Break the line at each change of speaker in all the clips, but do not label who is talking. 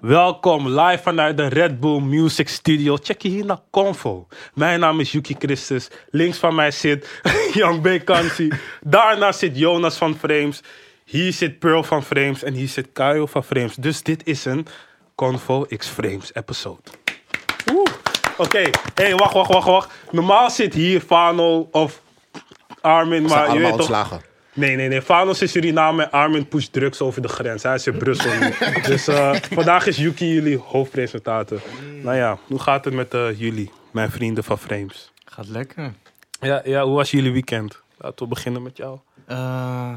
Welkom live vanuit de Red Bull Music Studio. Check je hier naar Convo. Mijn naam is Yuki Christus. Links van mij zit Young B. Kansi. Daarna zit Jonas van Frames. Hier zit Pearl van Frames. En hier zit Kaio van Frames. Dus dit is een Convo X Frames episode. Oeh. Oké, hey, wacht, wacht, wacht, wacht. Normaal zit hier Fano of Armin,
Ze zijn
maar je
allemaal
weet toch...
ontslagen.
Nee, nee, nee. Fanos is Suriname en Armin pusht drugs over de grens. Hij is in Brussel nu. dus eh, vandaag is Yuki jullie hoofdpresentator. Nou ja, hoe gaat het met eh, jullie, mijn vrienden van Frames?
Gaat lekker.
Ja, ja, hoe was jullie weekend? Laten we beginnen met jou.
Eh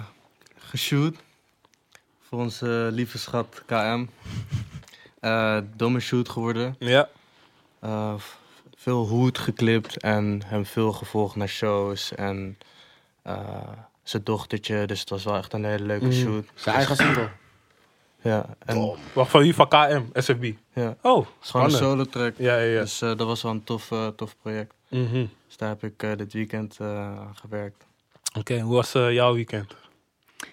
geshoot. Voor onze eh, lieve schat KM. Eh domme shoot geworden.
Ja.
Eh, v- veel hoed geklipt en hem veel gevolgd naar shows. En eh, zijn dochtertje, dus het was wel echt een hele
Mm.
leuke shoot.
Zijn eigen single.
Ja, en
Wacht, van wie? Van KM, SFB.
ja,
Oh,
het is gewoon een
spannend.
solo track.
Ja, ja, ja.
Dus eh, dat was wel een tof, eh, tof project.
Mhm.
Dus daar heb ik eh, dit weekend eh, aan gewerkt.
Oké, hoe was eh, jouw weekend?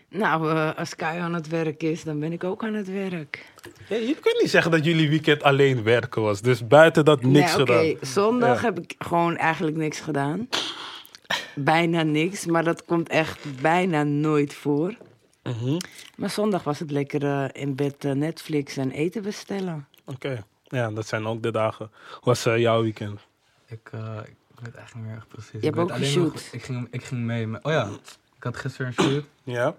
Nou, eh, als Kai aan het werk is, dan ben ik ook aan het werk.
Ja, je kunt niet zeggen dat jullie weekend alleen werken was. Dus buiten dat niks
Nee, oké,
gedaan.
Zondag
Ja.
heb ik gewoon eigenlijk niks gedaan. bijna niks, maar dat komt echt bijna nooit voor.
Mhm.
Maar zondag was het lekker eh, in bed eh, Netflix en eten bestellen.
Oké, ja, dat zijn ook de dagen. Hoe was eh, jouw weekend?
Ik, eh, ik weet eigenlijk niet meer echt precies.
Je hebt
Ik weet
ook
alleen
geshoot.
nog- Ik ging, ik ging mee met... Oh ja, ik had gisteren een shoot.
Ja.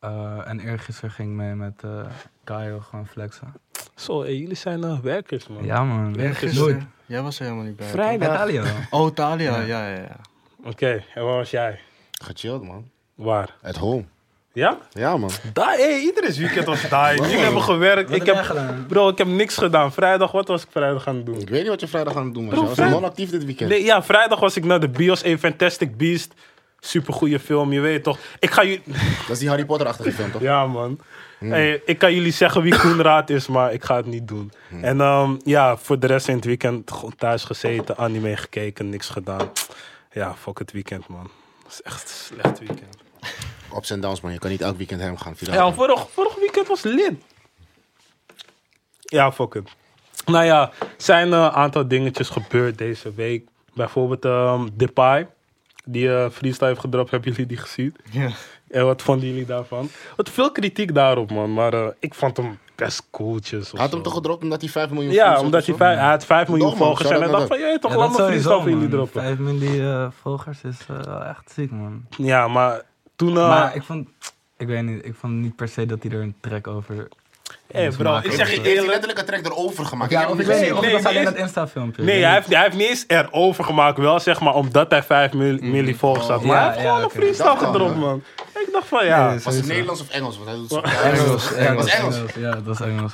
eh, en eergisteren ging ik mee met eh Kaio gewoon flexen.
Zo, hé, jullie zijn eh, werkers, man.
Ja man,
Eergisteren- Jij was er helemaal niet bij. toch?
Vrijdag.
Italië
Oh, Thalia, ja, ja, ja.
Oké, en waar was jij?
Gechilled, man.
Waar?
At home.
Ja?
Ja, man.
Daar, hey, iedereen's weekend was daar. Jullie hebben gewerkt. Ik heb,
gedaan?
bro, ik heb niks gedaan. Vrijdag, wat was ik vrijdag aan het doen?
Ik weet niet wat je vrijdag aan het doen was.
Bro,
Je was
vrij-
non actief dit weekend.
Nee, ja, vrijdag was ik naar de bios in Fantastic Beast. Supergoeie film, je weet toch. Ik ga jullie...
Dat is die Harry Potter-achtige film, toch?
Ja, man. Hey, ik kan jullie zeggen wie Koenraad is, maar ik ga het niet doen. En ehm, ja, voor de rest in het weekend gewoon thuis gezeten, anime gekeken, niks gedaan. Ja, fuck het weekend, man. Het is echt een slecht weekend.
Ups en downs, man. Je kan niet elk weekend hem gaan.
Ja,
viraal.
vorig, vorig weekend was lit. Ja, fuck it. Nou ja, er zijn eh, een aantal dingetjes gebeurd deze week. Bijvoorbeeld ehm Depay, die eh freestyle heeft gedropt. Hebben jullie die gezien?
Ja.
En wat vonden jullie daarvan? Wat veel kritiek daarop, man. Maar eh, ik vond hem best cooltjes. of
Hij had hem
zo.
toch gedropt omdat hij 5 miljoen views
Ja,
had
omdat
of
hij,
zo?
vijf- hij had 5 miljoen
Toch, man,
volgers. En
shout-out
hij dacht
naar
van, je toch, laat me freestyle voor jullie droppen.
5 miljoen eh, volgers is eh, wel echt ziek man.
Ja, maar toen... eh,
Maar ik vond... Ik weet niet, ik vond niet per se dat hij er een track over...
hey,
moest
eh, bro,
maken.
ik
Heeft
zeg
hij-
je
heeft hij
eerlijk.
letterlijk een track erover gemaakt.
Ja,
heb
of
hem
ik weet
nee,
niet, of
nee,
het was alleen
nee.
dat Insta-filmpje.
Nee, hij heeft, hij heeft niet eens erover gemaakt. Wel zeg maar omdat hij 5 mil, milli volgers had. Maar
Ja,
hij heeft
ja,
gewoon
oké.
een freestyle
Dat kan,
gedropt,
hè?
man. Ik dacht van ja.
Nee,
Was het
Sowieso.
Nederlands of Engels? Want hij doet zo-
Engels, Engels,
Was Engels.
Engels. Ja, dat is Engels.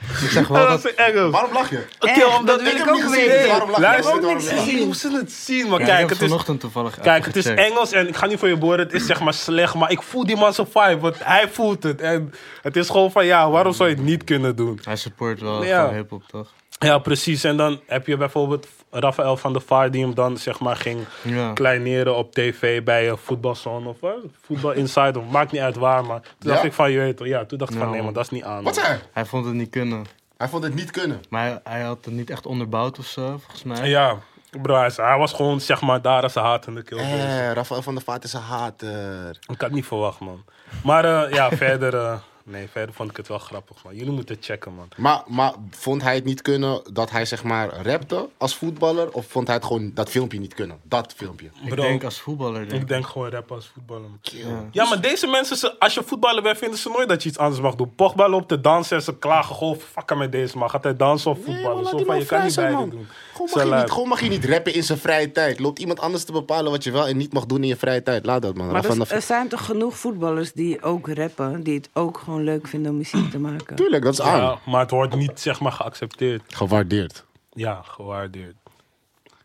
Ik zeg wel
Oh, dat
dat
is een Engels.
Waarom lach je?
Oké,
Echt,
omdat
dat wil
ik
ik
hem
ook
niet
gezien.
weten.
Waarom lach je?
Luister,
Ik heb ook
waarom
niks
lach je?
gezien.
Jullie moesten het zien, maar
Ja, ik
oh, kijk,
heb
het is,
vanochtend toevallig
kijk,
even
het is
gecheckt.
Engels en ik ga niet voor je boren, het is zeg maar slecht, maar ik voel die man zijn vibe, want hij voelt het. En het is gewoon van ja, waarom zou je het niet kunnen doen?
Hij support wel
Ja.
gewoon hip-hop, toch?
Ja, precies. En dan heb je bijvoorbeeld Rafael van der Vaart die hem dan zeg maar ging
Ja.
kleineren op tv bij eh, voetbalzone of eh, voetbal inside of maakt niet uit waar, maar toen dacht
Ja? Nou.
ik van je weet toch, ja, toen dacht ik van
Ja.
nee, maar dat is niet aan.
Wat
man.
zei hij?
Hij vond het niet kunnen.
Hij vond het niet kunnen.
Maar hij, hij had het niet echt onderbouwd of zo, volgens mij.
Ja, bro, hij, is- hij was gewoon zeg maar daar als een hatende keel. bezig.
Eh, Rafael van der Vaart is een hater.
Ik had het niet verwacht, man. Maar eh, ja, verder, eh, nee, verder vond ik het wel grappig, man. Jullie moeten checken, man.
Maar, maar vond hij het niet kunnen dat hij zeg maar rapte als voetballer? Of vond hij het gewoon dat filmpje niet kunnen? Dat filmpje.
ik
Bro,
denk als voetballer, denk
ik
ik.
denk gewoon rappen als voetballer. man. Ja, maar deze mensen, ze- als je voetballer bent, vinden ze nooit dat je iets anders mag doen. Pogba loopt te dansen en ze klagen gewoon, fucken met deze man. Gaat hij dansen of voetballen?
maar laat
Zo
die
van,
man
je kan
vrij
niet
zijn,
beide
man.
doen.
Gewoon
Zo
mag, je
lui.
niet, gewoon mag je niet rappen in zijn vrije tijd. Loopt iemand anders te bepalen wat je wel en niet mag doen in je vrije tijd. Laat dat, man.
Maar
Rafael van
dus, er
der
zijn toch genoeg voetballers die ook rappen, die het ook gewoon leuk vinden om muziek te maken.
Tuurlijk, dat is aan.
Ja, maar het wordt niet, zeg maar, geaccepteerd.
Gewaardeerd.
Ja, gewaardeerd.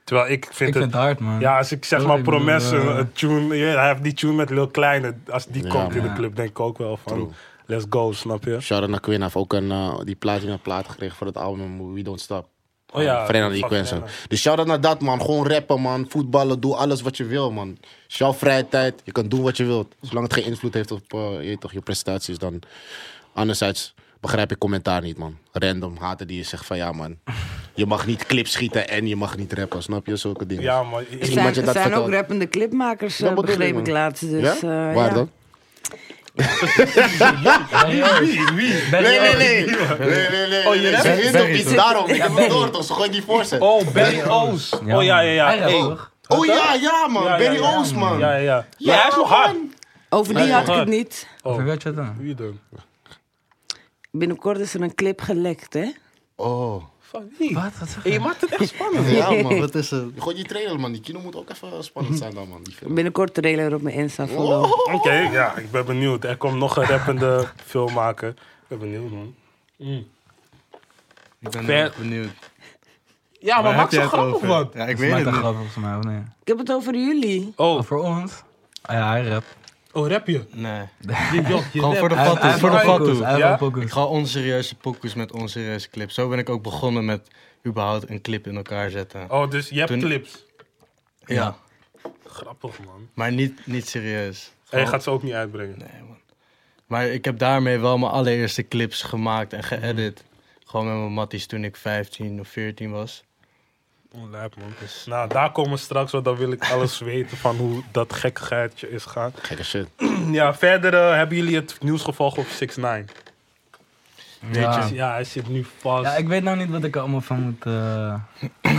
Terwijl ik vind
Ik
het...
vind het hard, man.
ja, als ik zeg
Ik
maar
bedoel,
Promesse,
eh,
een tune, je weet, hij heeft die tune met Lil Kleine. Als die
Ja,
komt in de
man.
club, denk ik ook wel van,
True.
let's go, snap je?
Sharon Aquin heeft ook een, eh, die platina plaat gekregen voor het album We Don't Stop.
Oh ja,
Fernando
fuck
Iquenza.
Fernando.
Dus shout out naar dat, man. Gewoon rappen, man. Voetballen, doe alles wat je wil, man. Het is jouw vrije tijd. Je kan doen wat je wilt. Zolang het geen invloed heeft op eh, je, weet toch, je prestaties, dan. Anderzijds, begrijp ik commentaar niet, man. Random haten die je zegt van ja, man. Je mag niet clips schieten en je mag niet rappen, snap je? Zulke dingen.
Ja, man.
Er
Is
Ik,
iemand
zijn,
je
er
dat
zijn ook
verteld?
rappende clipmakers,
Dat
eh,
bedoel ik,
begreep ik
man.
laatst. Dus,
ja?
eh,
Waar
ja.
dan?
Ben
Nee,
je
nee,
ook-
nee. Nee, nee, nee.
Oh, je
nee. Ze
rapt?
hint op
Barry,
iets
toch?
daarom. Ik heb hem door, toch? Ze gooien die voor ze.
oh, Benny O's.
Ja,
Oh ja, ja, ja.
man.
Hey.
Hij
Ja,
ook.
Oh ja, ja, man.
ja,
Barry
ja,
Oost, man.
Ja, ja, ja. Ja, hij is nog hard.
Over die
Nee,
had ik
man.
het niet.
Over wie had je het dan?
Wie dan?
Binnenkort is er een clip gelekt, hè?
Oh.
Van wie?
Wat? Wat zeg
Hey, je maakt het echt spannend.
Ja, man.
Wat is het?
Gooi die trailer, man. Die kino moet ook even spannend zijn dan, man. Die film.
Binnenkort trailer op mijn Insta follow.
Oh.
Oké, ja, ik ben benieuwd. Er komt nog een rappende filmmaker. Ik ben benieuwd, man.
Ik ben
Ver-
echt benieuwd.
Ja, maar
heb
maakt
jij
ze
het
grap of
over?
wat?
Ja, ik
je?
weet
Maakt
het
een
niet.
grap volgens mij, of nee?
Ik heb het over jullie.
Oh,
Voor ons? Ah, Oh. ja, hij rap.
oh rap je?
Nee.
Je, joh, je
Gewoon
rap.
voor de
Hij-
fatsoen.
hij
Voor de
heeft wel
fatsoen.
pokus, Hij
Ja?
heeft wel
Ik
pokus.
ga onserieuze pokus met onserieuze clips. Zo ben ik ook begonnen met überhaupt een clip in elkaar zetten.
Oh, dus je hebt
Toen-
clips.
Ja.
Grappig, man.
Maar niet, niet serieus.
En je
Gewoon-
gaat ze ook niet uitbrengen.
Nee, man. Maar ik heb daarmee wel mijn allereerste clips gemaakt en geëdit. Gewoon met mijn matties toen ik 15 of 14 was.
Oh, lijp, man. Nou, daar komen we straks, want dan wil ik alles weten van hoe dat gekkigheidje is gaan.
Gekke shit.
Ja, verder eh, hebben jullie het nieuws gevolgd op 6 9
Ja.
Ja, hij zit nu vast.
Ja, ik weet nou niet wat ik er allemaal van moet eh,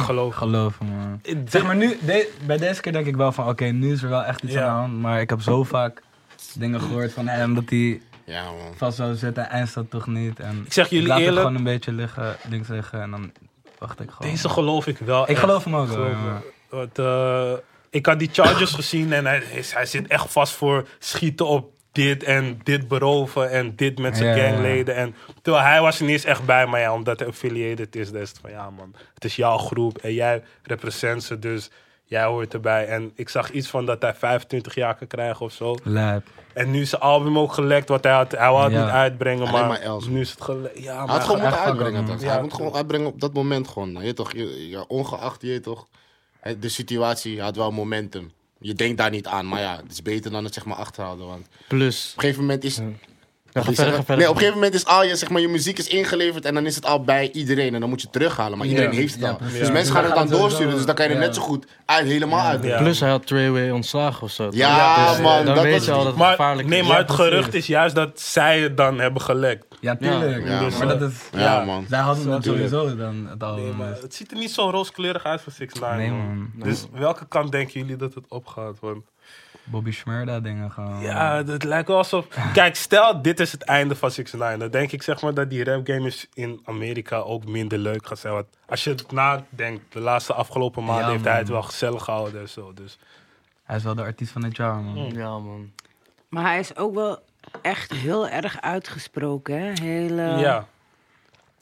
geloof.
geloven, man.
Dit-
Zeg maar nu, de- bij deze keer denk ik wel van, oké, nu is er wel echt iets
Ja.
aan de hand. Maar ik heb zo vaak dingen gehoord van hem dat hij
Ja, man.
vast zou zitten en is dat toch niet. En
Ik zeg jullie
laat het
eerlijk-
gewoon een beetje liggen, links liggen en dan wacht ik gewoon.
Oh. Deze geloof ik wel.
ik
echt.
geloof hem ook wel.
Geloof
ja,
me.
maar-
Want, eh, ik had die Chargers gezien en hij, is, hij zit echt vast voor schieten op dit en dit beroven en dit met zijn
Ja, ja, ja.
gangleden. En, terwijl hij was er niet eens echt bij, maar ja, omdat hij affiliated is, dan is het van ja man, het is jouw groep en jij represent ze, dus jij hoort erbij. En ik zag iets van dat hij 25 jaar kan krijgen of zo.
Lijp.
En nu is zijn album ook gelekt, wat hij had, hij wou het
Ja.
niet uitbrengen,
Alleen
maar,
maar Els.
nu is het gelekt. Ja,
Hij
maar
had gewoon
echt
moeten
fuck
uitbrengen.
up, man.
toch?
Ja,
hij moet gewoon uitbrengen op dat moment gewoon. Je weet toch, je, ja, ongeacht je weet toch, hè, de situatie had wel momentum. Je denkt daar niet aan, maar ja, het is beter dan het zeg maar achterhouden. Want op
Plus.
een gegeven moment is.
Ja, ga
die
verder,
zeggen-
ga verder.
nee, op een gegeven moment is al je, zeg maar, je muziek is ingeleverd en dan is het al bij iedereen. En dan moet je het terughalen, maar iedereen heeft het
Ja,
al.
precies.
Dus
Ja.
mensen gaan het
Ja,
dan
sowieso.
doorsturen, dus dan kan je er
Ja.
net zo goed uit, helemaal uitbrengen.
Ja.
Plus hij had Treyway ontslagen of zo.
Ja,
eh,
man,
Dan
dat
weet
was
je al
die.
dat het
Maar,
gevaarlijk
nee,
is.
maar
Ja,
het gerucht
precies.
is juist dat zij het dan hebben gelekt.
Ja, tuurlijk.
Ja,
dus,
man.
maar dat is...
Ja, man.
Zij hadden het
Tuurlijk.
sowieso dan, het album.
Nee, maar
dus-
het ziet er niet zo rooskleurig uit voor 6 9
Nee,
man.
man.
Dus welke kant denken jullie dat het opgaat? Want
Bobby Shmurda dingen gewoon.
ja, het lijkt wel alsof... Kijk, stel dit is het einde van 6 9 Dan denk ik zeg maar dat die rap game is in Amerika ook minder leuk gaat zijn. Want als je het nadenkt, de laatste afgelopen maanden
Ja,
heeft hij het
man.
wel gezellig gehouden en zo. Dus
Hij is wel de artiest van het jaar, man.
Ja, man.
Maar hij is ook wel echt heel erg uitgesproken, hè? Heel, eh,
ja.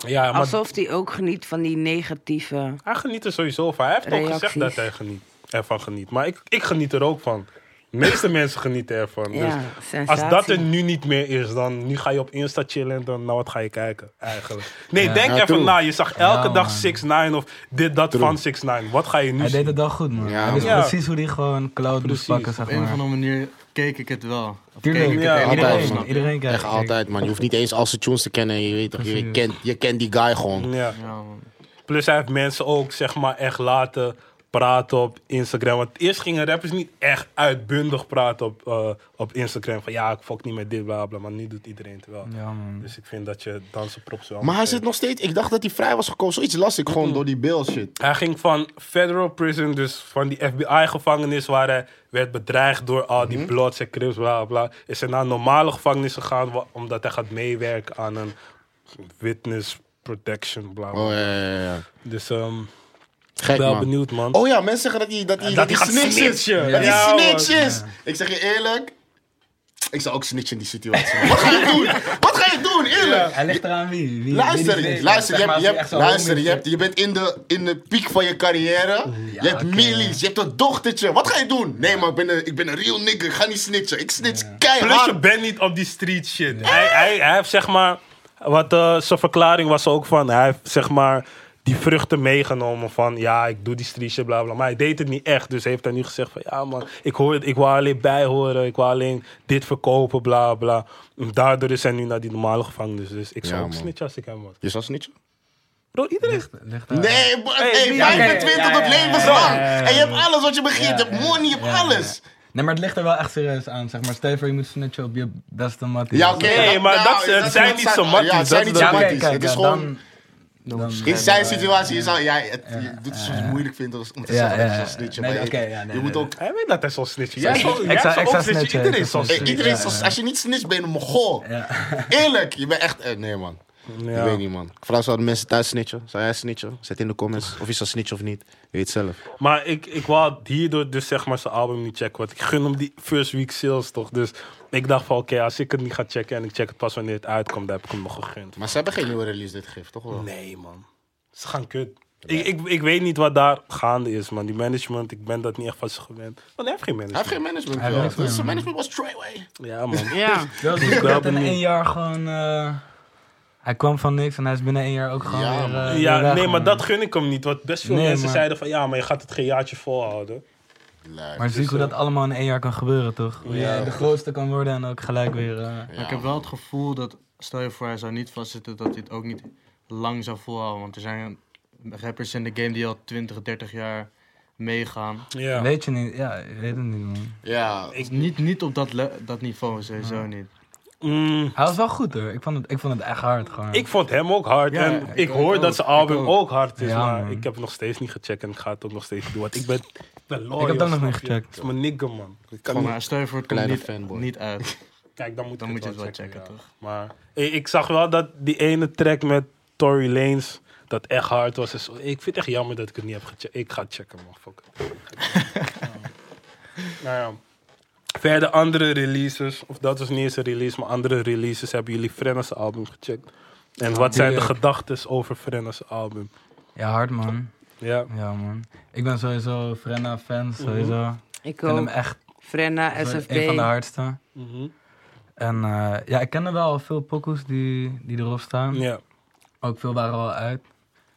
Ja, maar
Alsof hij ook geniet van die negatieve...
hij geniet er sowieso van. Hij heeft ook gezegd
Reacties.
dat hij geniet, ervan geniet. Maar ik, ik geniet er ook van. De meeste mensen genieten ervan. Dus
ja, sensatie.
Als dat er nu niet meer is, dan nu ga je op Insta chillen en dan nou wat ga je kijken eigenlijk. Nee, denk
Ja,
even
true.
na. Je zag elke
Ja,
dag
man.
6 9 of dit dat van 6 9 Wat ga je nu
Hij deed
zien?
het wel goed, man.
Ja,
hij wist
man.
precies hoe hij gewoon cloud moest
Precies.
pakken, zeg
Op een of
maar.
andere manier keek ik het wel. Of
Tuurlijk,
keek ik
ja,
het helemaal,
altijd,
iedereen,
snap je?
iedereen kijkt.
Echt altijd, man. Je hoeft niet eens al zijn tunes te kennen. Je weet toch, je
Precies.
kent, je kent die guy gewoon.
Ja.
Ja, man.
Plus hij heeft mensen ook zeg maar echt laten praten op Instagram. Want eerst gingen rappers niet echt uitbundig praten op, eh, op Instagram. Van ja, ik fok niet met dit, bla bla. Maar nu doet iedereen het wel.
Ja, man.
Dus ik vind dat je dansen props wel
Maar hij
moet
zit nog steeds, ik dacht dat hij vrij was gekomen. Zoiets las ik gewoon door die bill shit.
Hij ging van federal prison, dus van die FBI-gevangenis waar hij werd bedreigd door al
Mhm.
die blots en crips, bla bla. Is hij naar een normale gevangenis gegaan wa- omdat hij gaat meewerken aan een witness protection, bla bla.
Oh ja, ja, ja, ja.
Dus ehm
Gek,
wel
man.
benieuwd, man.
Oh ja, mensen zeggen dat hij dat hij
dat
dat hij
hij gaat
snitch is.
snitchen.
Dat
Ja,
hij snitch
man.
is. Ik zeg je eerlijk, ik zou ook snitchen in die situatie. man. Wat ga je doen? Wat ga je doen? Eerlijk.
Hij ligt eraan wie? wie
Luister,
wie die-
je- luister, je,
zeg maar,
hebt, je, hebt,
als hij echt zo
luister je,
honger
hebt, je bent in de, in de piek van je carrière. je hebt
oké.
millies, je hebt een dochtertje. Wat ga je doen? Nee, maar ik ben een, ik ben een real nigger. Ik ga niet snitchen. Ik snitch
Plus
keihard.
je bent niet op die street shit. Hij, hij, hij heeft zeg maar, wat eh, zijn verklaring was ook van, hij heeft zeg maar die vruchten meegenomen van ja, ik doe die streetje, bla bla. Maar hij deed het niet echt. Dus hij heeft hij nu gezegd van ja man, ik, hoor het, ik wil alleen bijhoren, ik wil alleen dit verkopen, bla bla. En daardoor is hij nu naar die normale gevangenis. Dus ik zou
Ja,
ook
man.
snitchen als ik hem was.
Je zag niet?
Bro, iedereen...
Ligt daar-
Nee, bro,
Hey,
hey,
wie-
25
ja, ja,
tot
ja, ja,
levenslang.
ja, ja, ja.
En je hebt alles wat je begeert. Je
Ja,
hebt money, je hebt
ja, ja.
alles.
Nee, maar het ligt er wel echt serieus aan. Zeg maar, stel je voor, je moet snitchen op je beste mattie.
Ja, oké.
Nee,
dat-
maar dat- het
is-
zijn niet zo matties,
Ja, het zijn
dat
niet
is-
zo
Ja,
matties. Het is
ja,
gewoon...
dan- dan-
In zijn situatie, je
Ja.
zou- ja, het- je doet het soms moeilijk vinden om te zeggen dat je zo'n snitje.
Nee,
maar je-
oké, ja, nee,
Je moet
nee,
ook...
Hij weet dat hij zal snitchen.
Ik
Jij
zou-
zal,
ik
jij
zou-
zal
ik
ook
zou
snitchen.
snitchen,
Iedereen
ik
zal
zou
Hey,
snitchen.
snitchen.
Iedereen
ja,
is
ja.
als je niet snitcht ben je een mogol.
Ja.
Eerlijk, je bent echt... eh, Nee, man.
Ja.
Ik weet niet, man. Vooral zouden mensen thuis snitchen. Zou jij snitchen? Zet in de comments of je zou snitchen of niet. Je weet het zelf.
Maar ik, ik wou hierdoor dus zeg maar zijn album niet checken. Want ik gun hem die first week sales toch. Dus ik dacht van oké, als ik het niet ga checken en ik check het pas wanneer het uitkomt, dan heb ik hem nog gegund.
Maar ze hebben geen nieuwe release dit gegeven, toch wel?
Nee man, ze gaan kut. Ik, ik, ik weet niet wat daar gaande is man. Die management, ik ben dat niet echt van ze gewend. Want hij heeft geen
Hij heeft
management.
geen management.
Hij
joh.
heeft geen
Dus Zijn
management.
management was Treyway.
Ja man.
Ja.
Dat is
Ik ben
dat in
benieuwd.
één jaar gewoon. eh, hij kwam van niks en hij is binnen één jaar ook gewoon.
Ja,
weer,
man.
eh, weer
Ja,
weg,
nee, maar
man.
dat gun ik hem niet. Want best veel
Nee,
mensen
maar-
zeiden van ja, maar je gaat het geen jaartje volhouden.
Maar
dus,
zie ik
eh,
hoe dat allemaal in één jaar kan gebeuren, toch? Hoe
Ja.
je de grootste kan worden en ook gelijk weer. eh,
Ja,
Maar ik heb wel het gevoel dat, stel je voor hij zou niet vastzitten, dat hij het ook niet lang zou volhouden. Want er zijn rappers in de game die al 20, 30 jaar meegaan.
Ja.
Weet je niet, ja, ik weet het niet, man.
Ja,
Dus niet, niet op dat, le- dat niveau, sowieso niet.
Mm.
Hij was wel goed hoor, ik vond het, ik vond het echt hard gewoon.
Ik vond hem ook hard.
Ja,
en
ja,
ik,
ik ook,
hoor
ik
dat
ook,
zijn album
ik
ook.
ook.
hard is.
Ja,
maar
man.
ik heb het nog steeds niet gecheckt en ik ga het ook nog steeds doen. Want ik ben, ik ben loyal.
Ik heb dat nog
snap
niet
je?
gecheckt.
Het is mijn nigga, man.
ik
Van,
kan niet.
maar stel je voor het komt
Kleine
niet,
fanboy.
niet uit.
Kijk, dan moet,
Dan
ik
moet je het wel
checken,
checken,
ja.
toch?
Maar ik, ik zag wel dat die ene track met Tory Lanez, dat echt hard was. en zo. ik vind het echt jammer dat ik het niet heb gecheckt. Ik ga checken, man. Fuck it. Ik ga checken. nou ja. Verder andere releases, of dat was niet eens een release, maar andere releases hebben jullie Frenna's album gecheckt. En wat zijn de
tuurlijk.
gedachten over Frenna's album?
Ja, hard man.
Ja.
Ja, man. Ik ben sowieso Frenna-fan,
Mhm.
sowieso. Ik
Ik
vind hem
ook.
echt
Frenna,
zo-
SFP.
een van de hardste.
Mhm.
En eh, ja, ik kende wel veel pokoes die, die erop staan.
Ja.
Ook veel waren al uit.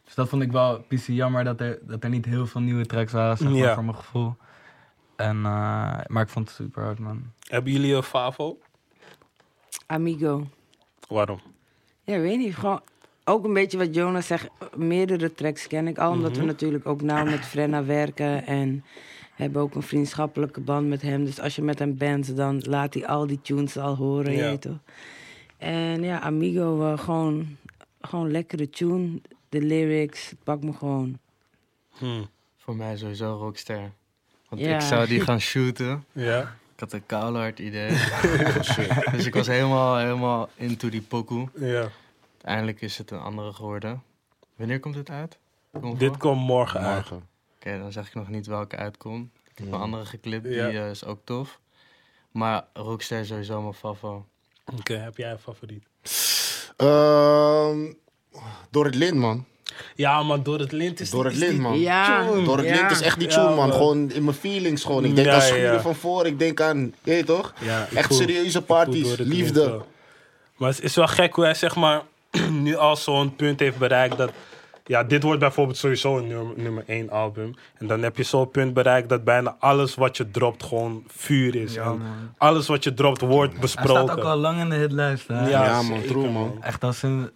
Dus dat vond ik wel PC jammer dat er, dat er niet heel veel nieuwe tracks waren, zeg maar,
Ja.
voor mijn gevoel. En, eh, maar ik vond het super hard, man.
Hebben jullie een favo?
Amigo.
Waarom?
Ja, weet niet. Gewoon ook een beetje wat Jonas zegt. Meerdere tracks ken ik al. Omdat we natuurlijk ook nauw met Frenna werken. En hebben ook een vriendschappelijke band met hem. Dus als je met hem bent, dan laat hij al die tunes al horen.
Ja.
Je weet toch? En ja, Amigo, eh, gewoon, gewoon lekkere tune. De lyrics, het pakt me gewoon.
Hm.
Voor mij sowieso Rockster. Want
Ja.
ik zou die gaan shooten.
Ja.
Ik had een koude hard idee.
Oh,
dus ik was helemaal, helemaal into die pokoe.
ja.
Uiteindelijk is het een andere geworden. Wanneer komt het uit? Kom
Dit komt morgen uit.
Morgen.
Oké, dan zeg ik nog niet welke uitkomt. Ik heb een andere geklipt, die
Ja.
eh, is ook tof. Maar Rockstar is sowieso mijn favo.
Oké, heb jij een favoriet?
Ehm, Door het lint, man.
Ja, maar door het lint is
Door het
is die-
lint, man.
Ja,
tune.
Door het
ja.
lint is echt die
Ja,
tune, man.
man.
Gewoon in mijn feelings gewoon. Ik denk
Ja,
aan
ja,
schuren
ja.
van voor. Ik denk aan, je weet toch?
Ja, ik
Echt
voel-
serieuze
ik voel
parties,
door het lint
liefde.
wel. Maar het is wel gek hoe hij zeg maar nu al zo'n punt heeft bereikt dat... Ja, dit wordt bijvoorbeeld sowieso een nummer, nummer één album. En dan heb je zo'n punt bereikt dat bijna alles wat je dropt gewoon vuur is. En
man.
alles wat je dropt wordt
Hij staat
besproken.
ook al lang in de hitlijst, hè?
Ja,
Ja, man,
zeker,
true, man.
man.
Echt al sinds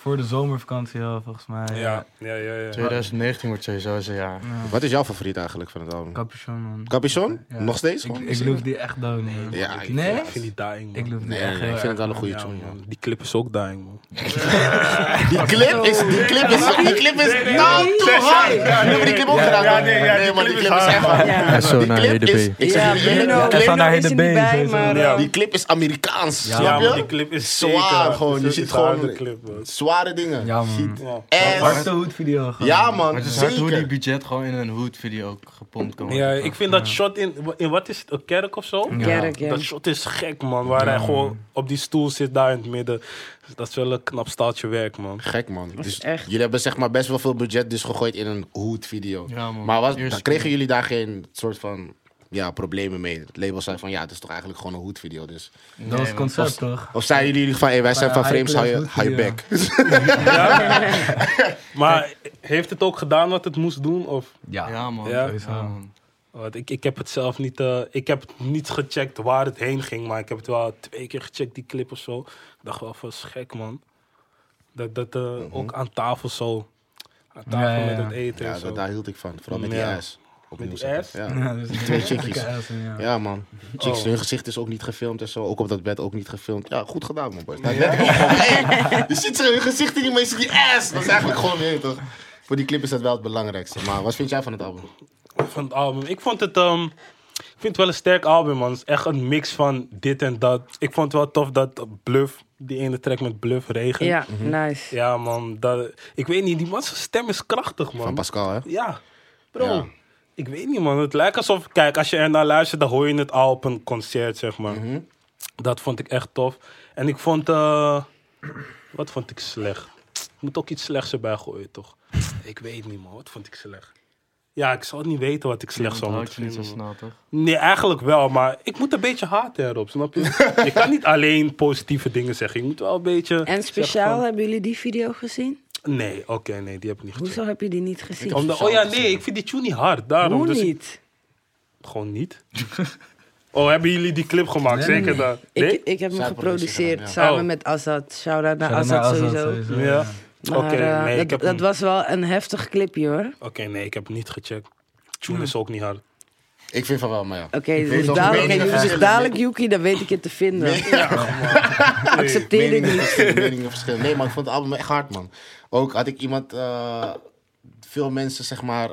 voor de zomervakantie al, volgens mij.
Ja, ja, ja. ja.
2019 wordt sowieso zijn jaar.
Wat is jouw favoriet eigenlijk van het album?
Capuchon, man.
Capuchon?
Ja.
Nog steeds?
Ik,
gewoon?
ik loef die echt dood, man.
Ja, ik-
nee?
ja,
Ik vind die dying, man.
Ik loef die
Nee,
echt
nee,
heel
ik vind het
erg.
wel een goede
Ja,
tune, man.
man. Die clip is ook dying, man.
Die clip is, die clip is, die clip is nou te hard. Nu hebben die clip ook gedaan.
ja,
hoor.
nee, ja,
Nee,
die
maar die
clip
clip is
is
echt hard.
Ja.
En zo nou,
Die
naar
clip is,
HDB.
ik zeg je eerlijk,
Bruno.
die clip-
naar
is er
HDB,
niet bij,
sowieso.
maar...
Ja.
eh,
die clip is Amerikaans,
Ja,
snap
Ja,
je?
maar die clip is
Zwaar
zeker hard.
gewoon.
Dus
Je
het
ziet
is een harde
gewoon-
clip, man.
Zware dingen.
Ja, man.
Ziet-
Ja.
Ass.
Hardste hoedvideo, gewoon.
Ja,
Maar
man,
het is hard hoe die
zeker.
budget gewoon in een hood video ook gepompt kan worden.
Ja, ik vind dat shot in, in wat is het, een kerk of zo?
Ja.
Kerk, ja.
Dat shot is gek, man. Waar hij gewoon op die stoel zit daar in het midden. Dus dat is wel een knap staaltje werk, man.
Gek, man. Dus
echt-
jullie hebben zeg maar best wel veel budget dus gegooid in een hoed video.
Ja, man.
Maar was,
Eerst-
dan kregen jullie daar geen soort van ja, problemen mee. Het label zei van ja, het is toch eigenlijk gewoon een hoedvideo. Dus.
Dat was het concept, toch?
Of zeiden jullie van hey, wij zijn
ja,
van
hij
frames, hou je,
kleurt
hou je
hoedvideo.
bek.
Maar heeft het ook gedaan wat het moest doen? Of,
Ja.
Ja, man.
Ja.
sowieso,
Ja.
man.
want ik, ik heb het zelf niet, eh, ik heb niet gecheckt waar het heen ging, maar ik heb het wel twee keer gecheckt, die clip of zo. Ik dacht wel van, is gek man. Dat, dat eh, ook aan tafel zo, aan tafel
Mhm. Ja, ja,
met
ja.
het eten
Ja,
en zo.
dat, daar hield ik van. Vooral met die
Ja.
ass. Opnieuw
die
zeggen.
ass?
Ja.
Ja, dus
Twee chickies.
dikke ass en ja.
Ja, man. Chicks,
Oh.
hun gezicht is ook niet gefilmd en zo. Ook op dat bed ook niet gefilmd. Ja, goed gedaan, man, boys. Daar werd ik wel van, hey, je ziet ze hun gezicht in die mensen die ass. Dat is eigenlijk gewoon, je weet toch. Voor die clip is dat wel het belangrijkste. Maar wat vind jij van het album?
van het album. Ik vond het, ehm, ik vind het wel een sterk album, man. Het is echt een mix van dit en dat. Ik vond het wel tof dat Bluff, die ene track met Bluff, Regen.
Ja, nice.
Ja, man. Dat, ik weet niet, die man zijn stem is krachtig, man.
Van Pascal, hè?
Ja, bro.
Ja.
Ik weet niet, man. Het lijkt alsof, kijk, als je ernaar luistert, dan hoor je het al op een concert, zeg maar. Dat vond ik echt tof. En ik vond, eh, wat vond ik slecht? Ik moet ook iets slechts erbij gooien, toch? Ik weet niet, man. Wat vond ik slecht? Ja, ik zou niet weten wat ik slecht zou
Onthoud
moeten
je niet zo
vinden. man.
snel, toch?
Nee, eigenlijk wel, maar ik moet een beetje haat erop, snap je? je kan niet alleen positieve dingen zeggen. Je moet wel een beetje...
En
zeggen
speciaal,
van-
hebben jullie die video gezien?
Nee, oké, nee, die heb ik niet gezien.
Hoezo heb je die niet gezien?
Omdat, oh ja, nee, ik vind die tune niet hard. Daarom.
Hoe
dus ik-
niet?
gewoon niet. oh, hebben jullie die clip gemaakt?
Nee,
Zeker
nee,
dan. Nee?
Ik, ik heb hem
Zij
geproduceerd
produceren,
samen
Oh.
met Azad. Shout-out naar
Shout-out
Azad
naar Azad
sowieso.
Ja. Oké,
Maar eh,
nee, ik
dat,
heb
dat
hem-
was wel een heftig clipje hoor. Oké,
Oké, nee, ik heb het niet gecheckt. Tune is ook niet hard.
Ik vind van wel, maar ja.
dus
nog
dadelijk,
meningen
en je zegt
verschillen.
dadelijk Yuki, dan weet ik je te vinden. Accepteer dit
Meningen
niet.
verschillen, meningen verschillen. Nee, maar ik vond het album echt hard, man. Ook had ik iemand... eh, veel mensen, zeg maar...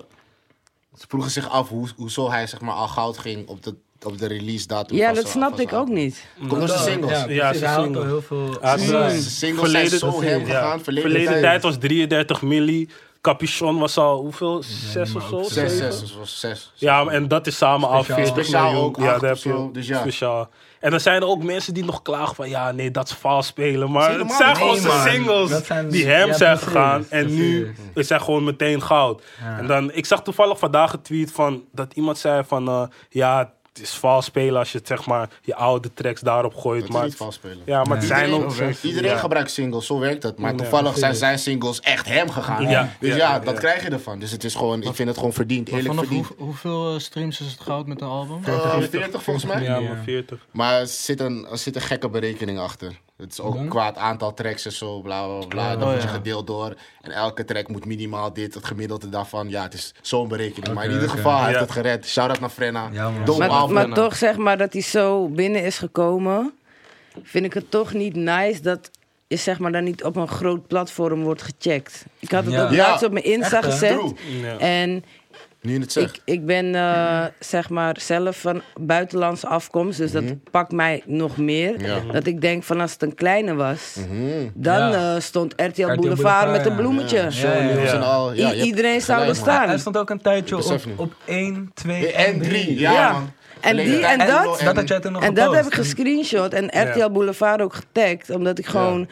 Ze vroegen zich af hoe, hoezo hij zeg maar, al goud ging op de, op de release datum.
Ja,
van
dat
zo'n-
snap
van zo'n
ik ook
album.
niet.
Komt door zijn singles.
Ja,
Ja,
precies.
ze
Hij had
singles.
al heel veel...
Ja,
Ja.
Ah, ze-
De singles
Verleden-
zijn zo
dat-
hem
ja.
gegaan. Verleden,
Verleden tijd was 33 milli. Capuchon was al hoeveel? Zes of zo?
Zes,
zeven?
zes, dus was zes.
Ja, en dat is samen al
Speciaal.
40
Speciaal
miljoen.
ook,
ja,
acht
daar heb
of zo,
je
dus ja.
speciaal. En dan zijn er ook mensen die nog klagen van... ja, nee, dat is vals spelen. Maar het
helemaal
zijn
niet.
gewoon
Nee,
zijn
man.
singles
Dat zijn-
die hem
ja,
zijn
precies,
gegaan. En nu
precies.
is hij gewoon meteen goud.
Ja.
En dan, ik zag toevallig vandaag een tweet van... dat iemand zei van... eh, ja, het is vals spelen als je zeg maar... je oude tracks daarop gooit.
Dat is
maar,
niet vals spelen.
Ja, maar het zijn
Iedereen-
ook...
Iedereen
ja.
gebruikt singles, zo werkt dat. Maar
Ja,
toevallig zijn zijn singles echt hem gegaan.
Ja.
Dus
Ja,
ja,
ja,
dat
ja.
krijg je ervan. Dus het is gewoon, ik vind het gewoon verdiend,
Maar
eerlijk
vanaf
verdiend.
hoe- hoeveel eh, streams is het goud met een album?
Eh, 40 volgens mij.
Ja, maar 40.
Maar er zit, een, er zit een gekke berekening achter. Het is ook qua het aantal tracks en zo, bla bla bla. Dan
Oh,
word je
ja.
gedeeld door. En elke track moet minimaal dit, het gemiddelde daarvan. Ja, het is zo'n berekening. maar in
Oké,
ieder
oké.
geval, hij heeft
Ja.
het gered. Shout out naar Frenna.
Ja, man.
Dope
Maar,
album.
maar toch zeg maar dat hij zo binnen is gekomen, vind ik het toch niet nice dat je zeg maar dan niet op een groot platform wordt gecheckt. Ik had het
Ja.
ook
Ja.
laatst op mijn Insta
Echt, hè?
gezet.
True.
Ja.
En
Nu in het zegt.
ik, ik ben eh, zeg maar zelf van buitenlandse afkomst, dus dat pakt mij nog meer.
Mhm. Ja.
Mhm.
Mhm.
Dat ik denk van als het een kleine was, dan
Ja.
eh, stond RTL,
RTL
Boulevard,
Boulevard,
met een
ja.
bloemetje.
Ja, ja, ja.
We zijn al- ja,
I-
je hebt
iedereen zou
gelijk,
er
man.
staan.
Hij stond ook een tijdje
besef nu.
op, op 1, 2
En drie, ja,
Ja.
man.
En die-
Verleden
en
tijd
dat-
wel,
Dat had jij toen nog
En dat heb ik
gepost.
gescreenshot en RTL
Ja.
Boulevard ook getagd. Omdat ik gewoon...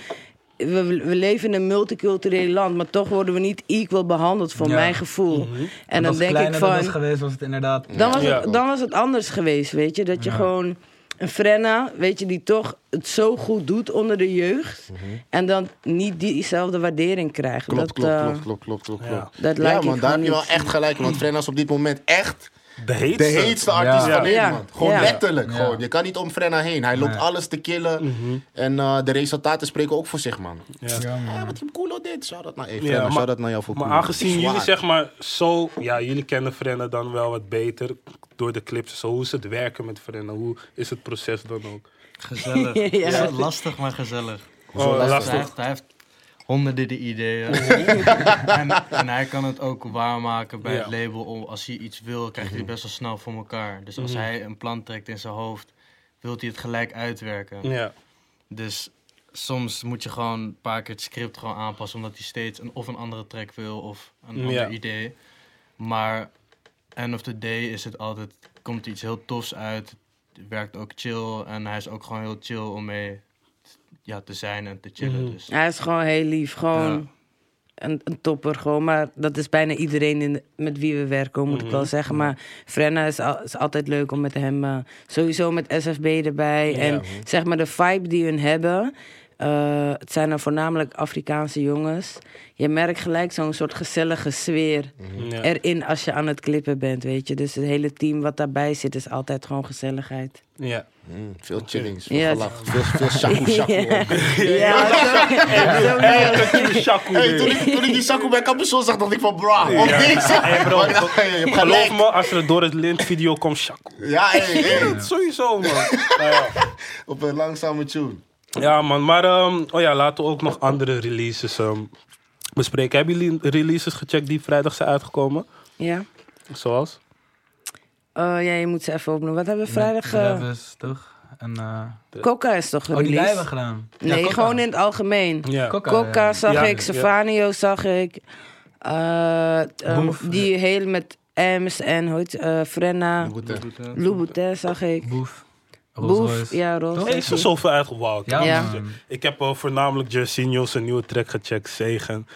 We, we leven in een multicultureel land, maar toch worden we niet equal behandeld voor
Ja.
mijn gevoel. En dan
Als het
denk ik
kleiner dat
van...
was geweest, was het inderdaad...
Dan was,
Ja.
het, dan was het anders geweest, weet je. Dat je gewoon een Frenna, weet je, die toch het zo goed doet onder de jeugd. En dan niet diezelfde waardering krijgt.
Mhm. Klopt,
dat,
klopt,
eh,
klopt, klopt, klopt, klopt,
Ja.
klopt.
dat
Ja,
lijkt
man,
ik
daar heb
gewoon
je wel
niet.
echt gelijk. Want Frenna is op dit moment echt
De heetste.
de heetste artiest
Ja.
van
Ja.
Nederland. Gewoon
Ja.
letterlijk.
Ja.
Gewoon. Je kan niet om Frenna heen. Hij loopt
Nee.
alles te killen. En eh, de resultaten spreken ook voor zich, man.
Mhm. Ja.
Ja, man.
Ah, wat die Koelo deed. Zou dat naar hey,
Ja,
Frenna,
maar-
zou dat naar jou voor
Maar
Koelo?
aangezien
Zwaar.
jullie zeg maar zo, ja, jullie kennen Frenna dan wel wat beter door de clips. en Zo, hoe is het werken met Frenna? Hoe is het proces dan ook?
Gezellig.
Ja.
Is het lastig, maar gezellig.
Oh,
Hij
lastig.
heeft, hij heeft honderden de ideeën. en, en hij kan het ook waarmaken bij
Ja.
het label. Om- Als hij iets wil, krijgt hij het best wel snel voor elkaar. Dus
Mhm.
als hij een plan trekt in zijn hoofd, wil hij het gelijk uitwerken.
Ja,
Dus soms moet je gewoon een paar keer het script gewoon aanpassen. Omdat hij steeds een, of een andere track wil of een
Ja.
ander idee. Maar end of the day is het altijd, komt er iets heel tofs uit. Het werkt ook chill. En hij is ook gewoon heel chill om mee t- ja, te zijn en te chillen. Dus.
Hij is gewoon heel lief. Gewoon een, een topper gewoon. Maar dat is bijna iedereen in, de- met wie we werken, moet ik wel zeggen. Maar Frenna is, al- is altijd leuk om met hem... eh, sowieso met SFB erbij. En zeg maar de vibe die hun hebben... eh, het zijn dan voornamelijk Afrikaanse jongens. Je merkt gelijk zo'n soort gezellige sfeer
Mhm.
Ja.
erin als je aan het klippen bent, weet je. Dus het hele team wat daarbij zit is altijd gewoon gezelligheid.
Ja.
Mm, veel chillings, veel
Ja.
gelach, veel, veel shaku shaku.
Ja.
hoor.
Ja, zo- sowieso.
Hey, Shaku,
Hey, toen,
nee.
ik, toen ik die Saku bij Capuchon zag, dacht ik van bra, op deze.
Hey, bro,
Maar ik dacht, hey, je hebt
Geloof
gelijk.
me, als er door het lint video komt, Shaku.
Ja, hey, hey.
Sowieso, man. Nou ja.
op een langzame tune.
Ja, man. Maar ehm, oh ja, laten we ook nog andere releases ehm, bespreken. Hebben jullie releases gecheckt die vrijdag zijn uitgekomen?
ja.
Zoals?
Oh ja, je moet ze even opnoemen. Wat hebben we vrijdag... eh,
Travis, toch? En, eh
Coca is toch
oh, die wij
released?
hebben gedaan. Ja,
nee,
Coca.
gewoon in het algemeen.
Ja.
Coca,
Coca
ja.
zag
Ja,
ik,
ja.
Stefanio zag ik. eh, ehm,
Boef.
die hele met Ems en hoe heet, eh, Frenna.
Goed,
Louboutin zag ik.
Boef.
Boef,
Rolls-Royce.
ja, Rolls.
Er is er zoveel uitgebouwd.
Ja,
Ja.
man.
Ik heb eh, voornamelijk Jersinho's een nieuwe track gecheckt, Zegen.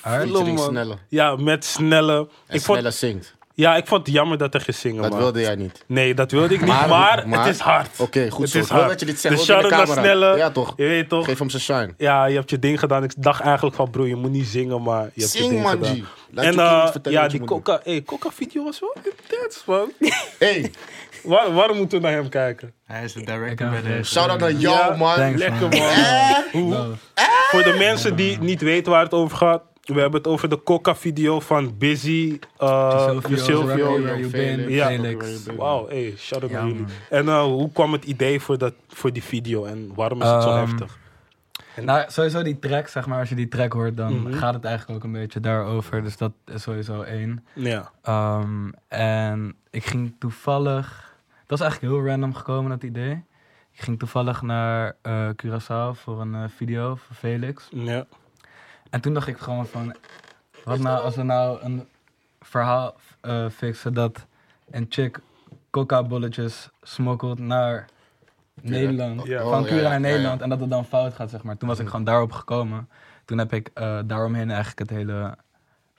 Hard.
Vloem,
Featuring
man.
Snelle.
Ja, met Snelle.
En
Ik vond,
Snelle zingt.
ja, ik vond het jammer dat hij ging zingen,
Dat
man.
wilde jij niet.
Nee, dat wilde ik niet, maar, het is hard.
Oké, goed
het
zo.
is
Ik hoor
hard.
dat je dit zegt.
Dus
ook in de
shout-out naar
camera.
Snelle.
Ja, toch.
Je weet toch?
Geef hem zijn shine.
Ja, je hebt je ding gedaan. Ik dacht eigenlijk van, broer, je moet niet zingen, maar je hebt je
Zing,
ding
man,
gedaan.
G. Laat
en
je kind
eh,
niet vertellen
ja,
wat je
die
moet doen.
coca, hey, coca video was wel intens, man.
Hey,
Waar, waarom moeten we naar hem kijken?
Hij is de
Ik
director
heb
bij deze.
shout-out naar jou,
Ja,
man.
thanks.
Lekker man.
Eh.
Hoe-
Nou.
Voor de mensen die niet weten waar het over gaat. We hebben het over de coca video van Busy. eh
Silvio,
Silvio.
Where You Been,
Ja.
Felix.
Wauw, hey, shout out
Ja,
naar jullie.
man.
En eh, hoe kwam het idee voor, dat, voor die video en waarom is het zo
Ehm,
heftig?
Nou, sowieso die track, zeg maar, als je die track hoort, dan
Mm-hmm.
gaat het eigenlijk ook een beetje daarover. Dus dat is sowieso één.
Ja.
Ehm, en ik ging toevallig. Dat is eigenlijk heel random gekomen, dat idee. Ik ging toevallig naar eh Curaçao voor een eh, video voor Felix.
ja.
En toen dacht ik gewoon van, wat nou als we nou een verhaal eh, fixen dat een chick coca-bolletjes smokkelt naar Nederland.
Ja.
Oh,
Van Cura
ja, ja,
naar Nederland
ja, Mm. ja.
en dat het dan fout gaat, zeg maar. Toen was ik gewoon daarop gekomen. Toen heb ik eh, daaromheen eigenlijk het hele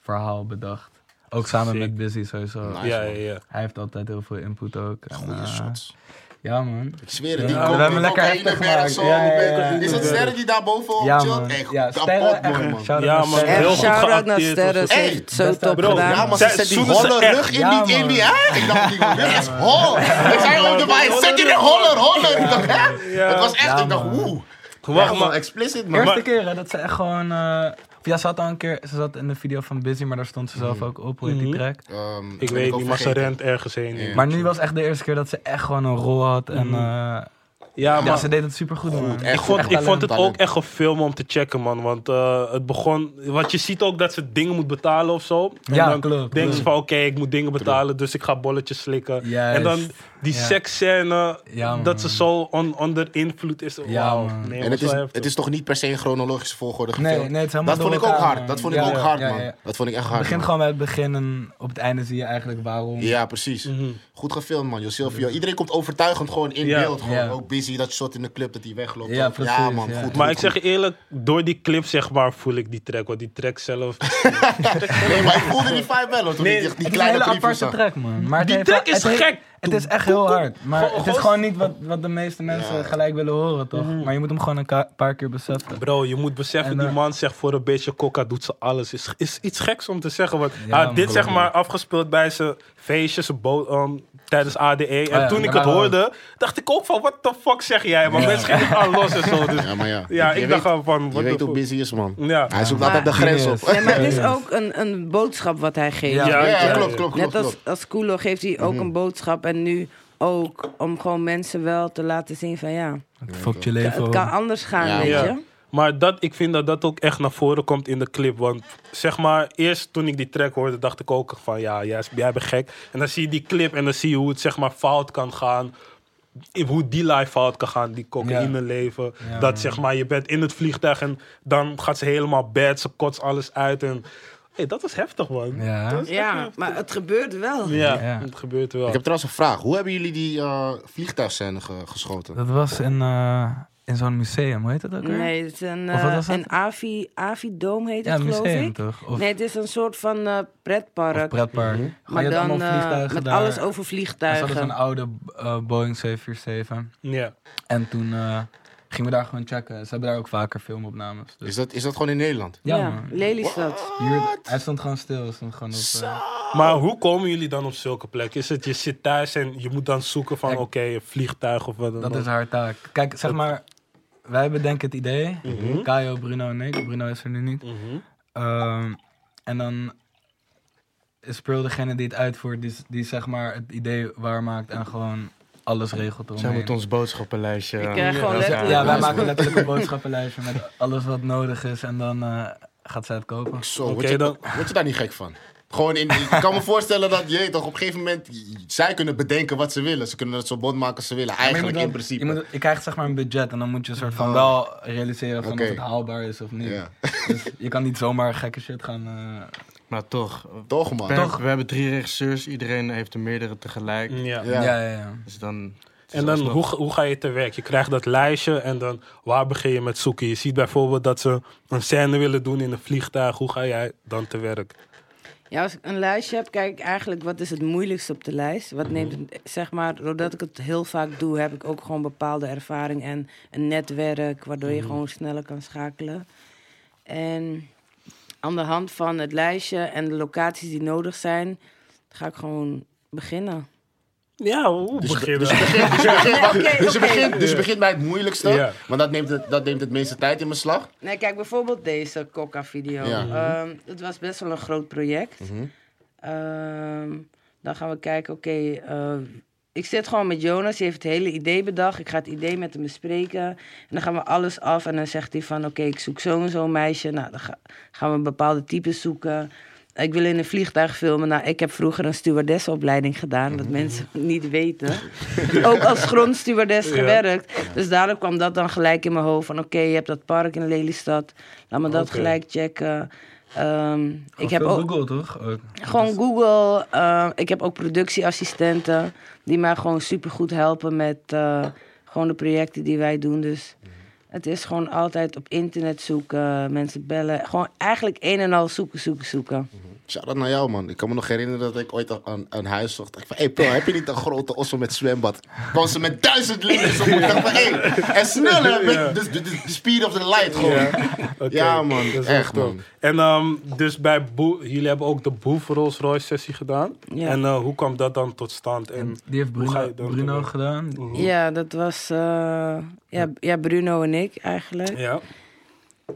verhaal bedacht. Ook samen
Sick.
met Busy sowieso.
Nice.
ja, ja, ja.
Hij heeft altijd heel veel input ook. En,
Goeie
eh,
shots.
Ja man.
Ik zweer
ja,
het, die
we
komt
hebben lekker heftig gemaakt.
zo.
Ja, ja, ja.
Is dat Sterre die daar bovenop
Ja
chillt?
man.
Hey,
Ja,
Oh, kapot,
sterren.
mooi,
echt.
man.
Shout-out
Ja,
naar
man.
Sterren.
Heel
Echt
goed
shout-out naar
geacteerd,
Sterren. Ze
Hey,
heeft het zo
best
top
bro.
gedaan.
Ja, maar ze
Zij-
zet die
zoenen ze
holler
echt.
rug in,
Ja,
niet in
man.
die hè? Ik dacht, die rug is hol. Ik zei ook erbij, zet die in holler, holler. Ik dacht, hè? Het was echt,
Ja,
ik dacht,
man.
oeh.
Wacht
Echt, man,
maar.
explicit, man.
Eerste
Maar-
keer hè, dat ze echt gewoon. eh, of ja, ze had al een keer. Ze zat in de video van Busy, maar daar stond ze
Mhm.
zelf ook op, hoe heet die track.
Ehm, ben
Ik weet
al
niet, maar ze
vergeten.
rent ergens heen. Ja,
Maar nu was echt de eerste keer dat ze echt gewoon een rol had. En
Mhm.
eh,
maar
ja, ze deed het super goed, man.
echt
Ik vond, ik
talent,
vond het ook
talent.
echt een film om te checken, man. Want eh, het begon. Want je ziet ook dat ze dingen moet betalen of zo. En
Ja,
dan
klopt,
denken ze
klopt.
van: oké, ik moet dingen betalen, dus ik ga bolletjes slikken.
Juist.
En dan die
Ja.
seksscène,
Ja, man.
dat ze zo on- onder invloed is.
Ja,
Wauw.
man.
Nee,
En
was
het is,
wel heftig.
het is toch niet per se in chronologische volgorde
Nee,
gefilmd?
nee, het is helemaal
dat
door
vond ik ook
elkaar,
hard.
man.
Dat vond ik
Ja,
ook
ja,
hard,
ja,
man.
ja.
Dat vond ik echt
Het
hard.
begint
man.
gewoon bij het begin en op het einde zie je eigenlijk waarom.
Ja, precies. Goed gefilmd, man. Josilvio. Iedereen komt overtuigend gewoon in
Mhm. Ja.
beeld. Gewoon
Mhm. Ja.
ook busy. Dat shot in de club dat hij wegloopt.
Ja,
Ook-
precies,
man.
ja.
Goed,
maar
goed,
ik zeg je eerlijk, door die clip zeg maar voel ik die track. Want die track zelf.
goed. Nee, maar ik voelde die vibe wel. hoor, Toen
Nee,
ik die, die
Het is een
kleine
hele
preview
aparte
zag.
track, man. Maar het
Die
heeft-
track is
het heeft-
gek.
Het is echt heel hard. Maar
Gewoon-
het is
gewoon-
gewoon niet wat, wat de meeste mensen gelijk willen horen, toch?
Mhm.
Maar je moet hem gewoon een ka- paar keer beseffen.
Bro, je moet beseffen,
En,
die
eh,
man zegt voor een beetje coca doet ze alles. Is, is iets geks om te zeggen. Want hij
Ja,
had dit
man.
zeg maar afgespeeld bij zijn feestjes zijn bo- ehm, tijdens ADE. En
Oh ja,
toen
daar
ik het
waren we
hoorde, dacht ik ook van, what the fuck zeg jij? Maar mensen gingen aan los en zo. Dus,
Ja,
ja,
maar ja.
Ja,
Je
ik dacht
weet-
al van,
Je
what
weet
the
hoe
fuck.
busy is, man.
Ja.
Hij zoekt
Maar-
altijd de grens
Yes.
op.
Nee, maar het is ook een, een boodschap wat hij geeft.
Ja.
Ja,
ja,
ja,
ja.
klopt, klopt, klopt.
Net als,
klopt.
als Kulo geeft hij ook een boodschap. En nu ook om gewoon mensen wel te laten zien van ja,
Fuck je leven.
het
hoor.
kan anders gaan,
Ja,
weet
Ja.
je.
Maar dat, ik vind dat dat ook echt naar voren komt in de clip. Want zeg maar, eerst toen ik die track hoorde, dacht ik ook van ja, jij, is- jij bent gek. En dan zie je die clip en dan zie je hoe het zeg maar fout kan gaan. In- Hoe die life fout kan gaan, die cocaïne leven.
Ja,
dat
man.
zeg maar, je bent in het vliegtuig en dan gaat ze helemaal bad, ze kotst alles uit. En hey, dat is heftig man.
Ja.
Dat is echt
Ja,
heftig.
maar het gebeurt wel.
Ja,
Ja.
het gebeurt wel.
Ik heb trouwens een vraag. Hoe hebben jullie die eh vliegtuigscène ge- geschoten?
Dat was in, eh, in zo'n museum, hoe heet dat ook weer?
Nee, het is een,
Of wat
eh,
was dat?
een AVI, AVI-doom heet
ja,
het,
een
geloof
museum
ik.
toch? Of,
Nee, het is een soort van eh,
of
pretpark.
pretpark. Maar
maar
je hebt
dan
allemaal
eh,
vliegtuigen
met
daar.
alles over
En ze hadden
vliegtuigen.
zo'n oude eh, Boeing 747.
Ja.
En toen eh, gingen we daar gewoon checken. Ze hebben daar ook vaker filmopnames. Dus.
Is dat, is dat gewoon in Nederland?
Ja,
ja,
man.
Lelystad.
Hier, hij stond gewoon stil. hij Stond gewoon op, eh,
Maar hoe komen jullie dan op zulke plekken? Is het je zit thuis en je moet dan zoeken van
Kijk,
oké, een vliegtuig of wat dan
dat
ook?
is haar taak. Kijk, zeg maar, wij bedenken het idee. Kayo, Bruno en ik. Bruno is er nu niet.
Mhm.
Ehm, en dan is Pearl degene die het uitvoert, die, die zeg maar het idee waarmaakt en gewoon alles regelt
Zij
eromheen.
moet ons boodschappenlijstje.
Ik krijg
eh,
gewoon
elkaar-
letterlijk-
Ja, wij
Ja.
maken letterlijk een boodschappenlijstje met alles wat nodig is en dan eh, gaat zij het kopen.
Zo,
Oké,
word, je,
dan-
word je daar niet gek van? Gewoon in, ik kan me voorstellen dat je toch op een gegeven moment. Zij kunnen bedenken wat ze willen. Ze kunnen het zo bond maken als ze willen.
Maar je
Eigenlijk
moet
in
wel-
principe.
Je, moet, je krijgt zeg maar een budget en dan moet je een soort van wel realiseren van
Oké.
of het haalbaar is of niet.
Ja.
Dus je kan niet zomaar gekke shit gaan. eh,
Maar toch. eh,
Toch man.
per-
Toch.
We hebben drie regisseurs, iedereen heeft er meerdere tegelijk.
Ja.
Ja.
ja, ja, ja.
Dus dan. het is
En dan,
alsnog-
hoe, ga- hoe ga je te werk? Je krijgt dat lijstje en dan, waar begin je met zoeken? Je ziet bijvoorbeeld dat ze een scène willen doen in een vliegtuig. Hoe ga jij dan te werk?
Ja, als ik een lijstje heb, kijk ik eigenlijk wat is het moeilijkste op de lijst. Wat neemt, het- zeg maar, doordat ik het heel vaak doe, heb ik ook gewoon bepaalde ervaring en een netwerk, waardoor
Mhm.
je gewoon sneller kan schakelen. En aan de hand van het lijstje en de locaties die nodig zijn, ga ik gewoon beginnen.
Ja, hoe beginnen?
Dus je, begint, dus je begint bij het moeilijkste.
Ja.
Want dat neemt het, dat neemt het meeste tijd in beslag.
Nee, kijk, bijvoorbeeld deze Coca-video.
Ja.
Ehm, het was best wel een groot project. Ehm, dan gaan we kijken, oké... eh, ik zit gewoon met Jonas, die heeft het hele idee bedacht. Ik ga het idee met hem bespreken. En dan gaan we alles af en dan zegt hij van... oké, ik zoek zo en zo'n meisje. Nou, dan ga- gaan we bepaalde types zoeken. Ik wil in een vliegtuig filmen. Nou, ik heb vroeger een stewardessopleiding gedaan... dat mensen niet weten. Ook als grondstewardess
Ja.
gewerkt gewerkt. Dus daardoor kwam dat dan gelijk in mijn hoofd. Van oké, je hebt dat park in Lelystad. Laat me dat
Oké.
gelijk checken. Ehm, ik heb
veel
ook
Google toch? Oh, Ook.
gewoon Google. eh, ik heb ook productieassistenten. Die mij gewoon supergoed helpen met eh, gewoon de projecten die wij doen. Dus het is gewoon altijd op internet zoeken. Mensen bellen. Gewoon eigenlijk een en al zoeken, zoeken, zoeken.
Shout out naar jou, man. Ik kan me nog herinneren dat ik ooit een, een huis zocht. Ik van, hé, hey, Pearl, heb je niet een grote ossel met zwembad? Kwam ze met duizend lintjes op. Ik dacht van, hé, en snel, hè? Met de, de- de speed of the light gewoon.
Oké,
Ja, man,
dat is
echt,
wel tof.
man.
En ehm, dus bij Boe, jullie hebben ook de Boef Rolls Royce sessie gedaan.
Ja.
En eh, hoe kwam dat dan tot stand? En,
Die heeft
hoe ga je
Bruno,
dan
Bruno
te werk?
gedaan.
Ja, dat was eh, ja, ja, Bruno en ik eigenlijk.
Ja.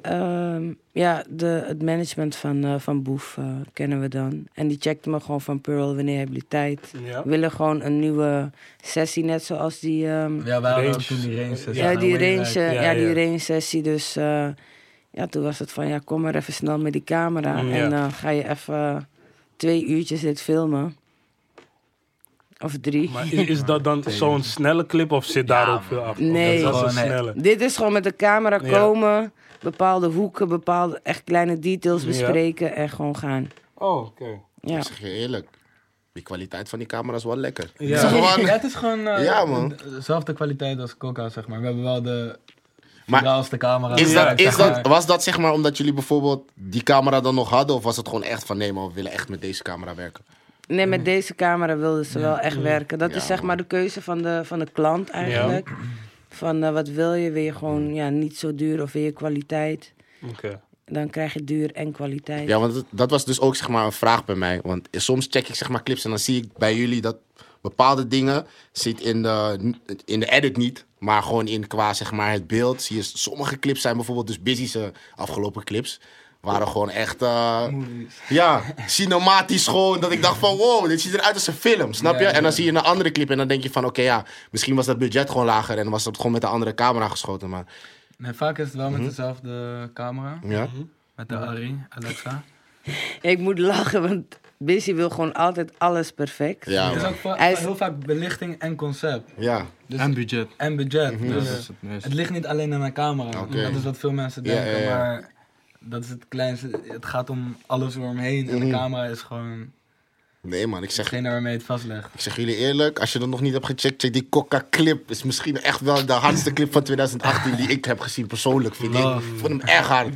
Ehm, ja, de, het management van, eh, van Boef eh, kennen we dan. En die checkt me gewoon van Pearl, wanneer hebben jullie tijd?
Ja.
We willen gewoon een nieuwe sessie, net zoals die, ehm, ja,
Ja, wij hadden
Range.
ook toen die range sessie.
die,
Nou, way
range,
back.
eh,
Ja,
ja,
ja.
die range sessie. Dus eh, ja, toen was het van, ja, kom maar even snel met die camera.
Mm, ja.
En eh, ga je even twee uurtjes dit filmen. Of drie.
Maar is, is dat dan zo'n snelle clip of zit daar ook veel af?
Nee.
Dat is een
Gewoon, nee.
snelle.
Dit is gewoon met de camera
Ja.
komen, bepaalde hoeken, bepaalde echt kleine details
Ja.
bespreken en gewoon gaan.
Oh, oké.
Ja.
Ik zeg je eerlijk, die kwaliteit van die camera is wel lekker.
Ja.
Het is
Ja,
gewoon-
het is gewoon eh,
Ja, man.
dezelfde kwaliteit als Coca, zeg maar. We hebben wel de
Maar
viraalste camera.
Is
Ja,
dat,
zeg
is dat,
maar.
was dat zeg maar omdat jullie bijvoorbeeld die camera dan nog hadden? Of was het gewoon echt van, nee man, we willen echt met deze camera werken?
Nee,
Mm.
met deze camera wilden ze wel echt werken. Dat
Ja,
is zeg maar de keuze van de, van de klant eigenlijk. Van eh, wat wil je? Wil je
Mm.
gewoon ja, niet zo duur of wil je kwaliteit?
Oké.
Dan krijg je duur en kwaliteit.
Ja, want dat, dat was dus ook zeg maar een vraag bij mij. Want soms check ik zeg maar clips en dan zie ik bij jullie dat bepaalde dingen zit in de, in de edit niet. Maar gewoon in qua zeg maar het beeld. Zie je, sommige clips zijn bijvoorbeeld dus Busy's eh, afgelopen clips. Waren gewoon echt, eh, ja, cinematisch gewoon. Dat ik dacht van, wow, dit ziet eruit als een film, snap je?
Ja,
En dan
ja.
zie je een andere clip en dan denk je van, oké ja, misschien was dat budget gewoon lager. En was dat gewoon met de andere camera geschoten, maar
Nee, vaak is het wel met dezelfde camera.
Mhm. ja.
Met de Ari, Alexa.
Ik moet lachen, want Busy wil gewoon altijd alles perfect.
Ja,
Het is
man.
ook va-
Hij is-
heel vaak belichting en concept.
ja.
Dus
En budget.
en budget.
Mhm.
Ja,
Dus
dat is het meest.
het ligt niet alleen aan een camera.
Oké.
Dat is wat veel mensen
Ja,
denken,
ja, ja.
maar
Mhm.
dat is het kleinste. Het gaat om alles eromheen en de camera is gewoon
Nee man, ik zeg,
Degene waarmee je het vastlegt.
Oh,
ik zeg jullie eerlijk, als je dat nog niet hebt gecheckt, check die Coca clip. Is misschien echt wel de hardste clip van 2018 die ik heb gezien persoonlijk. Vind ik. ik
Love.
vond hem echt hard.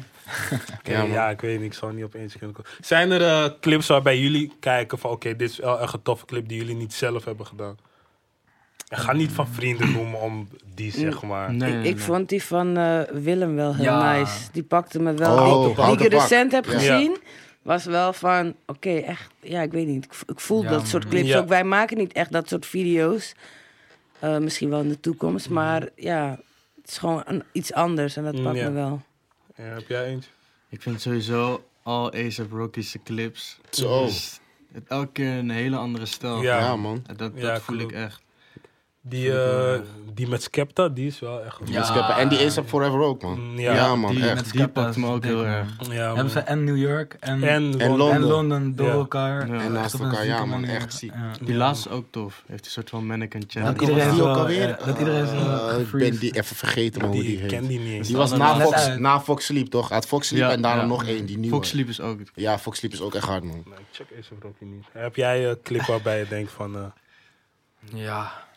Oké, ja, ik weet niet, ik zou niet op eens kunnen komen. Zijn er eh, clips waarbij jullie kijken van oké, dit is wel echt een toffe clip die jullie niet zelf hebben gedaan? En ga niet van vrienden noemen om die, zeg maar.
Nee,
ik,
nee,
ik
nee.
vond die van eh, Willem wel heel
Ja.
nice. Die pakte me wel.
Oh,
Die-
houten
die ik
pak.
recent heb
Ja.
gezien, was wel van... Oké, echt... Ja, ik weet niet. Ik, v- ik voel
Ja,
dat soort
man.
clips
Ja.
ook. Wij maken niet echt dat soort video's. Eh, misschien wel in de toekomst. Maar ja, het is gewoon een- iets anders. En dat
Mm,
pakt
ja.
me wel.
Ja, heb jij eentje?
Ik vind sowieso al A$AP Rocky's clips.
Zo.
Dus het elke keer een hele andere stijl.
Ja.
Ja, man.
En Dat, dat
Ja,
voel
klopt.
ik echt.
Die, eh, die met Skepta, die is wel echt...
Ja.
Dus ik heb- En die is Forever ook man.
Mm, Ja.
Ja, man,
die
echt.
met
die
Skepta's
pakt me ook
dik,
heel
man.
erg.
Ja,
Hebben ze
man.
en New York en, en,
en,
En
Londen.
Londen.
Londen door
Ja.
elkaar.
En
Echt
naast
op een
elkaar, ja,
zieke
man,
manier.
echt ziek.
Ja.
Die laatste ook tof. Heeft een soort van mannequin
Dat
challenge.
Die
iedereen
was die
zo,
ook alweer.
eh, dat iedereen zo
Eh, ik ben
gefreezed.
die even vergeten, man, hoe die
Die
heet.
ken die niet eens.
Die was
Net
na Fox,
uit.
na Fox Sleep, toch? Hij had Fox Sleep
Ja,
en daarna
ja.
nog één, die nieuwe.
Fox Sleep is ook.
Ja, Fox Sleep is ook echt hard, man.
Nee, ik check eens of Rocky niet. Heb jij een clip waarbij je denkt van... eh,
Ja,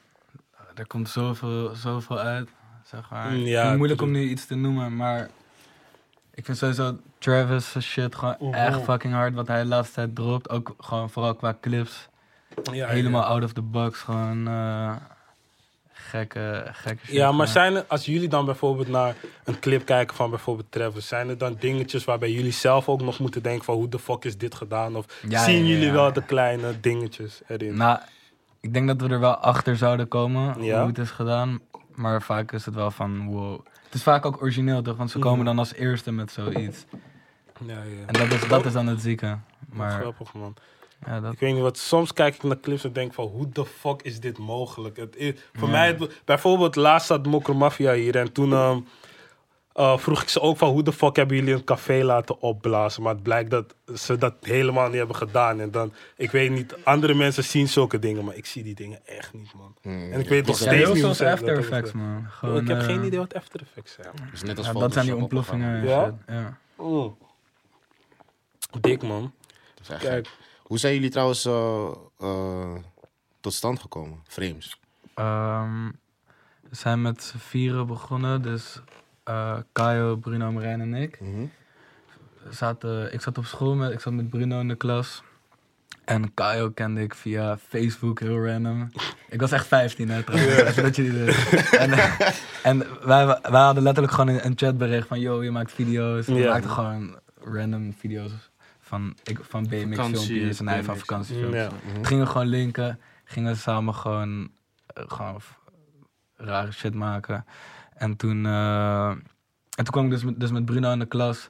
er komt zoveel, zoveel uit. Zeg maar.
Mm, ja,
Het is moeilijk om
tuurlijk.
nu iets te noemen, maar ik vind sowieso Travis' shit gewoon
Mhm.
echt fucking hard wat hij de laatste tijd dropt. Ook gewoon vooral qua clips.
ja,
Helemaal
ja.
out of the box. Gewoon eh, gekke, gekke shit.
Ja, maar
gewoon.
zijn er, als jullie dan bijvoorbeeld naar een clip kijken van bijvoorbeeld Travis, zijn er dan dingetjes waarbij jullie zelf ook nog moeten denken van hoe de fuck is dit gedaan? Of
Ja,
zien
ja, ja,
jullie
ja.
wel de kleine dingetjes erin?
Nou, ik denk dat we er wel achter zouden komen
Ja.
hoe het is gedaan. Maar vaak is het wel van wow. Het is vaak ook origineel toch? Want ze komen
Mhm.
dan als eerste met zoiets.
ja, ja.
En dat is, dat is dan het zieke.
Maar,
Maar
grappig man.
ja, dat
Ik weet niet wat, soms kijk ik naar clips en denk van hoe de fuck is dit mogelijk? Het is, voor mij, het- bijvoorbeeld laatst zat Mokro Mafia hier en toen ehm, eh, vroeg ik ze ook van hoe de fuck hebben jullie een café laten opblazen? Maar het blijkt dat ze dat helemaal niet hebben gedaan. En dan, ik weet niet, andere mensen zien zulke dingen, maar ik zie die dingen echt niet man.
Mm,
En ik weet nog
Ja,
steeds
Ja, heel
niet hoe
zoals
ze dat
After
hebben
Effects,
gedaan.
man.
Oh,
Gewoon,
ik heb
eh,
geen idee wat After Effects zijn.
Dat is net als
Ja, dat zijn die
Photoshop
ontploffingen. en
Ja?
shit, Ja.
Mm.
Oh. Dik man.
Dat is echt
Kijk.
gek. Hoe zijn jullie trouwens eh, eh, tot stand gekomen? Frames.
Ehm, we zijn met z'n vieren begonnen, dus eh Kaio, Bruno, Marijn en ik.
Mhm.
zaten, ik zat op school met, ik zat met Bruno in de klas. En Kaio kende ik via Facebook, heel random. Ik was echt 15 hè, trouwens, even dat jullie dit. En, eh, en wij, wij hadden letterlijk gewoon een, een chatbericht van, yo, je maakt video's. We
Ja.
maakten gewoon random video's van, ik, van BMX
Vakantie,
filmpjes en hij van
BMX.
vakantiefilmpjes.
Ja.
Hm?
Het Gingen we gewoon linken, gingen we samen gewoon, eh, gewoon f- rare shit maken. En toen, eh, en toen kwam ik dus met, dus met Bruno in de klas.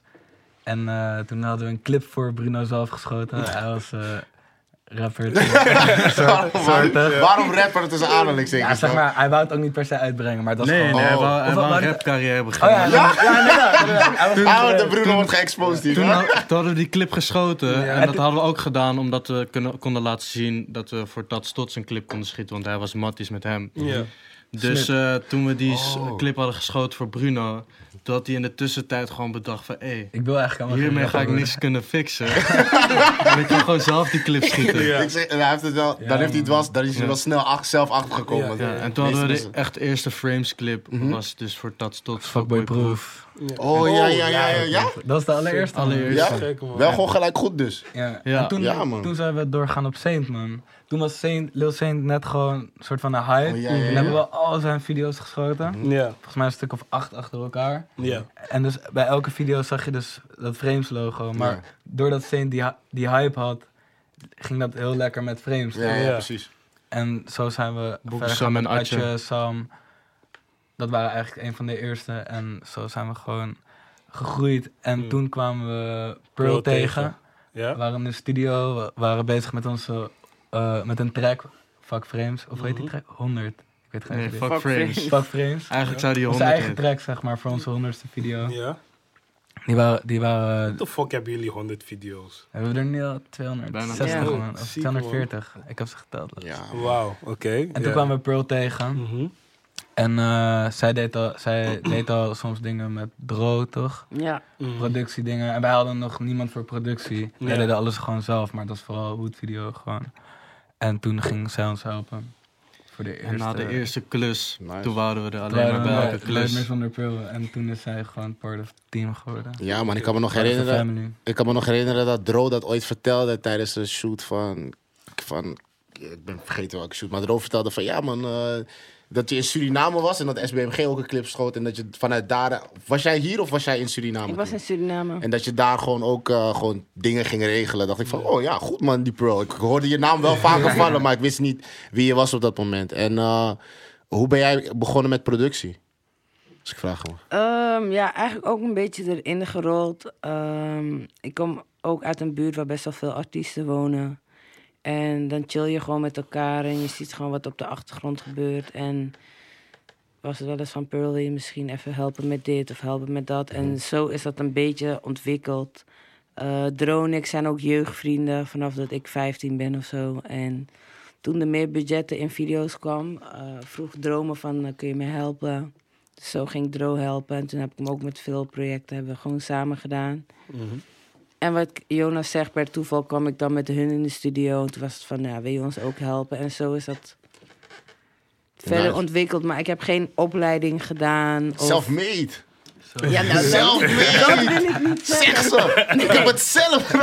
En eh, toen hadden we een clip voor Bruno zelf geschoten. Hij was eh, rapper.
Waarom,
soort, eh,
waarom rapper? Het is een aanhalingstekens.
ja, zeg
toch?
maar, hij wou het ook niet per se uitbrengen, maar dat was
Nee, nee,
gewoon...
hij
Oh.
wou, hij
Of
wou
wat-
een rapcarrière
Oh
beginnen.
ja, ja, ja, inderdaad, inderdaad. Hij was-
Ah, de Bruno wordt geëxposed hier.
Toen,
hoor.
had- toen hadden we die clip geschoten. en
en
dat hadden we ook gedaan omdat we kunnen, konden laten zien dat we voor Tad Stots een clip konden schieten. Want hij was matties met hem.
Ja.
Dus eh, toen we die s-
Oh.
clip hadden geschoten voor Bruno, toen had hij in de tussentijd gewoon bedacht van... Hey,
Ik wil eigenlijk helemaal
Hiermee
geen
ga ik
rapper
niks kunnen fixen. Weet je gewoon zelf die clip schieten.
Ja.
Ik zeg, en hij heeft het wel, dan heeft hij het wel, dan is hij er wel snel ach- zelf achtergekomen.
Ja,
gekomen.
Ja, en toen hadden we de echt eerste frames clip.
Mhm.
was dus voor Tats Tots.
worden. Fuckboy Proof.
Oh ja, ja, ja, ja. ja?
Dat was de allereerste. man.
Allereerste.
Ja?
Zeker, man.
Wel gewoon gelijk goed dus.
Ja.
Ja.
En toen,
Ja, man.
toen zijn we doorgaan op Saint, man. Toen was Saint, Lil Saint net gewoon een soort van een hype.
Oh, ja, ja,
En
ja. Mhm.
hebben we al zijn video's geschoten.
Ja.
Volgens mij een stuk of acht achter elkaar.
Ja.
En dus bij elke video zag je dus dat frames logo. Maar
Ja.
doordat Saint die, hy- die hype had, ging dat heel lekker met frames.
Ja, ja,
Ja.
precies.
En zo zijn we verder
Sam
gaan
en
met
Atje.
Sam. Dat waren eigenlijk een van de eerste. En zo zijn we gewoon gegroeid. En
Mm.
Hmm.
toen kwamen we Pearl,
Pearl tegen.
tegen. We
Ja.
waren in de studio, we waren bezig met onze, eh, met een track, Fuck Frames, of hoe heet die track? 100. Ik weet geen
Nee,
idee.
fuck,
Fuck
frames.
frames.
Fuck Frames.
Eigenlijk zou die
Onze
100
eigen
heten.
track, zeg maar, voor onze 100ste video.
Ja.
Die waren, die waren
What the fuck hebben jullie 100 video's?
hebben we er nu al 260
Bijna
man,
honderd.
of
Ziek, man.
Ah,
240. Ik heb ze geteld. laatst.
Ja,
Wauw, oké. Mm. Mhm.
En toen kwamen we Mhm. Pearl tegen. En eh, zij, deed al, zij deed al soms dingen met Dro, toch?
Ja.
Mhm.
Productiedingen. En wij hadden nog niemand voor productie.
Ja.
Wij deden alles gewoon zelf, maar dat was vooral hoed video gewoon. En toen ging zij ons helpen. Voor de eerste.
En na de eerste klus,
Nice.
toen wouden we er alleen
Alleen
maar bij elke klus.
van der Peul. En toen is zij gewoon part of het team geworden.
Ja, man, ik kan me nog
Part of the
herinneren.
family.
Ik kan me nog herinneren dat Dro dat ooit vertelde tijdens een shoot van. van ik ben vergeten welke shoot, maar Dro vertelde van ja, man. eh, dat je in Suriname was en dat SBMG ook een clip schoot. En dat je vanuit daar. Was jij hier of was jij in Suriname?
Ik was
toen?
in Suriname.
En dat je daar gewoon ook eh, gewoon dingen ging regelen. Dacht ik van, oh ja, goed man, die pro. Ik hoorde je naam wel vaker vallen, maar ik wist niet wie je was op dat moment. En eh, hoe ben jij begonnen met productie? Dus ik vraag gewoon.
Ehm, ja, eigenlijk ook een beetje erin gerold. Ehm, ik kom ook uit een buurt waar best wel veel artiesten wonen. En dan chill je gewoon met elkaar en je ziet gewoon wat op de achtergrond gebeurt. En was het wel eens van Pearlie misschien even helpen met dit of helpen met dat. En zo is dat een beetje ontwikkeld. Eh Dro en ik zijn ook jeugdvrienden vanaf dat ik 15 ben of zo. En toen er meer budgetten in video's kwam, eh, vroeg Dromen van eh, kun je me helpen? Dus zo ging ik Dro helpen. En toen heb ik hem ook met veel projecten hebben we gewoon samen gedaan. En wat Jonas zegt, per toeval kwam ik dan met hun in de studio. En toen was het van, nou, wil je ons ook helpen? En zo is dat verder
Nice.
ontwikkeld. Maar ik heb geen opleiding gedaan. Of...
Self-made.
Ja, nou, dat- Dat
Self-made.
wil ik niet zeggen.
Zeg ze. Ik heb het zelf.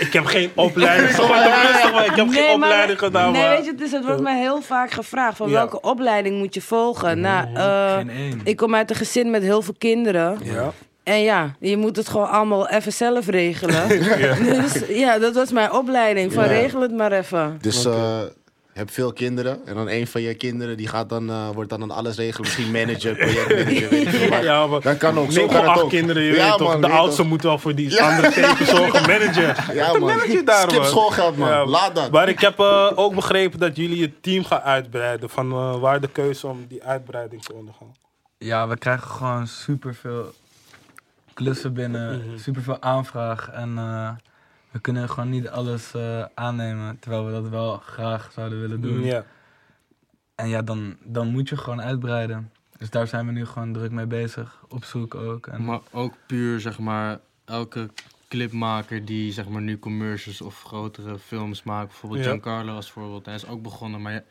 Ik heb geen opleiding gedaan. Ik heb geen
maar-
opleiding gedaan,
Nee,
nou maar-
weet je, dus het wordt mij heel vaak gevraagd van
Ja.
welke opleiding moet je volgen? Nou, eh,
Geen één.
ik kom uit een gezin met heel veel kinderen.
Ja.
En ja, je moet het gewoon allemaal even zelf regelen. Dus ja, dat was mijn opleiding. Van
Ja.
regel het maar even.
Dus eh heb veel kinderen. En dan een van je kinderen die gaat dan, eh, wordt dan aan alles regelen. Misschien manager, projectmanager. weet ik veel. Maar
Ja, maar
Dat kan ook. Zo
negen
kan
of
het
acht
ook.
kinderen, je
Ja,
weet toch.
man,
De
weet
oudste
toch.
moet wel voor die andere zeven zorgen, manager.
Ja,
Wat
man.
manager je daar,
Skip
man?
schoolgeld, man. Laat dat.
Maar ik heb eh, ook begrepen dat jullie je team gaan uitbreiden. Van eh, waar de keuze om die uitbreiding te ondergaan.
Ja, we krijgen gewoon superveel klussen binnen,
Mhm.
superveel aanvraag. En eh, we kunnen gewoon niet alles eh, aannemen, terwijl we dat wel graag zouden willen doen.
Ja.
En ja, dan, dan moet je gewoon uitbreiden. Dus daar zijn we nu gewoon druk mee bezig, op zoek ook. En
Maar ook puur, zeg maar, elke clipmaker die zeg maar, nu commercials of grotere films maakt. Bijvoorbeeld
Ja.
Giancarlo als voorbeeld. Hij is ook begonnen, maar je,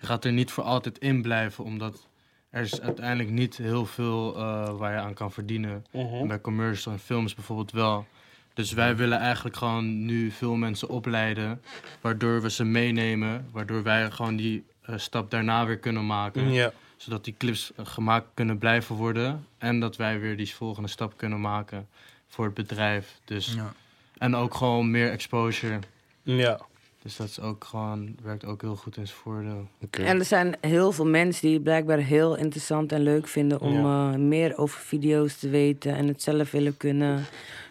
je gaat er niet voor altijd in blijven. Omdat er is uiteindelijk niet heel veel eh, waar je aan kan verdienen. En
Mhm.
Bij commercials en films bijvoorbeeld wel. Dus wij willen eigenlijk gewoon nu veel mensen opleiden. Waardoor we ze meenemen. Waardoor wij gewoon die eh, stap daarna weer kunnen maken
ja.
zodat die clips eh, gemaakt kunnen blijven worden. En dat wij weer die volgende stap kunnen maken voor het bedrijf. Dus,
ja.
En ook gewoon meer exposure.
Ja.
Dus dat is ook gewoon, werkt ook heel goed in zijn voordeel.
Oké.
En er zijn heel veel mensen die het blijkbaar heel interessant en leuk vinden om eh, meer over video's te weten en het zelf willen kunnen.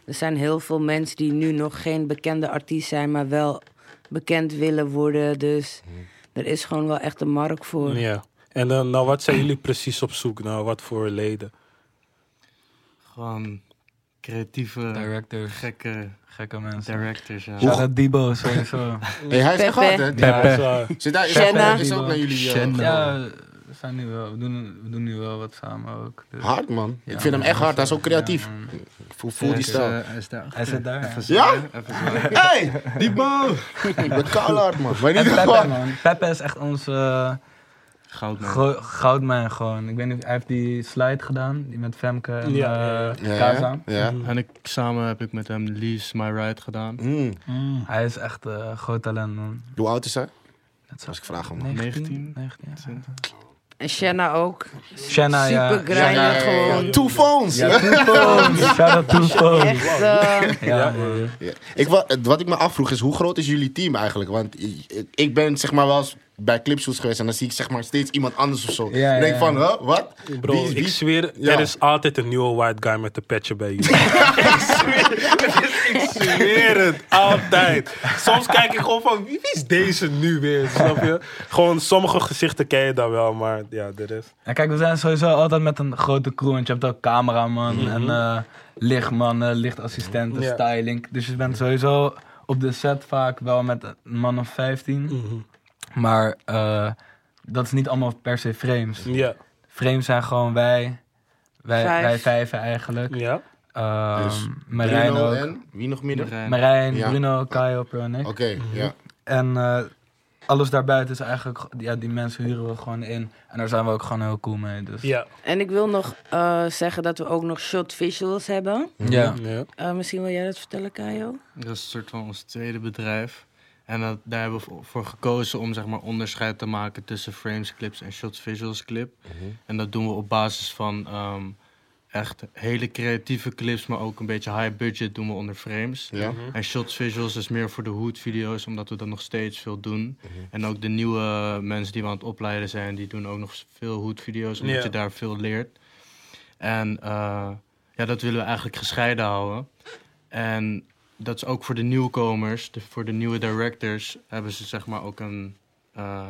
Er zijn heel veel mensen die nu nog geen bekende artiest zijn, maar wel bekend willen worden. Dus er is gewoon wel echt een markt voor.
ja. En dan, nou, wat zijn jullie precies op zoek naar? wat voor leden?
Gewoon creatieve,
directors,
gekke
gekke mensen.
directors. Ja.
Ja, dat Debo sowieso.
Hey, hij is
Pepe.
gehad, hè?
Ja,
Pepe.
is, eh,
Zit daar, is,
Shanna.
is ook naar jullie. eh,
Shanna. Ja, we, zijn nu wel, we, doen, we doen nu wel wat samen ook. Dus-
Hard, man.
Ja,
ik vind hem
man,
echt hard. Hij is ook creatief.
Ja, man.
Ik voel, voel die stijl.
Hij eh, is daar.
Hij zit daar.
Ja?
ja.
Even zo.
Hey, die boom. De hard, man. Maar in
En
ieder
Pepe,
geval...
man. Pepe is echt onze eh,
Goud, man.
gro- goudmijn gewoon. Ik weet niet, hij heeft die slide gedaan, die met Femke en
Ja, ja, ja.
eh,
Ja,
Kaza.
ja. ja.
Mhm.
En ik, samen heb ik met hem Lease My Ride gedaan.
Mm.
Hij is echt een groot talent, man.
Hoe oud is hij?
Dat
Als ik vraag hem.
19?
19?
19, ja.
En Shanna ook.
Shanna, ja.
Super
Ja, ja, ja, ja.
gewoon.
Two phones.
Ja, Two Phones. Shout-out Two Phones.
Echt, eh,
Ja,
Ja. Ik, wa- het- wat ik me afvroeg is, hoe groot is jullie team eigenlijk? Want i- ik, ben zeg maar wel eens bij clipshoots geweest en dan zie ik zeg maar steeds iemand anders of zo.
Ja,
ik denk
ja.
van, huh, wat?
Bro,
Wie is- wie
ik
is-
zweer,
Ja.
er is altijd een nieuwe white guy met een petje bij jullie. ik, zweer, ik zweer het, altijd. Soms kijk ik gewoon van, wie is deze nu weer, snap je? Gewoon sommige gezichten ken je dan wel, maar ja, de rest.
En kijk, we zijn sowieso altijd met een grote crew. Want je hebt ook cameraman
Mhm.
en eh, lichtmannen, lichtassistenten,
Ja.
styling. Dus je bent sowieso
Mhm.
op de set vaak wel met een man of 15. Maar eh, dat is niet allemaal per se frames.
Ja.
Frames zijn gewoon wij, wij,
Vijf.
wij vijven eigenlijk.
Ja.
Ehm,
Dus
Marijn
Bruno
ook.
en wie nog meer? Oké,
Marijn.
Marijn,
Ja.
Bruno, Kaio, Pro en ik.
ja.
En eh, alles daarbuiten is eigenlijk, g- ja, die mensen huren we gewoon in. En daar zijn we ook gewoon heel cool mee. Dus.
Ja.
En ik wil nog eh, zeggen dat we ook nog shot visuals hebben.
Ja.
Ja.
Eh, misschien wil jij dat vertellen, Kajo?
Dat is een soort van ons tweede bedrijf. En dat, daar hebben we voor- voor gekozen om zeg maar, onderscheid te maken tussen frames clips en shots visuals clip. En dat doen we op basis van ehm, echt hele creatieve clips, maar ook een beetje high budget doen we onder frames.
Mhm.
ja.
En shots visuals is meer voor de hood video's, omdat we dat nog steeds veel doen.
Mhm.
En ook de nieuwe mensen die we aan het opleiden zijn, die doen ook nog veel hood video's, omdat
Ja.
je daar veel leert. En eh, ja, dat willen we eigenlijk gescheiden houden. En dat is ook voor de nieuwkomers, de- voor de nieuwe directors, hebben ze zeg maar ook een, eh,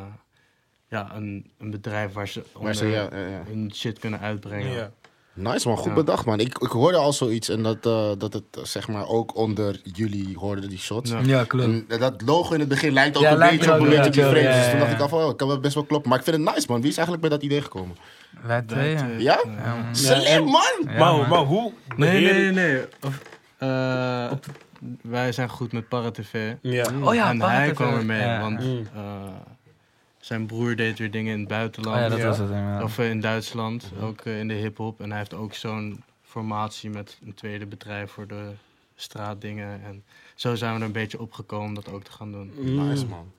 ja, een, een bedrijf waar ze,
Maar
onder
ze- ja, ja, ja.
hun shit kunnen uitbrengen.
Ja.
Nice man, goed
Ja.
bedacht man. Ik, ik hoorde al zoiets en dat, eh, dat het eh, zeg maar ook onder jullie hoorden die shots.
Ja.
Ja, klopt.
En dat logo in het begin lijkt ook
Ja,
een
lijkt
beetje op
wel
een beetje op die
wel,
frames.
ja, ja,
Dus toen dacht
ja.
ik af, oh, kan wel best wel kloppen. Maar ik vind het nice man. Wie is eigenlijk bij dat idee gekomen?
Wij twee, ja.
Wij
eh, Ja?
twee.
Ja, man.
Slim man!
Ja,
maar,
man.
maar hoe?
Nee, nee, nee. nee. Of, eh, Wij zijn goed met ParaTV.
Ja.
Oh ja,
en hij
Paratev,
kwam
ja.
ermee,
Ja.
want
Mm.
eh, zijn broer deed weer dingen in het buitenland.
Oh ja, dat
Ja.
was het inderdaad.
Of eh, in Duitsland, ook eh, in de hip-hop. En hij heeft ook zo'n formatie met een tweede bedrijf voor de straatdingen. En zo zijn we er een beetje opgekomen om dat ook te gaan doen.
Mm.
Nice man.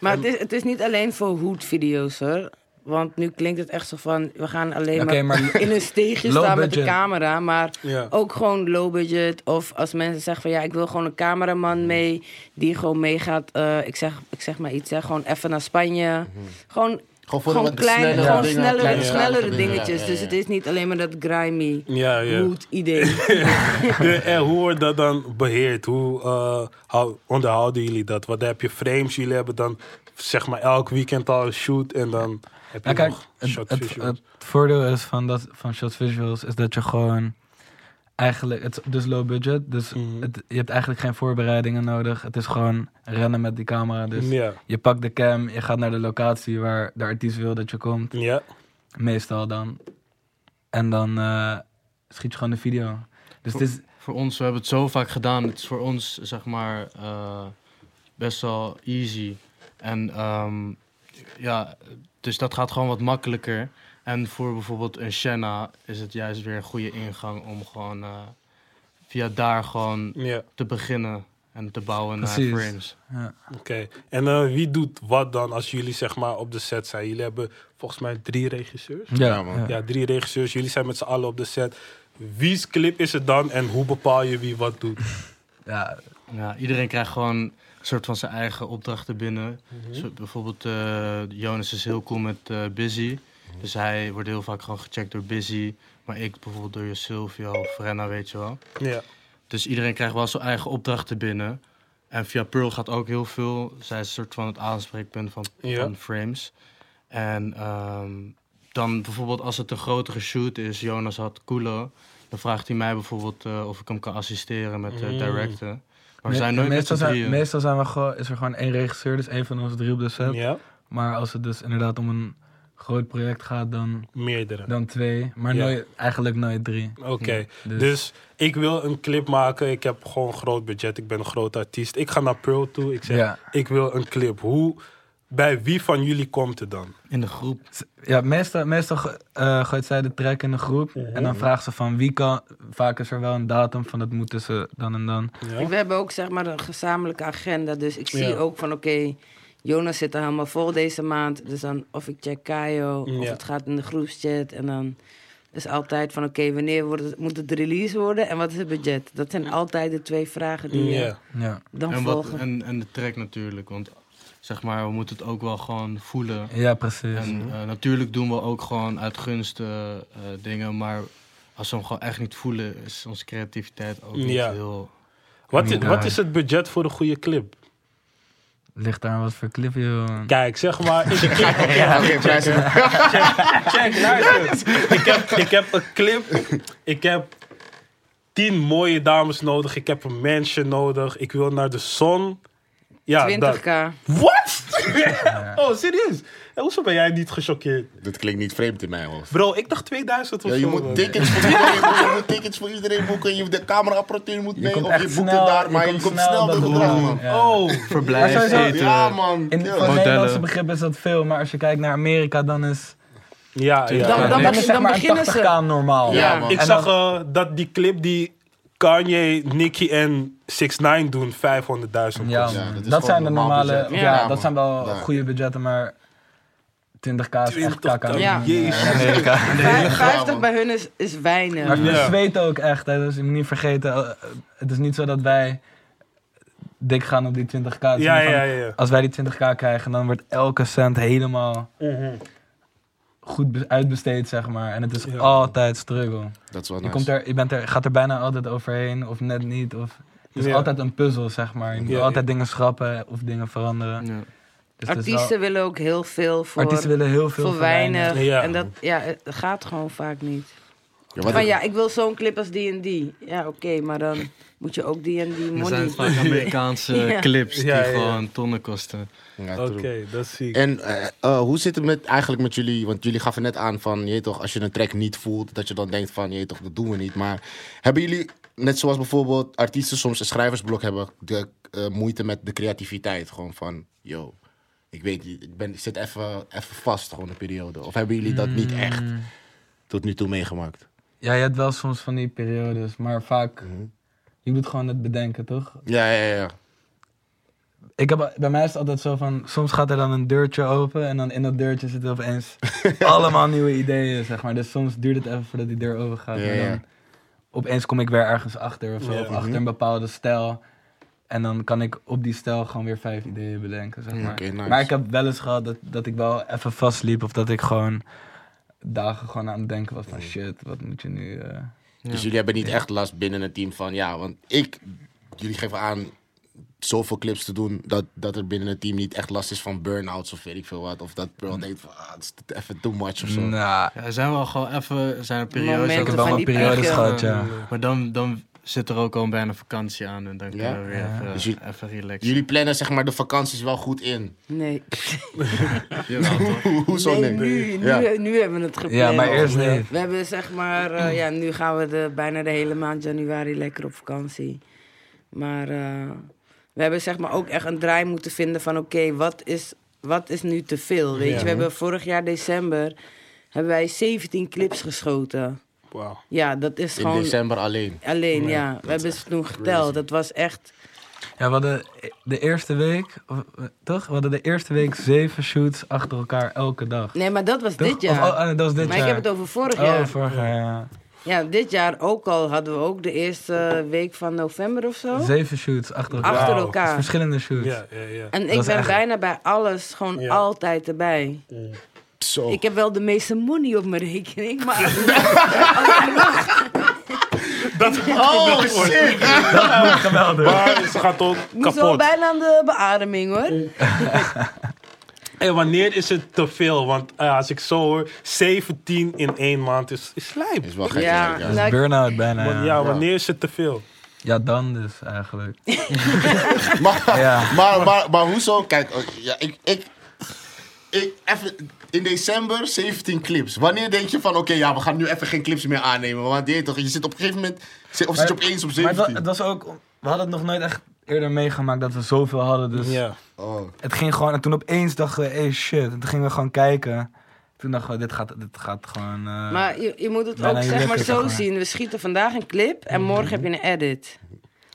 Maar het is, het is niet alleen voor hoedvideo's hoor. Want nu klinkt het echt zo van, we gaan alleen
Oké,
maar,
maar-
in een steegje
Low
staan met de
budget.
camera. Maar
Ja.
ook gewoon low budget. Of als mensen zeggen van, ja, ik wil gewoon een cameraman mee. Die gewoon meegaat, eh, ik, zeg, ik zeg maar iets, hè, gewoon even naar Spanje. Gewoon,
Gewoon voor de
gewoon
wat
kleine,
snellere
gewoon
dingen,
snellere,
kleinere
snellere
schalige dingen.
dingetjes.
Ja,
Dus
ja,
het
ja.
is niet alleen maar dat grimy
Ja, ja.
hoed idee.
De- en hoe wordt dat dan beheerd? Hoe eh, hou- onderhouden jullie dat? Wat heb je frames? Jullie hebben dan zeg maar elk weekend al een shoot en dan heb je
Nou, kijk,
nog shot
het, het,
visuals.
het voordeel is van, dat, van Shot Visuals is dat je gewoon eigenlijk, het is dus low budget, dus
Mhm.
het, je hebt eigenlijk geen voorbereidingen nodig. Het is gewoon rennen met die camera. Dus
ja.
je pakt de cam, je gaat naar de locatie waar de artiest wil dat je komt,
Ja.
meestal dan. En dan eh, schiet je gewoon de video. Dus het is,
Voor ons, we hebben het zo vaak gedaan. Het is voor ons, zeg maar, eh, best wel easy. En ehm, ja, dus dat gaat gewoon wat makkelijker. En voor bijvoorbeeld een Shenna is het juist weer een goede ingang om gewoon eh, via daar gewoon
Ja.
te beginnen en te bouwen
Precies.
naar frames.
ja.
Oké. En eh, wie doet wat dan als jullie zeg maar op de set zijn? Jullie hebben volgens mij drie regisseurs.
Ja,
man.
ja.
Ja, drie regisseurs. Jullie zijn met z'n allen op de set. Wie's clip is het dan en hoe bepaal je wie wat doet?
Ja,
Ja, iedereen krijgt gewoon een soort van zijn eigen opdrachten binnen. Zo, bijvoorbeeld eh, Jonas is heel cool met eh, Busy. Dus hij wordt heel vaak gewoon gecheckt door Busy. Maar ik bijvoorbeeld door Sylvia of Frenna, weet je wel.
Ja.
Dus iedereen krijgt wel zijn eigen opdrachten binnen. En via Pearl gaat ook heel veel. Zij is een soort van het aanspreekpunt van,
Ja.
van frames. En ehm, dan bijvoorbeeld als het een grotere shoot is, Jonas had Kulo. Dan vraagt hij mij bijvoorbeeld eh, of ik hem kan assisteren met eh,
Mm.
directen. Maar we
Me-
zijn nooit met z'n
meestal,
drieën.
zijn, meestal zijn we gewoon, is er gewoon één regisseur, dus één van ons drie op de set.
Ja.
Maar als het dus inderdaad om een groot project gaat, dan,
Meerdere.
dan twee. Maar
Ja.
nooit, eigenlijk nooit drie.
Oké,
dus-
dus ik wil een clip maken. Ik heb gewoon een groot budget. Ik ben een groot artiest. Ik ga naar Pearl toe. Ik zeg,
Ja.
ik wil een clip. Hoe, bij wie van jullie komt het dan?
In de groep.
S- Ja, meestal, meestal ge- eh, gooit zij de track in de groep. En dan vraagt ze van wie kan. Vaak is er wel een datum van dat moeten ze dan en dan.
Ja?
We hebben ook zeg maar een gezamenlijke agenda. Dus ik zie
Ja.
ook van oké, Jonas zit er helemaal vol deze maand. Dus dan of ik check Kayo, of
Ja.
het gaat in de groepschat. En dan is altijd van oké, wanneer wordt het, moet het release worden en wat is het budget? Dat zijn altijd de twee vragen die je
Ja.
Ja,
dan
En, wat,
volgen.
en, en de track natuurlijk. Want zeg maar, we moeten het ook wel gewoon voelen.
ja precies.
En eh, natuurlijk doen we ook gewoon uit gunst eh, eh, dingen, maar als we hem gewoon echt niet voelen, is onze creativiteit ook niet
Ja.
heel...
Wat, i-
Ja.
wat is het budget voor een goede clip?
Ligt daar wat voor clip, joh.
Kijk, zeg maar. Ik, ik,
Ja, oké, prijzen.
check, luister. Ik heb, ik heb een clip. Ik heb tien mooie dames nodig. Ik heb een mansion nodig. Ik wil naar de zon. Ja, dat.
20k.
Wat? oh, serieus? En hoezo ben jij niet gechoqueerd?
Dit klinkt niet vreemd in mijn hoofd.
Bro, ik dacht 2000 of
Ja, je
zo.
moet
man.
tickets voor iedereen boeken, je moet tickets voor iedereen boeken, je moet de cameraapparatuur moet
Je
mee,
komt
of
echt
je boekt
snel-
het daar, maar je komt snel
dat
dat bedrag, man.
Ja.
Oh,
Maar
Verblijf,
sowieso-
eten.
Ja, man.
In
Ja.
voor het
Modellen.
Nederlandse begrip is dat veel, maar als je kijkt naar Amerika, dan is,
ja, ja.
Dan-
dan
dan
is
begin-
zeg
dan
maar een
beginnen
80k normaal.
Ja, man.
Ik
En
zag eh, dat die clip die Kanye, Nicki en 6 9 doen 500.000 kost.
Ja,
Ja,
man.
dat
dat,
is
zijn de
gewoon normaal
normale.
budget.
Ja,
Ja,
dat
man.
zijn wel
Ja.
goede budgetten, maar 20k is echt
20
kaka.
Ja.
Jezus.
Amerika.
Vijf-
graal,
50
man.
bij hun is, is weinig.
Maar
Ja.
we zweten ook echt, hè, dus je moet niet vergeten. eh, Het is niet zo dat wij dik gaan op die 20k. Het is meer
Ja,
van,
ja, ja.
Als wij die 20k krijgen, dan wordt elke cent helemaal
Mhm.
goed be- uitbesteed, zeg maar. En het is
Ja.
altijd struggle.
Dat is wel
Je,
nice.
komt er, je bent er, gaat er bijna altijd overheen, of net niet. Of, het is
Ja.
altijd een puzzel, zeg maar. Je moet
Ja, ja.
altijd dingen schrappen of dingen veranderen.
Ja.
Dus het is wel-
Artiesten willen ook heel veel voor,
artiesten willen heel veel
voor weinig.
Ja.
En dat, ja, het gaat gewoon vaak niet.
Ja, wat
Van
ik-
Oh ja, ik wil zo'n clip als die en die. Ja, oké, maar dan moet je ook die en die
Er zijn
money.
vaak Amerikaanse
Ja.
clips die
Ja, ja, ja.
gewoon tonnen kosten.
Ja,
Oké,
true.
dat zie ik.
En eh, eh, hoe zit het met, eigenlijk met jullie? Want jullie gaven net aan van, je weet toch, als je een track niet voelt, dat je dan denkt van, je weet toch, dat doen we niet. Maar hebben jullie, net zoals bijvoorbeeld artiesten soms een schrijversblok hebben, de eh, moeite met de creativiteit? Gewoon van, yo, ik weet niet, ik, ben, ik zit even even vast, gewoon een periode. Of hebben jullie dat niet echt tot nu toe meegemaakt?
Ja, je hebt wel soms van die periodes, maar vaak...
Mhm.
Je doet gewoon het bedenken, toch?
Ja, ja, ja.
Ik heb, bij mij is het altijd zo van... Soms gaat er dan een deurtje open en dan in dat deurtje zitten opeens allemaal nieuwe ideeën, zeg maar. Dus soms duurt het even voordat die deur open gaat.
Ja,
maar
ja. mhm.
dan opeens kom ik weer ergens achter of zo.
Ja.
Of achter een bepaalde stijl. En dan kan ik op die stijl gewoon weer vijf ideeën bedenken, zeg maar.
Oké, nice.
Maar ik heb wel eens gehad dat, dat ik wel even vastliep of dat ik gewoon dagen gewoon aan het denken was van shit, wat moet je nu... eh,
Dus jullie hebben niet echt last binnen het team van, ja, want ik, jullie geven aan zoveel clips te doen dat, dat er binnen het team niet echt last is van burn-outs of weet ik veel wat. Of dat
Mm.
Pearl denkt van, ah, het is even too much of zo.
nah.
Ja, er zijn wel gewoon even, zijn er periodes.
Ik heb
Momenten
wel
van
mijn
die
periodes
pieken.
gehad, ja.
Maar dan, dan zit er ook al bijna vakantie aan en dan
Ja?
kunnen we weer
Ja.
even,
Dus jullie-
even relaxen.
Jullie plannen zeg maar de vakanties wel goed in.
Nee.
Jawel, toch?
Hoezo
nee,
nee?
nu, nu,
Ja.
nu hebben we het gepland.
Ja, maar eerst niet.
We hebben zeg maar, eh, ja, nu gaan we de, bijna de hele maand januari lekker op vakantie. Maar eh, we hebben zeg maar ook echt een draai moeten vinden van oké, wat, is, wat is nu te veel? Weet je, we hebben vorig jaar december hebben wij 17 clips geschoten.
Wauw.
Ja, dat is
In
gewoon
december alleen.
alleen, ja. We hebben ze toen geteld. Dat was echt,
Ja, we hadden de eerste week, of, eh, toch? We hadden de eerste week zeven shoots achter elkaar elke dag.
nee, maar dat was
Toch?
dit jaar.
Of, oh, eh, dat was dit
maar
jaar.
ik heb het over vorig
Oh,
jaar.
vorig jaar, ja.
Ja, dit jaar ook al hadden we ook de eerste week van november of zo.
Zeven shoots achter elkaar.
Achter
Wauw.
Dus
elkaar.
verschillende shoots.
Ja, ja, ja.
En
Dat
ik
is
ben
echt-
bijna bij alles gewoon
Ja.
altijd erbij.
Zo.
Ik heb wel de meeste money op mijn rekening, maar
Oh, shit!
Geweldig.
Maar ze gaat ook
ik moest wel
kapot.
bijna aan de beademing hoor.
En wanneer is het te veel? Want eh, als ik zo hoor, 17 in één maand is, is lijp.
Is wel gek.
Ja.
Ja.
Nou, ik-
Burn-out bijna.
Want
ja.
ja, wanneer is het te veel?
ja, dan dus eigenlijk.
Maar,
Ja.
maar, maar, maar hoezo? Kijk, eh, ja, ik, ik, ik even, in december 17 clips. Wanneer denk je van, oké, ja, we gaan nu even geen clips meer aannemen? Want je, weet toch, je zit op een gegeven moment, zi- of zit je
Maar-
opeens op
Maar het wa-
17?
het was ook, we hadden het nog nooit echt eerder meegemaakt dat we zoveel hadden. Dus
Ja.
Oh.
het ging gewoon, en toen opeens dachten we, hey shit. En toen gingen we gewoon kijken. Toen dachten we, dit gaat, dit gaat gewoon... eh,
Maar je, je moet het
Bijna
ook
je
zeg maar
lekker, zeg
zo
maar.
zien. We schieten vandaag een clip en morgen heb je een edit.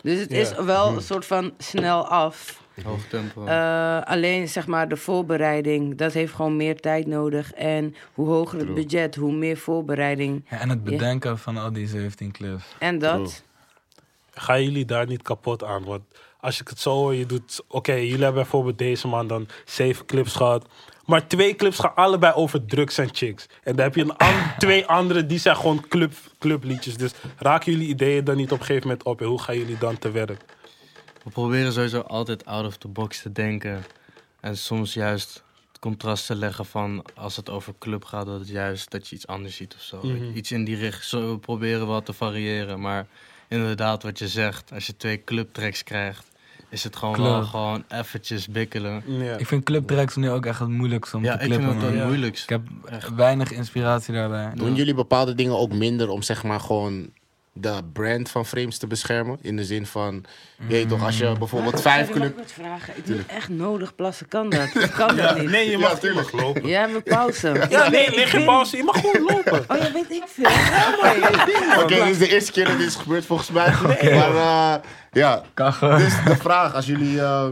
Dus het is
Ja.
wel een soort van snel af.
Hoog tempo.
Oh.
Eh, alleen zeg maar de voorbereiding, dat heeft gewoon meer tijd nodig. En hoe hoger het budget, hoe meer voorbereiding.
Ja, en het bedenken van al die 17 clips.
En dat.
Gaan jullie daar niet kapot aan? Want als ik het zo hoor, je doet... Oké, jullie hebben bijvoorbeeld deze maand dan zeven clips gehad. Maar twee clips gaan allebei over drugs en chicks. En dan heb je een an- twee andere, die zijn gewoon club, clubliedjes. Dus raken jullie ideeën dan niet op een gegeven moment op? En hoe gaan jullie dan te werk?
We proberen sowieso altijd out of the box te denken. En soms juist het contrast te leggen van als het over club gaat, dat het juist dat je iets anders ziet of zo. Iets in die richting. Zo, we proberen wel te variëren. Maar inderdaad, wat je zegt, als je twee clubtracks krijgt is het gewoon
Klopt.
wel gewoon eventjes bikkelen.
Ja.
Ik vind clubtracks nu ook echt het moeilijkste om
ja,
te
ik vind
klippen.
het het
man.
moeilijkst.
Ik heb weinig inspiratie daarbij.
Doen jullie bepaalde dingen ook minder om zeg maar gewoon de brand van frames te beschermen? In de zin van, je weet toch, als je bijvoorbeeld vijf
Ik
club...
wat vragen. Ik moet echt nodig plassen. Kan dat? Ik kan dat niet.
Nee, je mag, je mag lopen.
Jij hebt een pauze.
Ja, nee, lig in pauze. Je mag gewoon lopen.
Oh, ja, weet ik veel. Oké.
Oké, dit is de eerste keer dat dit is gebeurd volgens mij. Maar eh, ja,
Kan gewoon.
dus de vraag, als jullie, eh,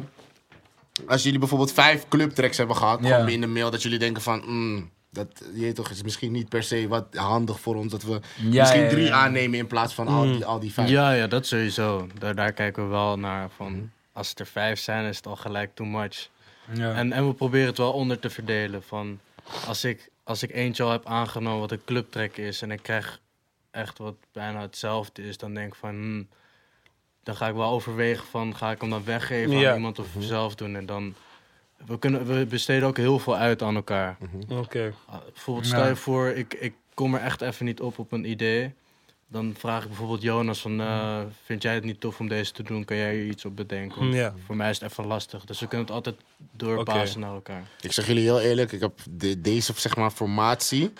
als jullie bijvoorbeeld vijf clubtracks hebben gehad,
Ja.
gewoon in de mail dat jullie denken van, mm, dat je weet toch is misschien niet per se wat handig voor ons dat we
Ja,
misschien
ja, Mm. ja,
drie
ja.
aannemen in plaats van al, die, al die vijf.
Ja, ja, dat sowieso. Daar, daar kijken we wel naar van... Als het er vijf zijn, is het al gelijk too much.
Ja.
En, en we proberen het wel onder te verdelen. Van als, ik, als ik eentje al heb aangenomen wat een clubtrek is en ik krijg echt wat bijna hetzelfde is, dan denk ik van hmm, dan ga ik wel overwegen van ga ik hem dan weggeven
Ja.
aan iemand of zelf doen. En dan we, kunnen, we besteden ook heel veel uit aan elkaar.
Oké.
Uh, Bijvoorbeeld,
Ja.
stel je voor, ik, ik kom er echt even niet op op een idee. Dan vraag ik bijvoorbeeld Jonas van, eh, vind jij het niet tof om deze te doen? Kan jij hier iets op bedenken? Want
Ja.
Voor mij is het even lastig. Dus we kunnen het altijd doorpassen naar elkaar.
Ik zeg jullie heel eerlijk, ik heb de- deze zeg maar, formatie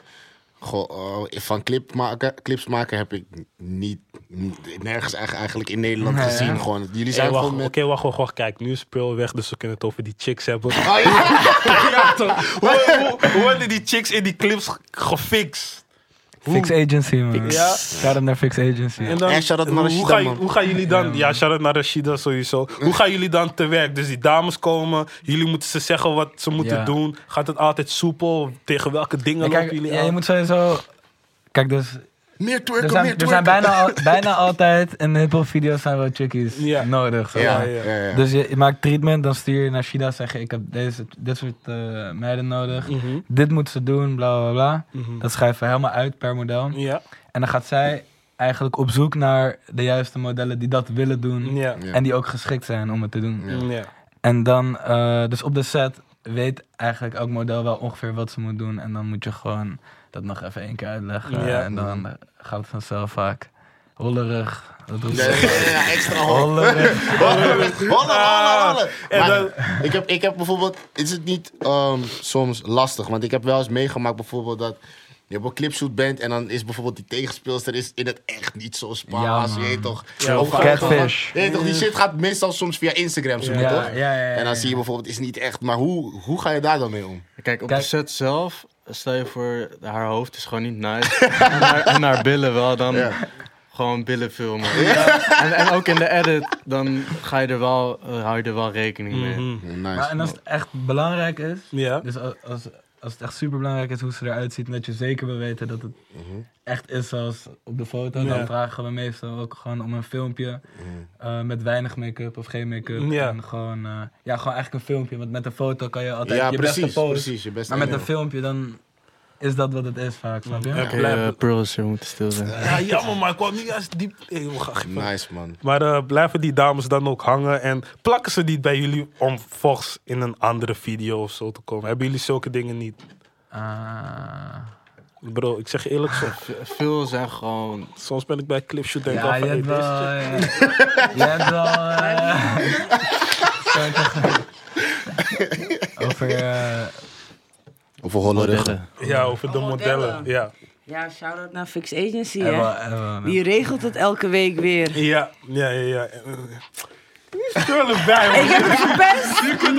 go- eh, van clip maken, clips maken heb ik niet, niet- nergens eigen- eigenlijk in Nederland
Nee, hè?
gezien. Gewoon. Jullie
Hey,
zijn
wacht,
gewoon
Oké,
met...
wacht, wacht, wacht. Kijk, nu is Pearl weg, dus we kunnen het over die chicks hebben.
Oh, ja.
hoe, hoe, hoe worden die chicks in die clips ge- gefixt?
Fix Agency, man.
Ja.
Shout out naar Fix Agency.
En dan,
En shout-out naar
hoe- hoe,
Rashida,
gaan,
man.
hoe gaan jullie dan... Ja, shout-out naar Rashida sowieso. Hoe gaan jullie dan te werk? Dus die dames komen, jullie moeten ze zeggen wat ze moeten
Ja.
doen. Gaat het altijd soepel? Tegen welke dingen
Ja, kijk,
lopen jullie
ja,
aan?
je moet sowieso... Kijk, dus
Meer
er
twerken, meer
zijn, er
twerken.
zijn bijna, al- bijna altijd in hip-hop video's zijn wel chickies
Ja.
nodig. Zo.
Ja,
Ja,
ja,
ja.
ja.
Dus je, je maakt treatment, dan stuur je naar Shida zeggen ik heb deze, dit soort eh, meiden nodig.
Mhm.
Dit moeten ze doen, bla bla bla.
Mhm.
Dat schrijven we helemaal uit per model.
Ja,
En dan gaat zij eigenlijk op zoek naar de juiste modellen die dat willen doen.
ja,
Ja.
En die ook geschikt zijn om het te doen.
ja.
En dan, eh, dus op de set weet eigenlijk elk model wel ongeveer wat ze moet doen. En dan moet je gewoon dat nog even één keer uitleggen.
Ja.
En dan eh, gaat het vanzelf vaak hollerig. Dat roept
Ja, ja,
ze.
ja, ja, extra hoog.
Hollerig.
Hollen, hollen, hollen, hollen.
en
Maar
dan-
ik, heb, ik heb bijvoorbeeld, is het niet ehm, soms lastig? Want ik heb wel eens meegemaakt bijvoorbeeld dat je op een clipshoot bent en dan is bijvoorbeeld die tegenspeelster is in het echt niet zo
Ja,
spaans. je
man.
weet toch?
Ja,
Of
vaak.
gewoon- gewoon-
Catfish.
Je weet toch, die shit gaat meestal soms via Instagram zo,
Ja,
toch?
ja, ja, ja, ja.
En dan zie je bijvoorbeeld, is niet echt. Maar hoe, hoe ga je daar dan mee om?
Kijk, op
Kijk-
de set zelf, stel je voor, haar hoofd is gewoon niet nice. en, haar, en haar billen wel, dan
Ja.
gewoon billen filmen. En, en ook in de edit, dan ga je er wel, eh, hou je er wel rekening mee.
Mhm.
Maar en als het echt belangrijk is,
Ja.
dus als, als, als het echt super belangrijk is hoe ze eruit ziet en dat je zeker wil weten dat het
Mhm.
echt is zoals op de foto,
Ja.
dan vragen we meestal ook gewoon om een filmpje
Mhm.
eh, met weinig make-up of geen make-up.
Ja.
En gewoon, eh, ja, gewoon eigenlijk een filmpje, want met een foto kan je altijd
ja,
je
precies,
beste pose.
precies. Je beste
Maar met
idee.
een filmpje dan is dat wat het is vaak, snap je?
Ja.
Oké, eh, Pearl is hier, we moeten stil zijn.
Ja, jammer, maar ik kwam niet juist diep. Hey, we gaan geen-
Nice, man.
Maar eh, blijven die dames dan ook hangen en plakken ze niet bij jullie om volgens in een andere video of zo te komen? Hebben jullie zulke dingen niet?
Ah.
Bro, ik zeg je eerlijk, soms,
Veel zijn gewoon...
soms ben ik bij clipshoot denk ik
ja,
al van,
je
hey,
hebt wel...
deze chick-
eh, je hebt wel... eh, sorry, ik dacht- over... eh,
Of een holle ruggen.
billen.
Ja, over de
Oh,
modellen.
modellen.
Ja.
Ja, shout-out naar Fix Agency,
eh,
hè.
wel- eh, wel-
Die regelt het elke week weer.
Ja, ja, ja. ja. Spullen bij
Ik heb het verpest. Nou,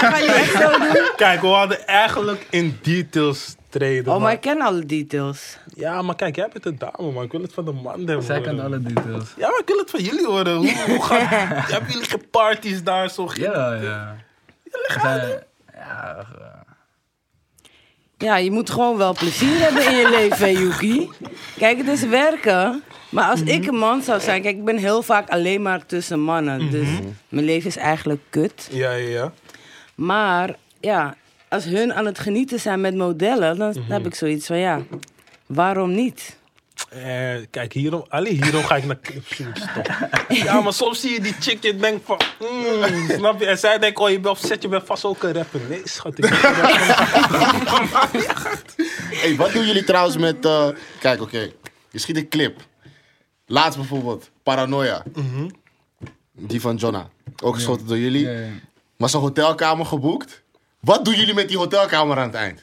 ga je echt zo doen?
Kijk, we hadden eigenlijk in details treden.
Oh, maar
maar-
ik ken alle details.
Ja, maar kijk, jij bent de dame, maar ik wil het van de man
Zij kan
hebben.
alle details.
Ja, maar ik wil het van jullie horen. Hoe, hoe gaat, hebben jullie geen parties daar? Zo, geen-
Ja, ja. Zij, ja, eh,
Ja, je moet gewoon wel plezier hebben in je leven, Yuki. Kijk, het is werken. Maar als ik een man zou zijn... Kijk, ik ben heel vaak alleen maar tussen mannen. Dus mijn leven is eigenlijk kut.
Ja, ja, ja.
Maar ja, als hun aan het genieten zijn met modellen... dan heb ik zoiets van, ja, waarom niet?
Eh, kijk, hierom, alleen hierom ga ik naar clipshoots toch. ja, maar soms zie je die chick en denkt van, mm, snap je? En zij denkt, oh, je bent, zet je bent vast ook een rapper. Nee, schat, ik ben geen rapper.
Hey, wat doen jullie trouwens met. eh, kijk, oké. Je schiet een clip. Laatst bijvoorbeeld, Paranoia. Die van Jonna. ook geschoten door jullie.
Ja, ja.
Was een hotelkamer geboekt. Wat doen jullie met die hotelkamer aan het eind?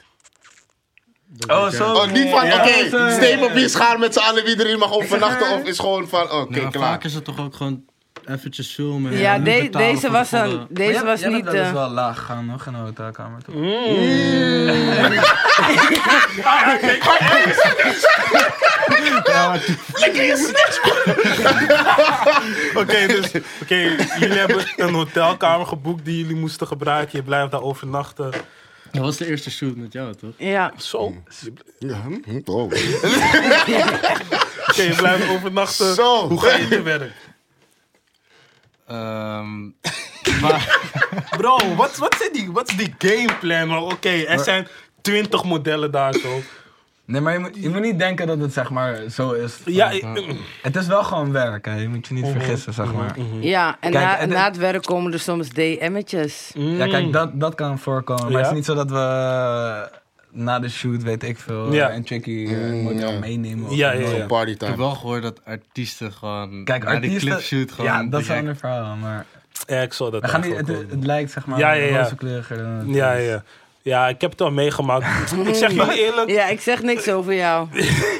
Oh, zo.
Oh, niet van,
Ja,
oké,
zo, ja, ja.
steen op je schaar met z'n allen wie erin mag overnachten. Of is gewoon van, oké,
Nee, maar Nou, vaak
klaar.
is het toch ook gewoon eventjes filmen. en
Ja,
niet
de-
betalen
deze
voor
was,
de volle-
een, deze was niet...
Dat is
eh,
dus wel laag gegaan, nog in de hotelkamer.
Mm.
Toch?
Oké, dus oké, jullie hebben een hotelkamer geboekt die jullie moesten gebruiken. Je blijft daar overnachten.
Dat was de eerste shoot met jou, toch?
ja,
Zo.
Mm. Ja, hm, oh.
Oké, je blijft overnachten.
Zo.
Hoe ga je te werk?
Ehm, maar,
Bro, wat, wat, is die, wat is die gameplan? man? Oké, er zijn 20 modellen daar zo.
Nee, maar je moet, je moet niet denken dat het zeg maar zo is.
Ja,
Van-
ik- Mhm,
Het is wel gewoon werk, hè. Je moet je niet vergissen, zeg maar.
ja, en,
Kijk,
na,
en-
na het werk komen er soms DM'tjes.
mm.
Ja, kijk, dat, dat kan voorkomen. Maar
Ja.
het is niet zo dat we eh, na de shoot, weet ik veel,
Ja.
en Chicky eh,
Mm,
moet je al meenemen. of-
ja, ja, ja.
Gewoon party
ik heb
time.
wel gehoord dat artiesten gewoon...
Kijk,
na
artiesten...
die clipshoot gewoon...
ja, dat is
direct-
een ander verhaal, maar...
Ja, ik zal dat
We gaan niet,
eigenlijk wel
het,
doen.
het lijkt, zeg maar,
Ja, ja, ja.
rozekleuriger dan het
Ja,
is.
ja. Ja, ik heb het al meegemaakt. ik zeg jullie eerlijk,
Ja, ik zeg niks over jou.
ik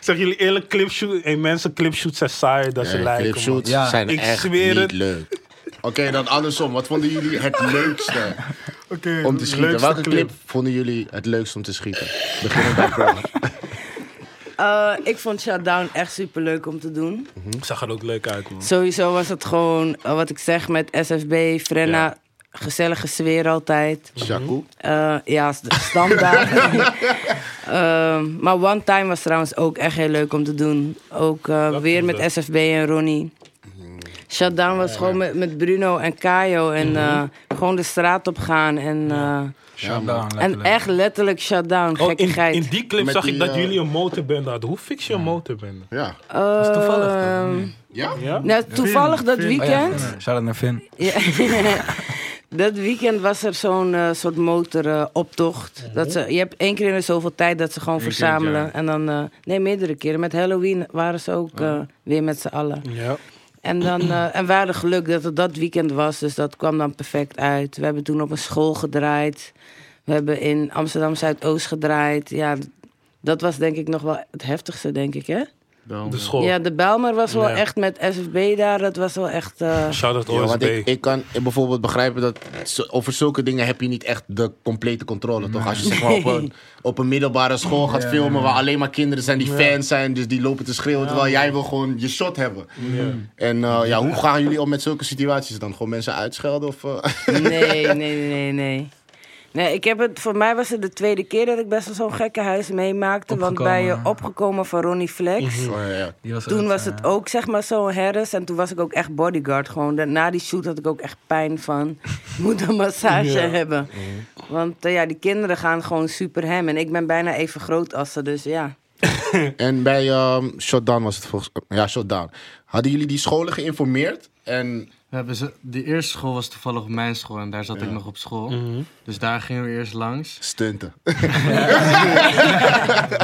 zeg jullie eerlijk, clipshoot, hey, mensen, clipshoots zijn saaier dan ze
Ja,
lijken. man.
Clipshoots
Ja.
zijn
Ik
echt
zweer
niet
het.
leuk. Oké, dan andersom. Wat vonden jullie het leukste om te schieten?
leukste
Welke
clip.
clip vonden jullie het leukst om te schieten? Beginnen bij Pearl.
Eh, ik vond Shutdown echt super leuk om te doen.
Zag er ook leuk uit, man.
Sowieso was het gewoon, eh, wat ik zeg met SFB, Frenna,
Ja.
gezellige sfeer altijd.
Shaku.
Eh, ja, st- standaard. Ehm, maar One Time was trouwens ook echt heel leuk om te doen. Ook eh,
Dat
weer
is
met
het.
SFB en Ronnie. Shutdown was gewoon met, met Bruno en Kayo.
Mhm.
En eh, gewoon de straat op gaan. En, eh,
Ja,
man.
man,
en echt letterlijk shutdown.
Oh, in,
gekkigheid.
in die clip
Met
zag
die,
ik dat
eh,
jullie een motorbende hadden. Hoe fix je een motorbende?
Ja.
is toevallig dan,
Ehm,
Ja?
Ja?
nou, toevallig dat
Oh ja,
weekend.
Finn. Shout-out naar Finn.
Ja. dat weekend was er zo'n eh, soort motoroptocht. dat ze, je hebt één keer in de zoveel tijd dat ze gewoon
Mhm. Eén keer in het
verzamelen.
jaar.
En dan, eh, nee, meerdere keren. Met Halloween waren ze ook eh, weer met z'n allen.
Ja.
En, dan, eh, en we hadden geluk dat het dat weekend was. Dus dat kwam dan perfect uit. We hebben toen op een school gedraaid. We hebben in Amsterdam Zuidoost gedraaid. Ja, dat was denk ik nog wel het heftigste, denk ik, hè?
De
Dus Oh.
school.
Ja, de Belmer was wel
Ja.
echt met SFB daar. Dat was wel echt... eh,
Shout-out
Ja, want
OSB.
ik, ik kan bijvoorbeeld begrijpen dat zo- over zulke dingen heb je niet echt de complete controle, toch? Als je zeg maar op, een, op een middelbare school gaat filmen waar alleen maar kinderen zijn die fans zijn, dus die lopen te schreeuwen, terwijl jij wil gewoon je shot hebben. En eh, ja, hoe gaan jullie om met zulke situaties dan? Gewoon mensen uitschelden of... eh?
Nee, nee, nee, nee, nee. Nee, ik heb het, voor mij was het de tweede keer dat ik best wel zo'n gekke huis meemaakte. Want bij je
Opgekomen.
opgekomen van Ronnie Flex.
Oh, ja, ja.
Die was
Toen
ook,
was
eh,
het ook zeg maar zo'n herres. En toen was ik ook echt bodyguard. Gewoon Da- na die shoot had ik ook echt pijn van. "Ik Moet een massage
Ja.
hebben. Want eh, ja, die kinderen gaan gewoon super hem. En ik ben bijna even groot als ze. Dus ja.
En bij ehm Shotdown was het volgens... eh, Ja, Shotdown. Hadden jullie die scholen geïnformeerd? En
We hebben ze, die eerste school was toevallig mijn school en daar zat ik nog op school.
Mm.
Mhm.
Dus daar gingen we eerst langs.
stunten.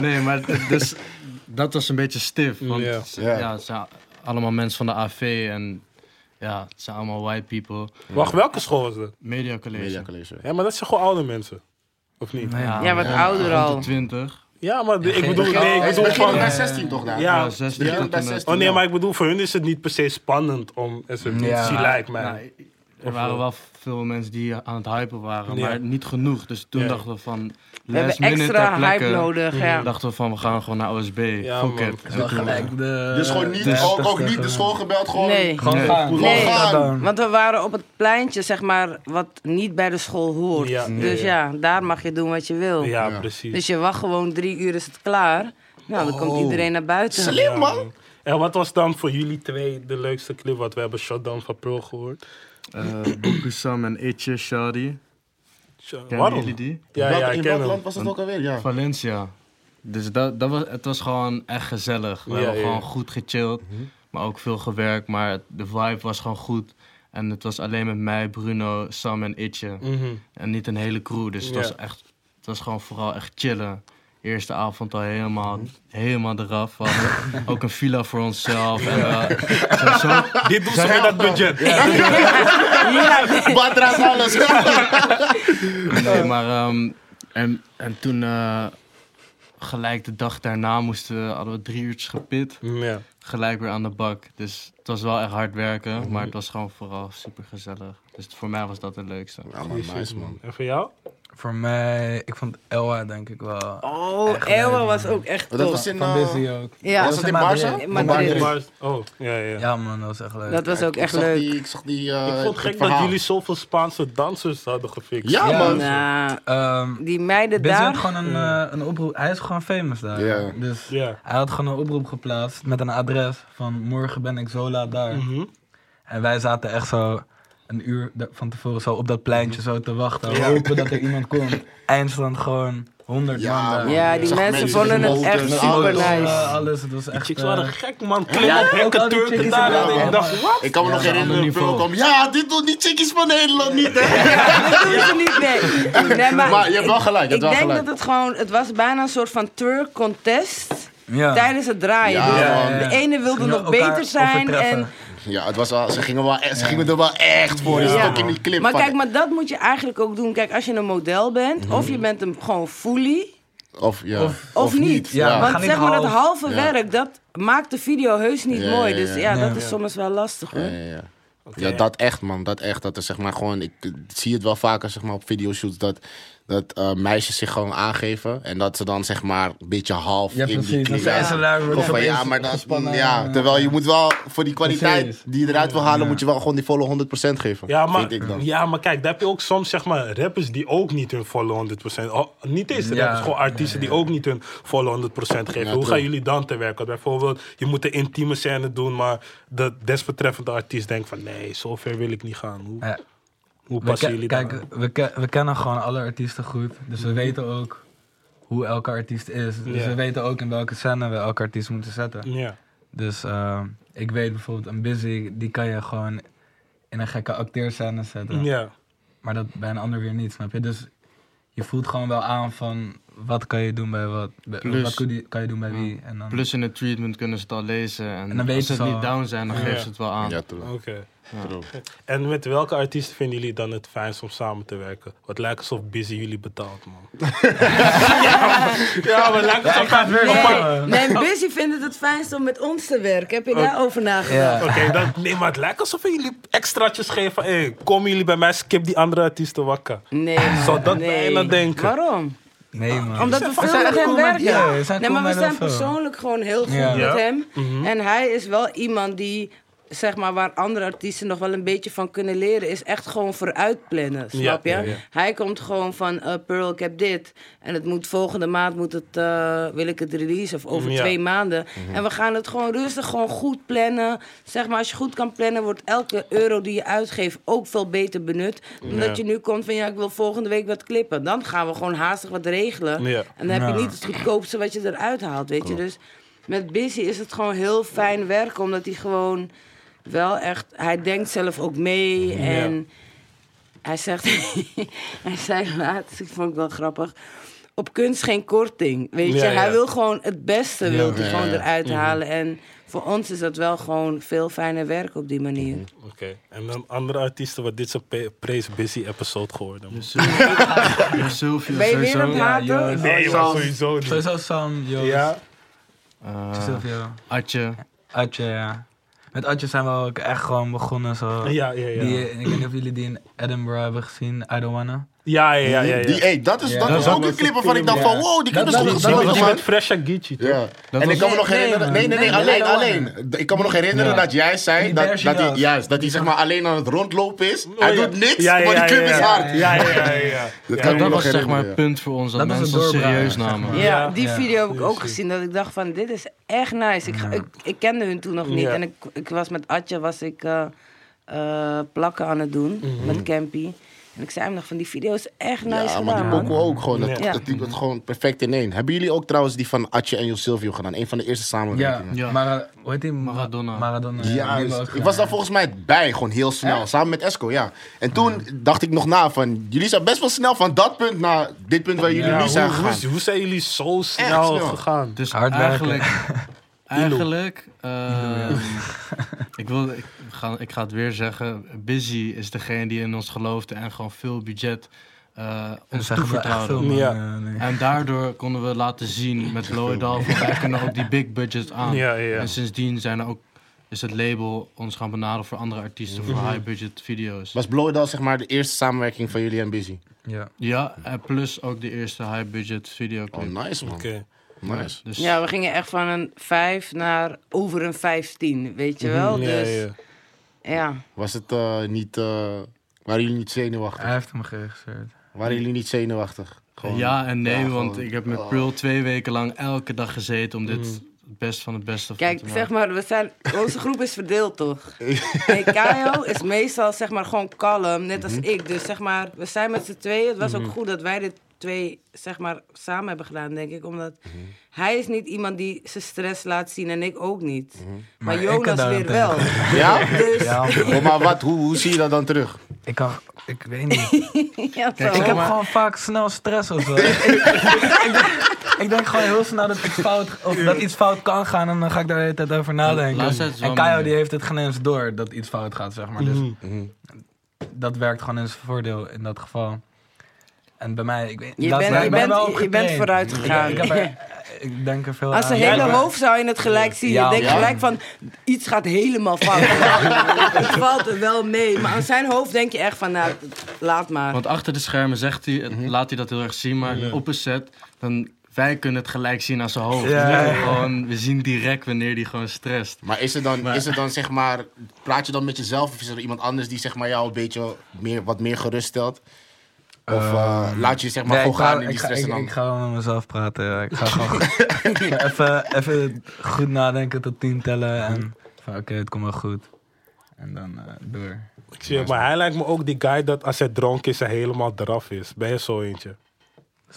Nee, maar d- dus, dat was een beetje stif. Want
Ja.
ze-
Ja.
Ja, het zijn allemaal mensen van de AV en ja, het zijn allemaal white people.
Wacht, welke school was dat?
Media college.
Media college.
Ja, maar dat zijn gewoon oude mensen. Of niet?
Oh,
Ja, wat ouder al.
20.
Ja, maar de- ik bedoel, nee, ik
Hij
bedoel
beginnen
van...
bij 16 toch daar?
Ja,
Ja, 16
beginnen
tot
bij
en met-
16.
Oh nee, maar ik bedoel, voor hun is het niet per se spannend om SFB te
Ja.
zien, lijkt mij.
Nou, er waren wel veel mensen die aan het hypen waren,
Ja.
maar niet genoeg. Dus toen
Ja.
dachten we van,
We
last
hebben
minute ter
extra
plekke, Mhm.
hype nodig. Ja.
dachten we van, we gaan gewoon naar OSB.
Ja,
Fuck
man.
it.
Wel
En toen-
Gelijk de...
Dus gewoon niet,
de
ook, ook
heftigste
niet de school gebeld, gewoon...
Nee.
Gewoon
Nee.
gaan.
Nee.
Gewoon gaan.
Want we waren op het pleintje, zeg maar, wat niet bij de school hoort.
Ja.
Dus ja, daar mag je doen wat je wil.
Ja,
Ja.
precies.
Dus je wacht gewoon drie uur is het klaar. Nou, dan komt iedereen naar buiten.
Slim
Ja,
man!
man. En wat was dan voor jullie twee de leukste clip? wat we hebben Shutdown van Pearl gehoord.
eh Bokusam en Itje, Shadi.
Sh-
Kennen
Waarom?
jullie die?
Ja,
Welk-
ja, ik
in
ken
welk
hem.
land was dat ook alweer? Ja.
Valencia. Dus dat, dat was, het was gewoon echt gezellig. We
Ja,
hebben
ja, Mhm.
gewoon
ja.
goed gechilled, maar ook veel gewerkt. Maar het- de vibe was gewoon goed. En het was alleen met mij, Bruno, Sam en Itje.
Mhm.
En niet een hele crew, dus het
Ja.
was echt... Het was gewoon vooral echt chillen. eerste avond al helemaal,
Mhm.
helemaal eraf. We hadden ook een villa voor onszelf. En, eh, zo, zo,
Dit doen ze met dat budget.
Badras alles.
Oh.
Nee, maar ehm, en, en toen eh, gelijk de dag daarna moesten we, hadden we drie uurtjes gepit.
Ja.
Gelijk weer aan de bak. Dus het was wel echt hard werken, maar het was gewoon vooral super gezellig. Dus voor mij was dat het leukste.
Ja, man, nice man.
En voor jou?
Voor mij, ik vond Elwa denk ik wel.
Oh,
Echt leuk,
Elwa
man.
was ook echt
Dat
top.
was in,
Van
eh,
Busy ook.
Ja,
was
dat
het in
was in
Barca?
Madrid.
In Madrid.
Madrid.
Maar- Oh, ja, ja.
Ja man, dat was echt leuk.
Dat was
Ja,
ook
ik-
echt
ik zag
leuk.
Die, ik zag die. eh,
ik vond
het
het gek dat
verhaal.
jullie zoveel Spaanse dansers hadden gefixt.
Ja,
Ja,
man.
Nou,
Ehm,
die meiden
Busy had
daar. Mm.
gewoon een, eh, een oproep. Hij is gewoon famous daar.
Ja.
Dus
Ja.
hij had gewoon een oproep geplaatst met een adres van morgen ben ik zo laat daar.
Mhm.
En wij zaten echt zo een uur da- van tevoren zo op dat pleintje zo te wachten. We hopen dat er iemand komt. Eindstand gewoon 100 man
Ja,
daar.
man.
Ja,
Ik
die
zag
mensen
mensen
vonden
met
het echt
motors,
super
auto's,
Eh,
nice.
alles, het was echt...
Chicks
eh,
waren gek, man. Klimmen, hekken,
al die
Turken,
chickies
daar.
waren
en Ik dacht, wat?
Ik kan me nog
ander
herinneren, Pearl
niveau.
kwam. Ja, dit doet niet chickies van Nederland niet, hè?
Dat doen ze niet, nee. Nee,
Maar je hebt wel gelijk, je hebt
Ik
wel
denk
gelijk.
dat het gewoon, het was bijna een soort van tour contest
ja.
tijdens het draaien.
Ja,
Dus
man.
De ene wilde
Ze gingen
nog
elkaar
beter zijn. En,
overtreffen.
Ja, het was wel, ze, gingen wel, e- ze gingen er wel echt voor. Je
Ja.
zat ook in die clip.
maar
van-
kijk, maar dat moet je eigenlijk ook doen. Kijk, als je een model bent, of je bent een, gewoon fully,
Of, ja.
Of-
of, niet.
Ja, we gaan
Want
niet
zeg maar, dat
half.
halve
Ja.
werk, dat maakt de video heus niet
Ja,
mooi.
ja, ja.
Dus ja,
Ja.
dat is soms wel lastig hoor.
Ja, ja, ja. Ja, dat echt, man. Dat echt. Dat er, zeg maar, gewoon, ik eh, zie het wel vaker zeg maar, op videoshoots dat, dat eh, meisjes zich gewoon aangeven. En dat ze dan zeg maar een beetje half
Ja,
in die
precies. Dan
clip.
zijn ze daar.
Gewoon
worden
van, ja,
opeens
maar dat,
gespannen.
ja, terwijl je moet wel voor die kwaliteit
Precies.
die je eruit wil halen,
Ja.
moet je wel gewoon die volle 100% geven.
Ja maar,
Vind ik dan.
ja, maar kijk, daar heb je ook soms zeg maar rappers die ook niet hun volle 100%. Oh, niet eens
Ja.
rappers, gewoon artiesten die ook niet hun volle 100% geven.
Ja,
Hoe gaan
true.
jullie dan te werk? Want bijvoorbeeld, je moet een intieme scène doen, maar de desbetreffende artiest denkt van nee, zover wil ik niet gaan. Hoe,
Ja.
hoe
We
passen
ke-
jullie
kijk,
dat aan?
we, ke- we kennen gewoon alle artiesten goed. Dus we weten ook hoe elke artiest is. Dus
Ja.
we weten ook in welke scène we elke artiest moeten zetten.
Ja.
Dus ehm, ik weet bijvoorbeeld een busy, die kan je gewoon in een gekke acteerscène zetten.
Ja.
Maar dat bij een ander weer niet, snap je? Dus je voelt gewoon wel aan van wat kan je doen bij wat. bij-
Plus-
wat kan die- kan je doen bij wie. En dan,
Plus in het treatment kunnen ze het al lezen. En,
dan weten
als ze het
ze
niet
al.
down zijn, dan
Ja.
geven ze het wel aan.
Ja, true.
Oké.
True.
En met welke artiesten vinden jullie dan het fijnst om samen te werken? Wat lijkt alsof Busy jullie betaalt, man. ja, maar, ja, maar lijkt alsof hij-
Nee,
Ja.
nee, Busy vindt het het fijnst om met ons te werken. Heb je daarover nagedacht?
Ja.
Oké, dat- nee, maar het lijkt alsof jullie extraatjes geven. van, Hey, komen jullie bij mij, skip die andere artiesten wakker.
Nee, man,
Zou dat
nee.
bijna denken?
Waarom?
Nee man.
Omdat we
zijn
veel met
echt
hem
cool met-
werken.
ja, we zijn
nee,
cool
maar we
met
zijn
hem veel.
persoonlijk gewoon heel goed
Ja.
met
Ja. Mhm.
hem. En hij is wel iemand die, zeg maar, waar andere artiesten nog wel een beetje van kunnen leren, is echt gewoon vooruit plannen. Snap je?
ja, ja.
Hij komt gewoon van eh, Pearl, ik heb dit. En het moet volgende maand moet het, eh, wil ik het release of over
Ja. Mhm.
twee maanden. En we gaan het gewoon rustig, gewoon goed plannen. Zeg maar, als je goed kan plannen, wordt elke euro die je uitgeeft ook veel beter benut.
Ja.
Omdat je nu komt van ja, ik wil volgende week wat klippen. Dan gaan we gewoon haastig wat regelen.
Ja.
En dan heb je
Ja.
niet het goedkoopste wat je eruit haalt, weet je. Dus met Busy is het gewoon heel fijn werken, omdat hij gewoon wel echt... Hij denkt zelf ook mee en hij zegt... hij zei laatst, ik vond het wel grappig... Op kunst geen korting, weet je.
Ja, ja.
Hij wil gewoon het beste wil hij
Ja,
gewoon
ja. Mhm.
eruit halen. En voor ons is dat wel gewoon veel fijner werk op die manier.
Mhm.
Oké, en dan andere artiesten, wat dit is een pe- Praise Busy episode geworden. man.
Dus Sylvia- dus Sylvia
Ben je weer
sowieso.
aan het haten?
ja.
Nee, maar sowieso niet.
Sowieso Sam, Joost,
Ja,
Eh,
Silvio.
Atje.
Atje, ja. Met Atje zijn we ook echt gewoon begonnen zo.
ja, ja, ja.
Die, ik weet niet of jullie die in Edinburgh hebben gezien, I Don't Wanna.
Ja, ja, ja. ja, ja.
Die, hey, dat is,
Ja.
dat
Dat
was
was
ook een
een
clip waarvan ik dacht
film,
van,
ja.
wow, die
Dat-
kunnen ze
dat-
goed
dat-
Die
dat-
met-
gedaan
die
man.
met Fresh Aguichi, toch?
Ja.
Dat
en ik
was-
kan me nog
Nee,
herinneren, nee,
nee,
nee, nee,
nee,
alleen,
nee,
alleen. Ik kan me nog herinneren
Ja.
dat jij zei
Die
dat,
beige
dat hij,
jas.
juist, dat hij zeg maar alleen aan het rondlopen is. Hij doet niks,
Oh, Ja, ja,
maar die
ja,
clip
ja,
is
ja.
hard.
Ja, ja, ja, ja.
Dat
Ja,
kan
ja.
ik
Dat
nog
was zeg
herinneren,
maar
ja.
het punt voor ons dat,
Dat was een
mensen
doorbraak,
serieus
zeg maar.
namen.
Ja,
Ja.
die
Ja.
video heb ik ook
Precies.
gezien. Dat ik dacht van, dit is echt nice. Ik, ga- ik, ik kende hun toen nog niet.
Ja.
En ik,
Mhm.
ik was met Atje was ik, eh, eh, plakken aan het doen. Met Campy. En ik zei hem nog van die video is echt nice
ja, maar
gedaan,
die
man.
pokoe ook gewoon. Dat,
Ja.
dat liep het gewoon perfect ineen. Hebben jullie ook trouwens die van Atje en Jo Silvio gedaan? Een van de eerste
Ja,
samenwerkingen.
Ja.
Mara, hoe heet die? Ma-
Maradona.
Maradona. ja, die hebben
Juist.
we ook
Ik
gedaan.
dus was daar volgens mij bij, gewoon heel snel. Samen met Esco, ja. En toen dacht ik nog na van... Jullie zijn best wel snel van dat punt naar dit punt waar jullie
Ja,
nu zijn
hoe, hoe,
gegaan.
hoe zijn jullie zo snel
snel.
gegaan?
Dus
Hard werken.
eigenlijk, eigenlijk ehm, ik, wil, ik, ga, ik ga het weer zeggen. Busy is degene die in ons geloofde en gewoon veel budget eh ons
Zeggen we echt
toevertrouwde.
veel, man.
Ja.
Eh, nee.
En daardoor konden we laten zien met Loedal van wij kunnen ook die big budgets aan.
Ja, ja, ja.
En sindsdien zijn er ook, is het label ons gaan benaderen voor andere artiesten
Mhm.
voor high budget video's.
Was Bloedal zeg maar de eerste samenwerking van jullie en Busy?
Ja.
Ja, en plus ook de eerste high budget videoclip.
Oh, nice man.
Oké.
Nice.
Dus
Ja, we gingen echt van een 5 naar over een 15, weet je wel?
Mhm. Ja,
dus ja,
ja.
Was het eh, niet... eh, waren jullie niet zenuwachtig?
Hij heeft hem geregistreerd.
Waren jullie niet zenuwachtig? Gewoon-
ja en nee,
ja,
want
gewoon,
ik heb met
oh.
Pearl twee weken lang elke dag gezeten om dit het best van het beste van
Kijk,
te maken.
zeg maar, we zijn, onze groep is verdeeld, toch? En Kaio is meestal zeg maar gewoon kalm, net als ik. Dus zeg maar, we zijn met z'n tweeën. Het was ook goed dat wij dit twee zeg maar samen hebben gedaan, denk ik. Omdat hij is niet iemand die zijn stress laat zien en ik ook niet. Maar,
Maar ik
Jonas weer
daarentegen.
wel.
Ja?
Dus,
Ja,
ja,
man.
Oh, maar wat? Hoe, hoe zie je dat dan terug?
ik kan... Ik weet niet.
zo.
ik heb
maar-
gewoon vaak snel stress of zo. ik, ik denk- ik denk gewoon heel snel dat, ik fout, of dat iets fout kan gaan en dan ga ik daar de hele tijd over nadenken.
Laatst tijd is wel
En Kaio
minder.
die heeft het geen eens door dat iets fout gaat, zeg maar. Dus dat werkt gewoon in zijn voordeel in dat geval. En bij mij, ik weet
Je
laatst-
bent-
ik
je
ben
bent-
wel op
je bent
getraind.
vooruit
Ik-
gegaan.
Ik, heb er- ik denk er veel
Als
aan.
zijn hele
Ja, maar-
hoofd zou je het gelijk zien.
Ja,
je denkt
ja.
gelijk van, iets gaat helemaal fout. het valt er wel mee. Maar aan zijn hoofd denk je echt van, nou, laat maar.
Want achter de schermen zegt hij,
Mhm.
laat hij dat heel erg zien, maar op een set, dan, wij kunnen het gelijk zien aan zijn hoofd.
Ja,
Dus
ja, ja.
Gewoon, we zien direct wanneer die gewoon stresst.
Maar is het dan, is het dan zeg maar, praat je dan met jezelf of is er iemand anders die zeg maar jou een beetje meer, wat meer gerust stelt? Of eh, laat je zeg maar
Nee, ik,
gewoon gaan
ga,
in die
ik, ga,
stress
ik,
en dan...
ik ga wel met mezelf praten. ja. Ik ga gewoon even, even goed nadenken tot tien tellen. En van oké, het komt wel goed. En dan eh, door.
Ik zie het, maar hij lijkt me ook die guy dat als hij dronken is, hij helemaal eraf is. Ben je zo eentje?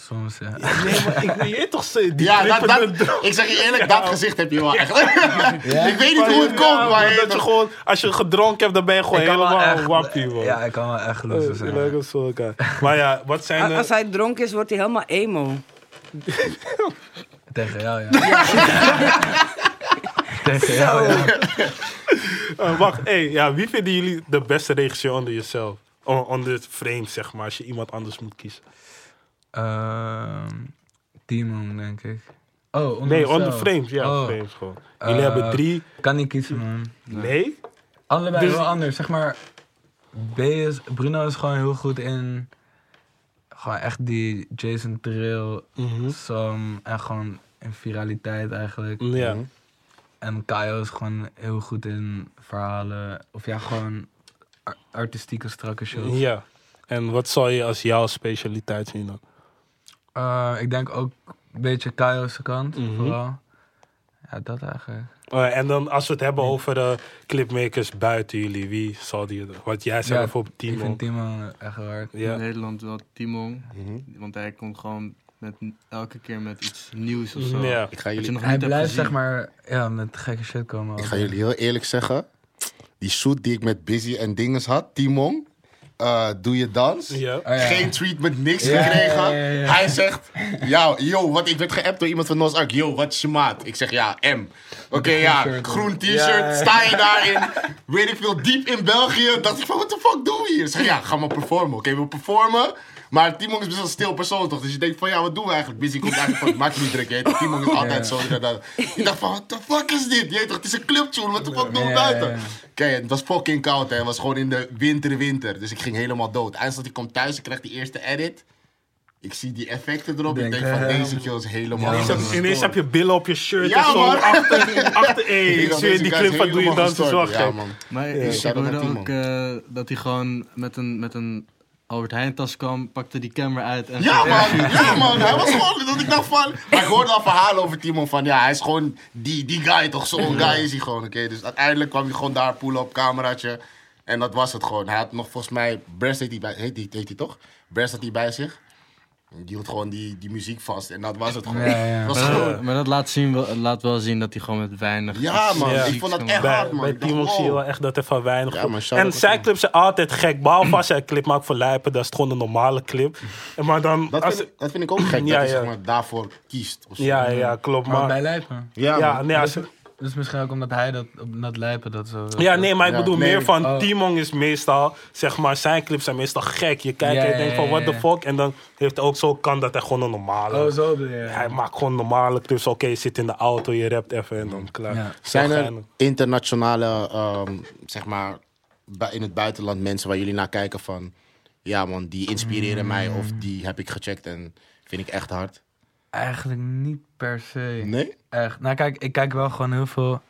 Soms, ja.
Nee, maar ik weet toch zo- die
Ja, dat, dat-
flippende dronk.
ik zeg je eerlijk, dat gezicht heb je wel echt. ik weet niet hoe het
Ja,
komt, maar...
dat je gewoon, als je gedronken hebt, dan ben je gewoon
Ik kan wel
helemaal
echt-
wappie, man.
Ja, ik kan wel echt
Eh,
lozen
dus
zijn.
leuk als zo, elkaar. Maar ja, wat zijn
Ah,
A-
eh,
Als
de...
hij dronken is, wordt hij helemaal emo.
Tegen jou, ja. Tegen jou, ja.
Eh, wacht, hey, ja, wie vinden jullie de beste regisseur onder jezelf? O- Onder het frame, zeg maar, als je iemand anders moet kiezen.
Ehm, Timon, denk ik. Oh, onder
Nee, onder
mezelf.
frames, ja,
Oh,
frames gewoon. Jullie
eh,
hebben drie...
Kan niet kiezen, man.
Nee?
Allebei
Dus-
heel anders. Zeg maar, B is, Bruno is gewoon heel goed in. Gewoon echt die Jason Trill,
Hm?
Sam en gewoon in viraliteit eigenlijk.
Mm-hmm. Ja.
Mhm. En Kaio is gewoon heel goed in verhalen. Of ja, gewoon ar- artistieke strakke shows.
Ja. En wat zal je als jouw specialiteit zien dan?
Eh, ik denk ook een beetje Kaio's kant
Mhm.
vooral. Ja, dat eigenlijk.
Eh, en dan als we het hebben over de clipmakers buiten jullie, wie zal die... Wat jij zei
Ja,
bijvoorbeeld
Ik
Timo.
vind Timo echt heel hard.
Ja.
In Nederland wel Timon,
Mhm.
want hij komt gewoon met, elke keer met iets nieuws of zo.
Ja.
Ik ga,
Wat je
jullie,
nog
Hij
niet hebt
blijft
gezien.
zeg maar ja, met gekke shit komen.
ik
ook.
ga jullie heel eerlijk zeggen, die shoot die ik met Busy en Dinges had, Timon, eh, doe je dans.
Ja.
Oh, ja.
Geen treatment, niks
Ja,
gekregen.
ja, ja, ja.
Hij zegt, ja, yo, wat, ik werd geappt door iemand van Nos Ark. Yo, wat is je maat? Ik zeg, ja, M. Oké, ja,
t-shirt.
groen t-shirt,
Ja, ja.
sta je daarin? Weet ik veel, diep in België. Dacht ik van, what the fuck doen we hier? Ik zeg, ja, ga maar performen. Oké, we performen. Maar Timon is best wel een stil persoon, toch? Dus je denkt van, ja, wat doen we eigenlijk? Busy komt eigenlijk van, maak je niet druk, je weet toch? Timon is altijd zo. inderdaad. Ik dacht van, what the fuck is dit? Je weet toch, het is een clubtune, what the fuck doen we
Ja, ja, ja.
buiten? Kijk, het was fucking koud, hè. Het was gewoon in de winter, winter. Dus ik ging helemaal dood. Eindelijk, ik kom thuis, ik krijg die eerste edit. Ik zie die effecten erop.
Denk,
ik denk van,
eh,
deze kill is helemaal...
Ineens, ineens heb je billen op je shirt
Ja,
en zo.
man.
Achter, achter hey,
Ik
ik
dacht,
zweer,
deze
die
guy is
clip van Doe Je
helemaal
Dans is wel
gestort. Ja,
gek.
man.
Maar
Ja.
ik, ik
Shout-out
hoorde
naar
ook eh, dat hij gewoon met een, met een Albert Heijn tas kwam, pakte die camera uit en
Ja, man. Ja, man. Hij was gewoon... Dat ik dacht van... Maar ik hoorde al verhalen over Timon van... Ja, hij is gewoon die, die guy toch? Zo'n guy is hij gewoon, oké? Dus uiteindelijk kwam hij gewoon daar, poelen op, cameraatje. En dat was het gewoon. Hij had nog volgens mij, Brest heet hij bij, heet die, heet die toch? Brest had hij bij zich. Die hield gewoon die, die muziek vast en dat was het gewoon.
Ja, ja.
Dat was
Maar,
gewoon
dat- maar dat laat, zien, wel- laat wel zien dat hij gewoon met weinig...
Ja, man.
Ja.
Ik vond dat echt
Bij,
hard, man.
bij
Ik dacht,
Timon
wow.
zie je wel echt dat er van weinig
Ja,
komt.
maar shout-out
En
aan
zijn
Timon.
clips zijn altijd gek. Behalve als hij een clip maakt voor Lijpen, dat is gewoon een normale clip. En maar dan...
Dat
als-
vind, ik, dat vind ik ook gek,
Ja,
dat je
ja.
zeg maar, daarvoor kiest. Of zo.
ja, ja, klopt.
Maar
Maar,
bij Lijpen.
ja,
ja,
man.
nee, als-
Dus misschien ook omdat hij dat, op- dat Lijpen dat zo...
ja, nee, maar ik
Ja,
bedoel
nee,
meer van...
oh.
Timon is meestal, zeg maar, zijn clips zijn meestal gek. Je kijkt
Ja,
en je
ja,
denkt van,
ja,
what the
ja.
fuck? En dan heeft hij ook zo'n kant dat hij gewoon een normale...
Oh, zo bedoel je.
Hij maakt gewoon normale clips. Oké, je zit in de auto, je rapt even en dan klaar.
Ja.
Zijn er
Geinig.
internationale, ehm, zeg maar, bu- in het buitenland mensen waar jullie naar kijken van... Ja, man, die inspireren mij of die heb ik gecheckt en vind ik echt hard.
Eigenlijk niet per se.
Nee?
Echt. Nou, kijk, ik kijk wel gewoon heel veel.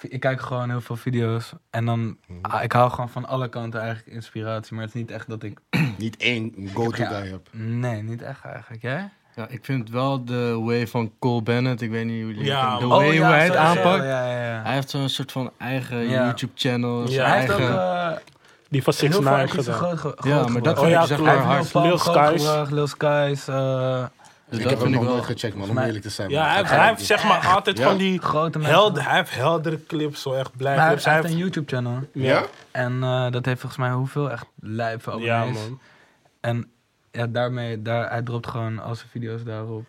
Ik kijk gewoon heel veel video's. En dan.
Mhm.
ah, ik hou gewoon van alle kanten eigenlijk inspiratie. Maar het is niet echt dat ik.
Niet één go-to
Ja.
guy heb.
Nee, niet echt eigenlijk. Jij?
Ja, ik vind wel de way van Cole Bennett, ik weet niet hoe jullie
Ja,
het- de
man.
way hoe hij het
zo-
aanpakt.
Oh, Ja, ja, ja.
Hij heeft zo'n soort van eigen
Ja.
YouTube-channel.
Ja.
zijn
Hij heeft ook
eigen...
eh,
Die van Six
heel veel
Nine
artiesten
gedaan.
groot, ge- groot
Ja, maar dat
gebracht.
Oh
vind
ja,
ik dus echt
klopt.
Hij
wel
heeft
hard.
heel veel
Lil
groot
Skies.
gebracht, Lil Skies. eh,
Dus
ik heb
dat
hem
vind ik
nog
wel...
nooit gecheckt, man, om
mij-
eerlijk te zijn.
Ja,
man.
hij heeft,
Ik ga
hij
het
heeft zeg maar altijd
Ja.
van die
grote mensen.
helder, hij heeft heldere clips, zo echt blij
Maar hij
clips.
heeft,
Hij
een Oh,
heeft-
YouTube-channel.
niet- Ja?
En eh, dat heeft volgens mij hoeveel echt lijp abonnees.
Ja, man.
En ja, daarmee, daar, hij dropt gewoon al zijn video's daarop.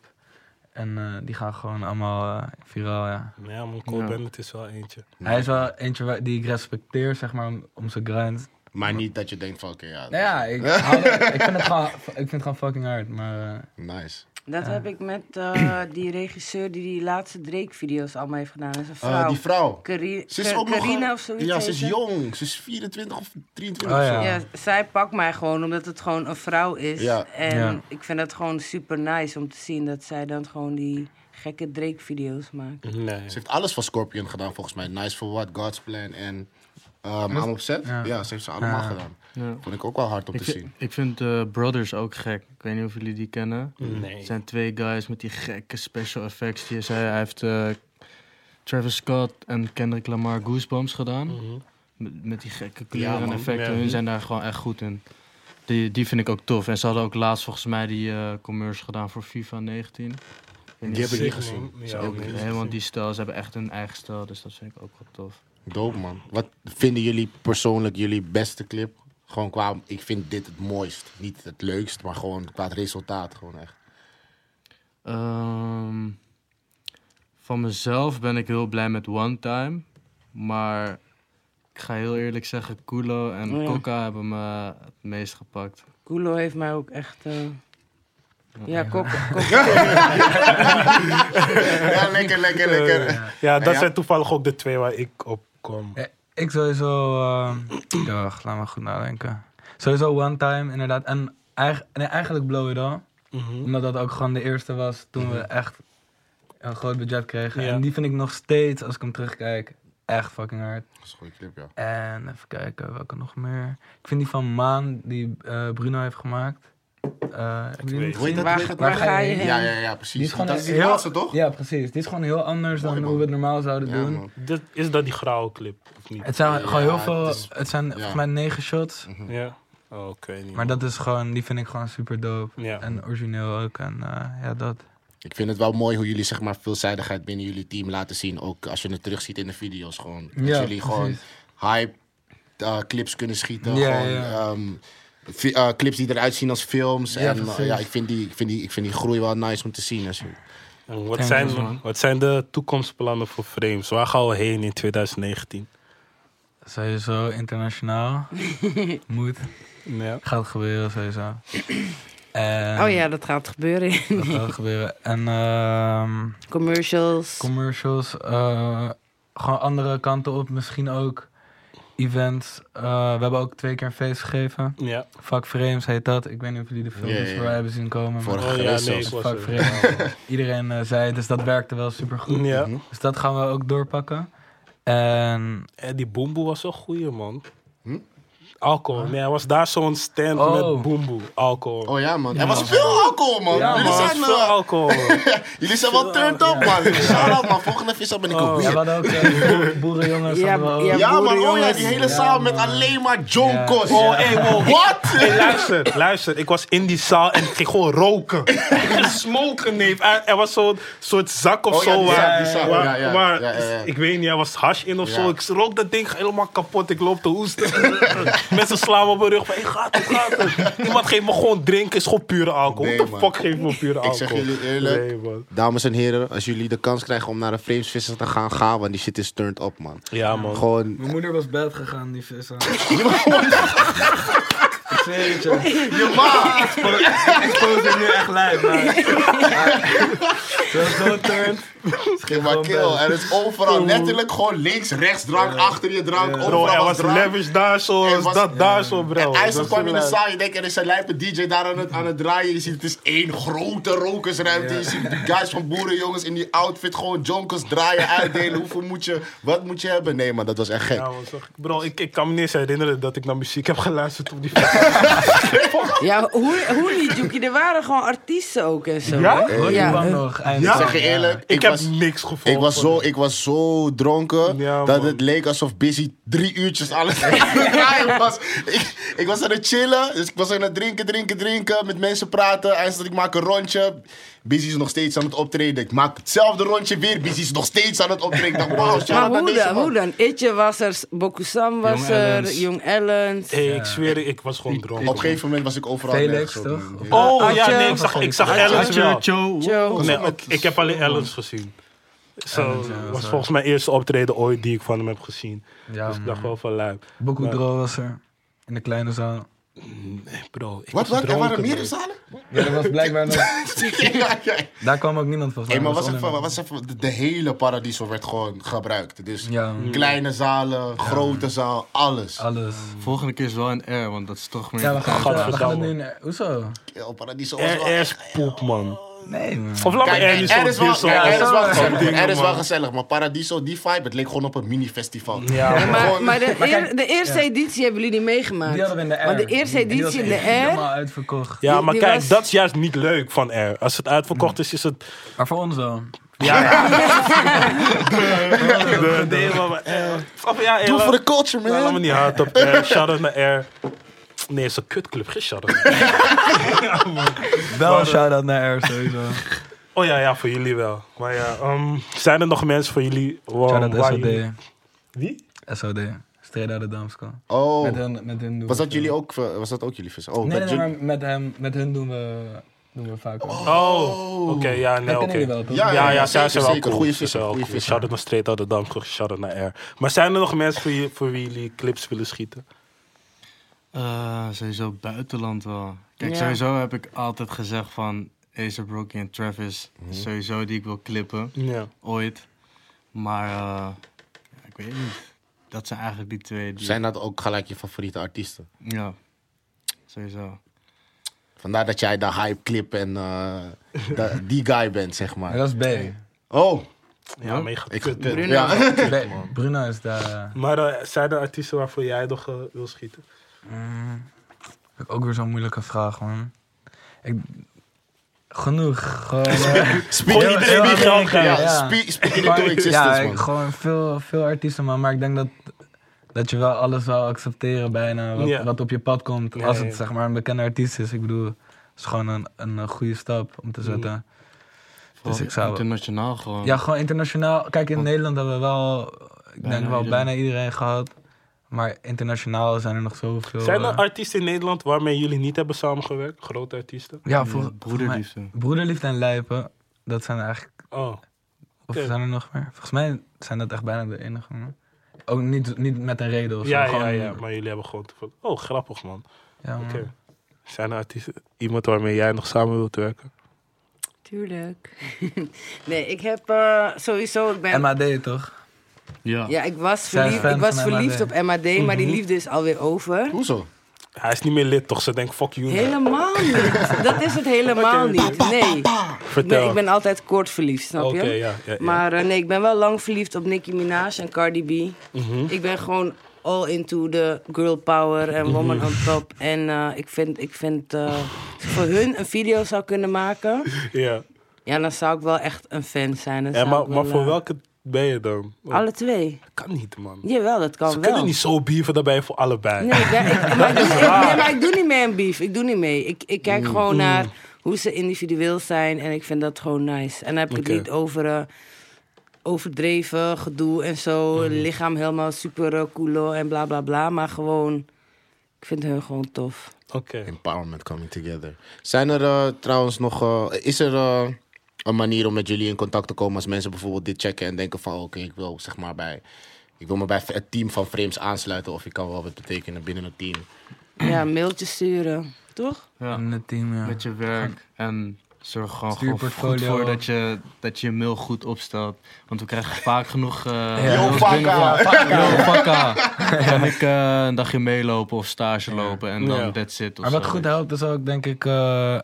En eh, die gaan gewoon allemaal eh, viraal, ja.
Ja, man, Cole
Ja.
Bennett is wel eentje.
Hij is wel eentje wa- die ik respecteer, zeg maar, om, om zijn grind.
Maar niet dat je denkt van, oké, ja.
Nou ja, ik, hou- ik, vind het gewoon, ik vind het gewoon fucking hard, maar... eh,
Nice.
Dat heb ik met eh, die regisseur die die laatste Drake-video's allemaal heeft gedaan. Dat is een
Eh,
vrouw.
die vrouw.
Cari-
Ze is
Car-
ook nog...
Carina of zoiets.
Ja,
heet
ze is
ze.
jong. Ze is 24 of 23
Oh,
of zo.
ja.
Ja, zij pakt mij gewoon omdat het gewoon een vrouw is.
Ja.
En
Ja.
ik vind dat gewoon super nice om te zien dat zij dan gewoon die gekke Drake-video's maakt.
Nee.
Ze heeft alles van Scorpion gedaan volgens mij. Nice for What, God's Plan en ehm I'm Upset. Ja.
Ja.
ze heeft ze allemaal
Ja.
gedaan.
Ja.
Vond ik ook wel hard om
Ik,
te
vind-
zien.
ik vind de Brothers ook gek. Ik weet niet of jullie die kennen.
Nee.
Het zijn twee guys met die gekke special effects. Die zij, hij heeft eh, Travis Scott en Kendrick Lamar Goosebumps gedaan.
Mhm.
Met, met die gekke kleuren en
man.
effecten.
Ja.
Hun zijn daar gewoon echt goed in. Die, die vind ik ook tof. En ze hadden ook laatst volgens mij die eh, commerce gedaan voor FIFA 19. Ik weet
Die
niet
heb ik
Sick,
niet
man.
gezien.
Ja,
Ze
ook
ook
niet.
niet.
Helemaal die stijl. Ze hebben echt hun eigen stijl. Dus dat vind ik ook wel tof.
Dope man. Wat vinden jullie persoonlijk jullie beste clip? Gewoon qua, ik vind dit het mooist. Niet het leukst, maar gewoon qua het resultaat. Gewoon echt.
Ehm, van mezelf ben ik heel blij met One Time. Maar ik ga heel eerlijk zeggen, Kulo en
Oh ja.
Coca hebben me het meest gepakt.
Kulo heeft mij ook echt... eh, Ja, kok, kok,
Ja, lekker, lekker, lekker.
Eh, Ja, dat
ja.
zijn toevallig ook de twee waar ik op kom.
Ja, ik sowieso. ehm, ja, wacht, laat me goed nadenken. Sowieso One Time, inderdaad. En, eigen- nee, eigenlijk Blow It All.
Hm?
Mhm.
Omdat dat ook gewoon de eerste was toen
Mhm.
we echt een groot budget kregen.
Ja.
En die vind ik nog steeds, als ik hem terugkijk, echt fucking hard.
Dat is een goede clip, ja.
En even kijken, welke nog meer. Ik vind die van Maan, die eh, Bruno heeft gemaakt. Eh, heb je die
weet
niet
het.
gezien?
waar,
Waar
waar
ga je
ga je
heen?
heen?
Ja, ja, ja, precies.
Die is gewoon
dat is die
heel-
laatste, toch?
Ja, precies. Dit is gewoon heel anders
Mooi,
dan
man.
hoe we het normaal zouden
Ja,
doen.
man.
Dit, is dat die grauwe clip, of niet?
Het zijn
Ja,
gewoon heel
het
veel,
is- Mhm.
het zijn volgens mij negen shots.
Ja. Oh, ik weet niet.
Maar dat is gewoon, die vind ik gewoon super dope.
Ja.
En origineel ook. En eh, ja, dat.
Ik vind het wel mooi hoe jullie zeg maar, veelzijdigheid binnen jullie team laten zien. Ook als je het terugziet in de video's. Gewoon, dat
Ja,
jullie gewoon
precies.
hype eh, clips kunnen schieten.
Ja,
gewoon,
ja.
ehm, vi- eh, clips die eruit zien als films.
Ja,
en eh,
precies.
ja, ik, vind die, ik, vind die, ik vind die groei wel nice om te zien. Als je-
En wat,
Thanks,
zijn,
man.
wat zijn de toekomstplannen voor Frames? Waar gaan we heen in 2019?
Sowieso internationaal. Moet.
Ja.
Gaat gebeuren sowieso. En
Oh ja, dat gaat gebeuren in
Dat gaat gebeuren. En ehm,
commercials.
commercials. eh, gewoon andere kanten op. Misschien ook events. Eh, we hebben ook twee keer een feest gegeven.
Ja.
Fuck Frames heet dat. Ik weet niet of jullie de filmpjes
Ja, ja, ja.
voorbij hebben zien komen. maar
Vorige
Oh, ja,
geweest
nee,
zelfs.
ik was
Fuck
er.
Frames. Iedereen eh, zei het, dus dat werkte wel super goed.
ja.
Mhm.
Dus dat gaan we ook doorpakken. En
Eh, En die Boomboe was wel goeie, man.
Hm?
Alcohol. Nee, hij was daar zo'n stand
Oh.
met boemboe. Alcohol.
Oh ja, man. Er was veel alcohol, man.
Ja,
Jullie
Man,
zijn...
veel
eh,
alcohol.
Jullie zijn wel turned up, man. Shout-out, man. Volgende vissel ben ik ook
Ja, we
weer.
hadden ook eh, boerenjongens.
Ja,
hadden we ook.
ja.
Ja, man. Oh ja,
boerenjongens.
die hele zaal met alleen maar John
Ja.
Kos.
Oh, hey, wow.
Wat?
Hey, luister, luister. Ik was in die zaal en ik ging gewoon roken. Ik ging smoken, neef. Er, er was zo'n soort zak of
Oh, ja,
zo.
die
waar,
zak, die zak.
waar-
Ja, ja.
waar-
Ja, ja, ja.
ik weet niet, er was hash in of
Ja.
zo. Ik rook dat ding helemaal kapot. Ik loop te hoesten. Mensen slaan me op mijn rug. Van, hey, gaat het, gaat het? Iemand geeft me gewoon drinken. Is gewoon pure alcohol.
Nee,
What the
man.
fuck geeft me pure alcohol?
Ik zeg jullie eerlijk.
Nee, man.
Dames en heren, als jullie de kans krijgen om naar een Framesvisser te gaan, ga, want die shit is turned up, man.
Ja, man.
Gewoon...
Mijn moeder was bed gegaan, die vissen. Ik zweer het je.
Je ma!
Ik voel het nu echt lijp, maar... Ze was zo turned.
Geen maar
Gewoon
kill.
best.
Er is overal letterlijk gewoon links, rechts drank, achter je drank,
Bro, er
overal was
was
drank.
leverage daar zo.
Er
was
was-
dat daar zo, bro.
En IJssel
Dat
kwam in de
is-
zaal, je denkt er is een lijpe DJ daar aan het, aan het draaien. Je ziet het is één grote rokersruimte. Je ziet de guys van boerenjongens in die outfit gewoon jonkers draaien, uitdelen. Hoeveel moet je, wat moet je hebben? Nee man, dat was echt gek.
Ja, man, zag ik- Bro, ik, ik kan me niet eens herinneren dat ik naar muziek heb geluisterd op die festival.
Ja, hoe, hoe niet, Joekie? Er waren gewoon artiesten ook en zo.
Ja?
hè?
Hoor je
Ja,
kwam
eh,
nog.
Ik
eindelijk.
zeg je eerlijk, ik,
Ik, heb
was...
niks gevoeld.
Ik was,
van
zo,
het.
ik was zo dronken
Ja,
dat
man.
het leek alsof Busy drie uurtjes alles aan het draaien was. Ik, ik was aan het chillen, dus ik was aan het drinken, drinken, drinken, met mensen praten. Eindelijk, ik maak een rondje. Busy is nog steeds aan het optreden. Ik maak hetzelfde rondje weer. Busy is nog steeds aan het optreden. Ik dacht, wauw,
Maar
shout-out naar
hoe
deze
dan,
man.
hoe dan? Itje was er, Bokusam was
Jong
er,
Ellens.
Jong Ellens.
Hey, ik zweer, je, ik was gewoon dronken.
Op een gegeven moment was ik overal
Felix,
nergens op,
toch?
man.
Oh
Adje.
ja, nee, ik zag, ik zag Ellens wel.
Joe.
Joe.
Nee, ik, ik heb alleen Ellens gezien. Zo, was volgens mij eerste optreden ooit die ik van hem heb gezien.
Ja,
dus ik dacht
man.
wel van luip.
Boku Dro was er. In de kleine zaal.
Nee, bro, ik
Wat,
was
wat? Er waren
dronken,
meer
bro.
zalen?
Ja, dat was blijkbaar nog...
ja, ja.
Daar kwam ook niemand van.
Hey, maar was even, was even, de, de hele Paradiso werd gewoon gebruikt. Dus
Ja, man.
kleine zalen, grote zaal, alles.
Alles.
Volgende keer is wel een R, want dat is toch meer...
Ja, we gaan, we gaan het
Gadverdamme.
nu... in- Hoezo?
Ja, Paradiso was
Er,
wel
er is poep, man.
Nee, man.
Of laat me
Kijk,
er niet
er,
zo'n
is wel,
dissel-
kijk, er is wel
Ja,
gezellig.
dingen,
Er is wel
man.
gezellig, maar Paradiso, die vibe, het leek gewoon op een mini-festival.
Ja, man.
Maar, maar de,
kijk,
eer- de eerste editie hebben jullie niet meegemaakt.
Die hadden we in de R.
Maar de eerste
Die- die was
editie in
echt
de
Helemaal
R.
uitverkocht.
Ja, maar
die
kijk,
was-
dat is juist niet leuk van R. Als het uitverkocht is, is het
Maar voor ons wel.
Ja. Nee, maar- maar, eh, of ja, eh,
Doe
laat-
voor de culture,
laat- Laat me
man.
niet hard op R. Shout-out naar R. Nee, het is een kutclub. Geen shout-out.
Wel een shout-out naar R sowieso.
Oh ja, ja, voor jullie wel. Maar ja, ehm, zijn er nog mensen voor jullie? Wow,
Shout-out
waar jullie-
SOD.
Wie?
SOD. Straight out of Damsko. Met
Oh,
hun, met hun doen we
was dat
veel.
jullie ook, eh, was dat ook jullie vis? Oh, dat
Nee, nee,
jullie-
maar met, hem, met hun doen we, doen we vaak. Oh,
Oh, oké, ja, nee,
dat
oké.
kennen jullie wel, toch?
Ja,
Ja, ja, zij
zeker,
zijn wel
zeker.
cool.
Goeie
Ze zijn
vissen,
wel
goeie
cool.
vissen.
Shout-out naar Straight Outta Damco, shout-out naar R. Maar zijn er nog mensen voor, je, voor wie jullie clips willen schieten?
Eh, sowieso buitenland wel. Kijk,
Ja.
sowieso heb ik altijd gezegd van A$AP Rocky en Travis.
Mhm.
Sowieso die ik wil clippen,
Ja.
ooit. Maar eh, ja, ik weet niet. Dat zijn eigenlijk die twee. Die,
Zijn dat ook gelijk je favoriete artiesten?
Ja, sowieso.
Vandaar dat jij de hype clip en eh, de- die guy bent, zeg
Maar
maar.
dat is B.
Oh,
Ja, mega
ik
kut.
Ja.
B. Bruno is daar. eh,
Maar eh, zijn er artiesten waarvoor jij nog eh, wil schieten?
Heb ik ook weer zo'n moeilijke vraag, man. Ik, genoeg. Gewoon, eh,
Speak
Gewoon iedereen die
speak-
geld geeft.
Ja,
Ja.
speak- speak into
gewoon- ja,
existence,
ik-
man.
gewoon veel, veel artiesten, man. Maar ik denk dat, dat je wel alles zal accepteren bijna. Wat,
Ja.
wat op je pad komt.
Ja,
als
ja,
het
ja.
zeg maar een bekende artiest is. Ik bedoel, het is gewoon een, een eh, goede stap om te
Mm.
zetten.
Vooral
Dus ik zou-
Internationaal gewoon.
Ja, gewoon internationaal. Kijk, in
Want-
Nederland hebben we wel, ik
Bijna
denk wel
iedereen.
bijna iedereen gehad. Maar internationaal zijn er nog zoveel.
Zijn er
eh,
artiesten in Nederland waarmee jullie niet hebben samengewerkt? Grote artiesten?
ja,
Ja,
voor,
Mm,
broederliefde.
broederliefde.
broederliefde en lijpen, dat zijn eigenlijk.
Oh,
Of
Oké.
zijn er nog meer? Volgens mij zijn dat echt bijna de enige. man. Ook niet, niet met een reden of zo.
ja, ja,
gewoon-
ja. Maar jullie hebben gewoon... toevallig- Oh, grappig man.
ja, man.
Oké. Zijn er artiesten, iemand waarmee jij nog samen wilt werken?
Tuurlijk. nee, ik heb eh, sowieso... Ik ben,
MAD toch?
Ja.
ja, ik was
Zij is
verliefd,
fan
ik was
van MAD.
verliefd op MAD, maar
Mhm.
die liefde is alweer over.
Hoezo?
Hij is niet meer lid, toch? Ze denkt, fuck you. nou,
Helemaal niet. Dat is het helemaal niet. Nee.
Vertel.
nee. Ik ben altijd kort verliefd, snap
Oké,
je?
ja, ja, ja. Mhm.
Maar eh, nee, ik ben wel lang verliefd op Nicki Minaj en Cardi B. Ik ben gewoon all into the girl power
Mhm.
en woman on top. En eh, ik vind, ik vind eh, als ik voor hun een video zou kunnen maken,
Ja.
ja, dan zou ik wel echt een fan zijn. Dan
Ja,
zou
maar,
ik wel,
maar voor
eh,
welke ben je dan? Want
Alle twee.
dat kan niet, man.
Jawel, dat kan
Ze
wel.
kunnen niet zo bieven daarbij voor allebei.
Nee, ik, ben- ik- maar, ik doe, ik- nee, maar ik doe niet mee aan beef. Ik doe niet mee. Ik, ik kijk gewoon naar hoe ze individueel zijn en ik vind dat gewoon nice. En dan heb ik
Oké.
het niet over eh, overdreven gedoe en zo. Lichaam helemaal super eh, culo en bla bla bla. Maar gewoon, ik vind hun gewoon tof.
Oké.
Empowerment coming together. Zijn er eh, trouwens nog. eh, is er eh, een manier om met jullie in contact te komen als mensen bijvoorbeeld dit checken en denken van oké, ik wil zeg maar bij. Ik wil me bij het team van Frames aansluiten of ik kan wel wat betekenen binnen het team.
Ja, mailtjes sturen, toch?
Ja.
In het team, ja.
Met je werk en zorg er gewoon,
Stuur
gewoon goed
portfolio.
voor dat je, dat je je mail goed opstelt. Want we krijgen vaak genoeg... eh mails
Fakka.
binnen van, Yo, Fakka! Oh, Kan ik eh, een dagje meelopen of stage lopen en dan
Ja.
that's it. of
Maar wat
zo.
goed helpt is ook, denk ik, eh,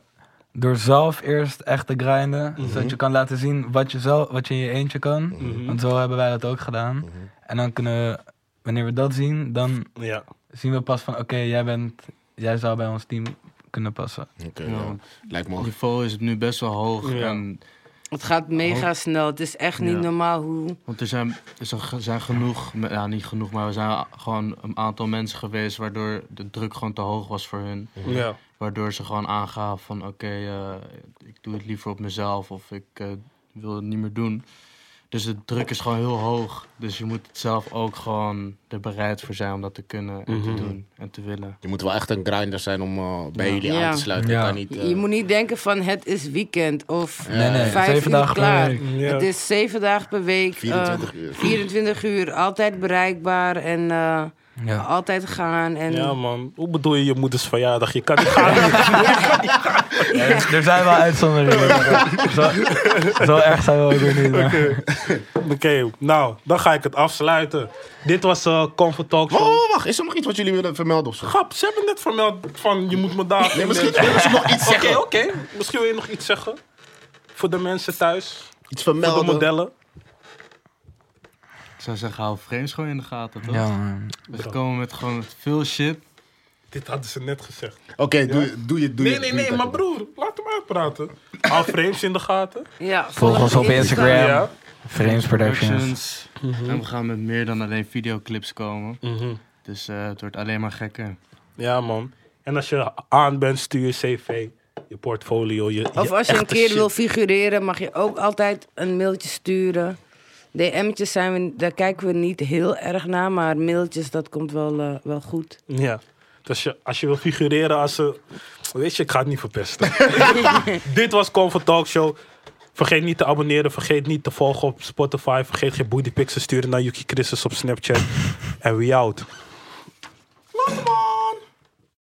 door zelf eerst echt te grinden.
Mhm.
Zodat je kan laten zien wat je, zelf, wat je in je eentje kan.
Mhm.
Want zo hebben wij dat ook gedaan. En dan kunnen we, wanneer we dat zien, dan
Ja.
zien we pas van, oké, jij bent, jij zou bij ons team kunnen passen.
Oké,
Ja.
ja. eh, Lijkt me
Het
ook.
niveau is nu best wel hoog.
Ja.
En,
Het gaat mega snel. Het is echt niet
Ja.
normaal hoe...
want er zijn, er zijn- zijn genoeg, ja niet genoeg, maar er zijn gewoon een aantal mensen geweest waardoor de druk gewoon te hoog was voor hun.
Ja.
Waardoor ze gewoon aangaven van oké, eh, ik doe het liever op mezelf of ik eh, wil het niet meer doen. Dus de druk is gewoon heel hoog. Dus je moet het zelf ook gewoon er bereid voor zijn om dat te kunnen en
Mhm.
te doen en te willen.
Je moet wel echt een grinder zijn om eh, bij
Ja.
jullie
Ja.
aan te sluiten.
Ja.
Je kan niet,
Je,
eh,
je moet niet denken van het is weekend of
Nee, nee,
vijf
zeven
uur
dagen per
klaar.
week.
Ja.
Het is zeven dagen per week. eh,
24 uur.
24 uur, altijd bereikbaar en eh,
Ja.
altijd gaan. En,
Ja, man. Hoe bedoel je je moeders verjaardag? Je kan niet gaan.
Er zijn wel uitzonderingen. zo, zo erg zijn we ook weer niet. maar-
Oké, nou, dan ga ik het afsluiten. Dit was eh Comfort Talk
Oh,
Show.
oh, wacht. Is er nog iets wat jullie willen vermelden of zo?
Grap, ze hebben net vermeld van je moet me daar. eh,
Nee, misschien willen ze nog iets
Oké,
zeggen.
oké. Misschien wil je nog iets zeggen. Voor de mensen thuis.
Iets
Voor de
vermelden.
modellen.
Ik zou zeggen, hou frames gewoon in de gaten, toch?
Ja, man.
We komen met gewoon met veel shit.
Dit hadden ze net gezegd.
Oké, doe, doe je doe
Nee, nee,
je- doe je
nee,
dat.
maar broer, laat hem uitpraten. Al frames in de gaten.
ja,
Volg ons op Instagram.
Ja.
Frames Productions.
Productions. En we gaan met meer dan alleen videoclips komen.
Mhm.
Dus eh, het wordt alleen maar gekker.
Ja, man. En als je aan bent, stuur je cv, je portfolio, je.
Of als je een
echte
keer
shit.
wil figureren, mag je ook altijd een mailtje sturen. DM'tjes zijn we, daar kijken we niet heel erg naar, maar mailtjes, dat komt wel, eh, wel goed.
Ja. Dus je, als je wil figureren als ze. Weet je, ik ga het niet verpesten. Dit was Comfort Talk Show. Vergeet niet te abonneren. Vergeet niet te volgen op Spotify. Vergeet geen bootypics te sturen naar Yuki Christus op Snapchat. En we out.